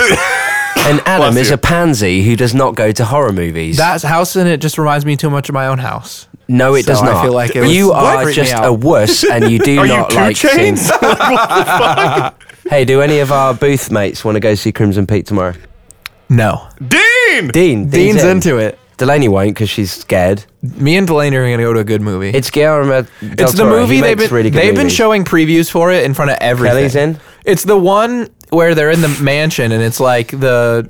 Speaker 2: and Adam
Speaker 3: Bless
Speaker 2: is
Speaker 3: you.
Speaker 2: a pansy who does not go to horror movies.
Speaker 1: that house in it just reminds me too much of my own house.
Speaker 2: no, it
Speaker 1: So
Speaker 2: does
Speaker 1: I
Speaker 2: not.
Speaker 1: feel like it was-
Speaker 2: you
Speaker 1: What?
Speaker 2: are
Speaker 1: Freaked me
Speaker 2: just
Speaker 1: out.
Speaker 2: a wuss, and you do
Speaker 3: Are you
Speaker 2: not
Speaker 3: two
Speaker 2: like. seeing-
Speaker 3: chains?
Speaker 2: hey, do any of our booth mates want to go see Crimson Peak tomorrow?
Speaker 1: No,
Speaker 3: Dean.
Speaker 2: Dean,
Speaker 1: Dean's, into it.
Speaker 2: Delaney won't because she's scared.
Speaker 1: Me and Delaney are gonna go to a good movie.
Speaker 2: It's Guillermo. Del
Speaker 1: It's the
Speaker 2: Toro. He
Speaker 1: movie they've
Speaker 2: makes
Speaker 1: been
Speaker 2: really good
Speaker 1: they've been
Speaker 2: movies.
Speaker 1: showing previews for it in front of everything.
Speaker 2: Kelly's in?
Speaker 1: It's the one where they're in the mansion and it's like the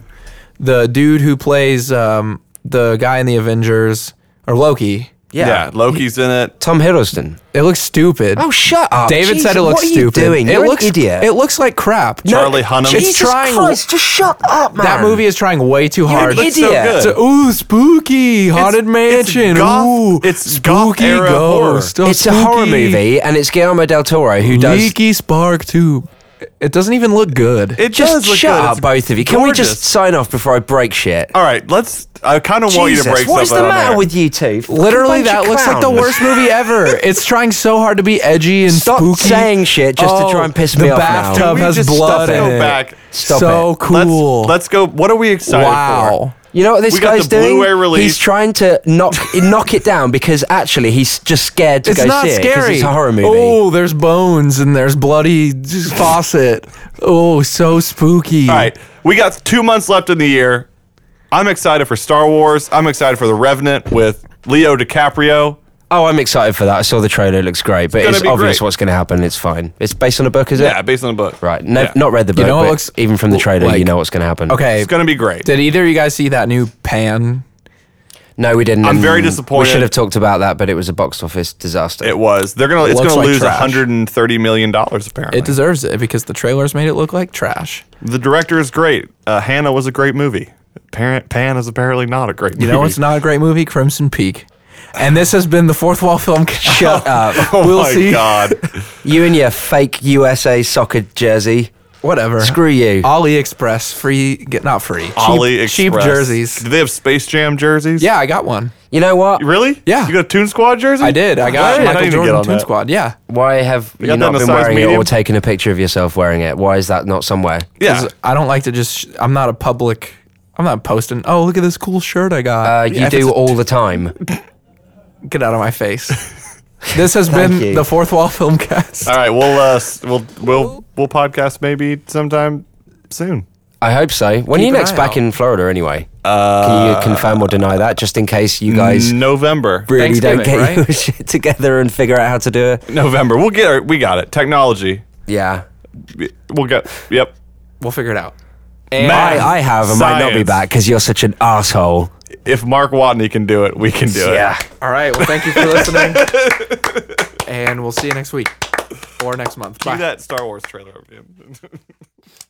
Speaker 1: the dude who plays um, the guy in the Avengers or Loki.
Speaker 2: Yeah.
Speaker 3: yeah. Loki's in it.
Speaker 2: Tom Hiddleston.
Speaker 1: It looks stupid.
Speaker 2: Oh, shut up!
Speaker 1: David
Speaker 2: Jesus,
Speaker 1: said it looks
Speaker 2: what are you
Speaker 1: stupid.
Speaker 2: doing? You're
Speaker 1: it
Speaker 2: an
Speaker 1: looks
Speaker 2: idiot.
Speaker 1: It looks like crap.
Speaker 3: Charlie Hunnam.
Speaker 1: Jesus trying- Christ,
Speaker 2: just shut up, man.
Speaker 1: That movie is trying way too hard.
Speaker 2: idiot.
Speaker 1: It's a, ooh, spooky haunted mansion.
Speaker 3: It's goth,
Speaker 1: ooh,
Speaker 3: it's goth
Speaker 1: spooky
Speaker 3: era horror.
Speaker 1: ghost. Oh,
Speaker 2: It's a horror
Speaker 1: spooky.
Speaker 2: movie, and it's Guillermo del Toro who does.
Speaker 1: Leaky spark tube. It doesn't even look good.
Speaker 3: It
Speaker 2: just
Speaker 3: does look
Speaker 2: shut
Speaker 3: good.
Speaker 2: up,
Speaker 3: It's
Speaker 2: both of you. Can we just
Speaker 3: gorgeous.
Speaker 2: sign off before I break shit?
Speaker 3: All right. Let's. I kind of want you
Speaker 2: Jesus,
Speaker 3: to break
Speaker 2: what is
Speaker 3: something
Speaker 2: the
Speaker 3: on
Speaker 2: matter
Speaker 3: there.
Speaker 2: with you two? Fucking
Speaker 1: Literally,
Speaker 2: bunch
Speaker 1: that
Speaker 2: of
Speaker 1: looks like the
Speaker 2: clowns.
Speaker 1: worst movie ever. it's trying so hard to be edgy and
Speaker 2: Stop
Speaker 1: spooky.
Speaker 2: saying shit just to
Speaker 1: Oh,
Speaker 2: try and piss me
Speaker 1: the
Speaker 2: off now.
Speaker 1: bathtub
Speaker 3: Can we
Speaker 1: has
Speaker 3: just
Speaker 1: blood
Speaker 3: stop it?
Speaker 1: in
Speaker 3: Go
Speaker 1: it.
Speaker 3: back.
Speaker 2: Stop
Speaker 1: so
Speaker 2: it.
Speaker 1: cool.
Speaker 3: Let's, let's go. What are we excited for?
Speaker 1: wow.
Speaker 2: You know what this
Speaker 3: We got
Speaker 2: guy's
Speaker 3: the
Speaker 2: doing?
Speaker 3: Blu-ray release.
Speaker 2: He's trying to knock knock it down because actually he's just scared to
Speaker 1: It's
Speaker 2: go
Speaker 1: not
Speaker 2: see it 'cause
Speaker 1: scary.
Speaker 2: it's a horror movie.
Speaker 1: Oh, there's bones and there's bloody faucet. Oh, so spooky.
Speaker 3: All right, we got two months left in the year. I'm excited for Star Wars. I'm excited for The Revenant with Leo DiCaprio.
Speaker 2: Oh, I'm excited for that. I saw the trailer; it looks great, but
Speaker 3: gonna
Speaker 2: it's
Speaker 3: be
Speaker 2: obvious
Speaker 3: great.
Speaker 2: what's going to happen. It's fine. It's based on a book, is it?
Speaker 3: Yeah, based on the book.
Speaker 2: Right. No,
Speaker 3: Yeah.
Speaker 2: not read the book.
Speaker 1: You know what
Speaker 2: but
Speaker 1: looks-
Speaker 2: even from the trailer, you
Speaker 1: like-
Speaker 2: know what's going to happen.
Speaker 1: Okay.
Speaker 3: It's gonna be great.
Speaker 1: Did either of you guys see that new Pan?
Speaker 2: No, we didn't.
Speaker 3: I'm
Speaker 2: and
Speaker 3: very
Speaker 2: We
Speaker 3: disappointed.
Speaker 2: should have talked about that, but it was a box office disaster.
Speaker 3: It was. They're gonna. It's
Speaker 1: looks
Speaker 3: gonna
Speaker 1: like
Speaker 3: lose
Speaker 1: trash.
Speaker 3: 130 million dollars apparently.
Speaker 1: It deserves it because the trailers made it look like trash.
Speaker 3: the director is great. Uh, Hannah was a great movie. Parent Pan is apparently not a great.
Speaker 1: You know it's not a great movie? Crimson Peak. And this has been the fourth wall film. Shut up.
Speaker 3: Oh
Speaker 1: we'll
Speaker 3: my
Speaker 1: see.
Speaker 3: god.
Speaker 2: you and your fake USA soccer jersey.
Speaker 1: Whatever.
Speaker 2: Screw you.
Speaker 3: Uh,
Speaker 1: AliExpress free. Get not free. Cheap,
Speaker 3: Ollie
Speaker 1: Cheap jerseys.
Speaker 3: Do they have Space Jam jerseys?
Speaker 1: Yeah, I got one.
Speaker 2: You know what?
Speaker 3: Really?
Speaker 1: Yeah.
Speaker 3: You got a Toon Squad jersey?
Speaker 1: I did. I got
Speaker 3: Why did I
Speaker 1: Michael
Speaker 3: even
Speaker 1: Jordan
Speaker 3: on
Speaker 1: Toon
Speaker 3: that?
Speaker 1: Squad. Yeah.
Speaker 2: Why have you
Speaker 3: got that
Speaker 2: not
Speaker 3: in a
Speaker 2: been
Speaker 3: size
Speaker 2: wearing it
Speaker 3: medium?
Speaker 2: or taking a picture of yourself wearing it? Why is that not somewhere?
Speaker 3: Yeah.
Speaker 1: 'Cause I don't like to just. Sh- I'm not a public. I'm not posting. Oh, look at this cool shirt I got.
Speaker 2: Uh, you
Speaker 1: Yeah, if
Speaker 2: do
Speaker 1: it's-
Speaker 2: all the time.
Speaker 1: Get out of my face. This has
Speaker 7: Thank
Speaker 1: been
Speaker 7: you.
Speaker 1: the fourth wall film cast.
Speaker 3: All right, we'll uh, s- we'll we'll we'll podcast maybe sometime soon.
Speaker 2: I hope so. When are you
Speaker 1: Keep an
Speaker 2: next
Speaker 1: eye
Speaker 2: back
Speaker 1: out.
Speaker 2: in Florida anyway? Can
Speaker 3: Uh,
Speaker 2: you confirm or deny that just in case you guys
Speaker 3: November.
Speaker 2: really don't get
Speaker 1: Thanksgiving,
Speaker 2: your
Speaker 1: right?
Speaker 2: shit together and figure out how to do it?
Speaker 3: November. We'll get our, we got it. Technology.
Speaker 2: Yeah.
Speaker 3: We'll get yep.
Speaker 1: We'll figure it out.
Speaker 2: I,
Speaker 3: Math,
Speaker 2: I have and might not be
Speaker 3: science.
Speaker 2: back because you're such an asshole.
Speaker 3: If Mark Watney can do it, we can do it.
Speaker 1: All right. Well, thank you for listening. and we'll see you next week or next month. Bye.
Speaker 3: Do that Star Wars trailer over to him.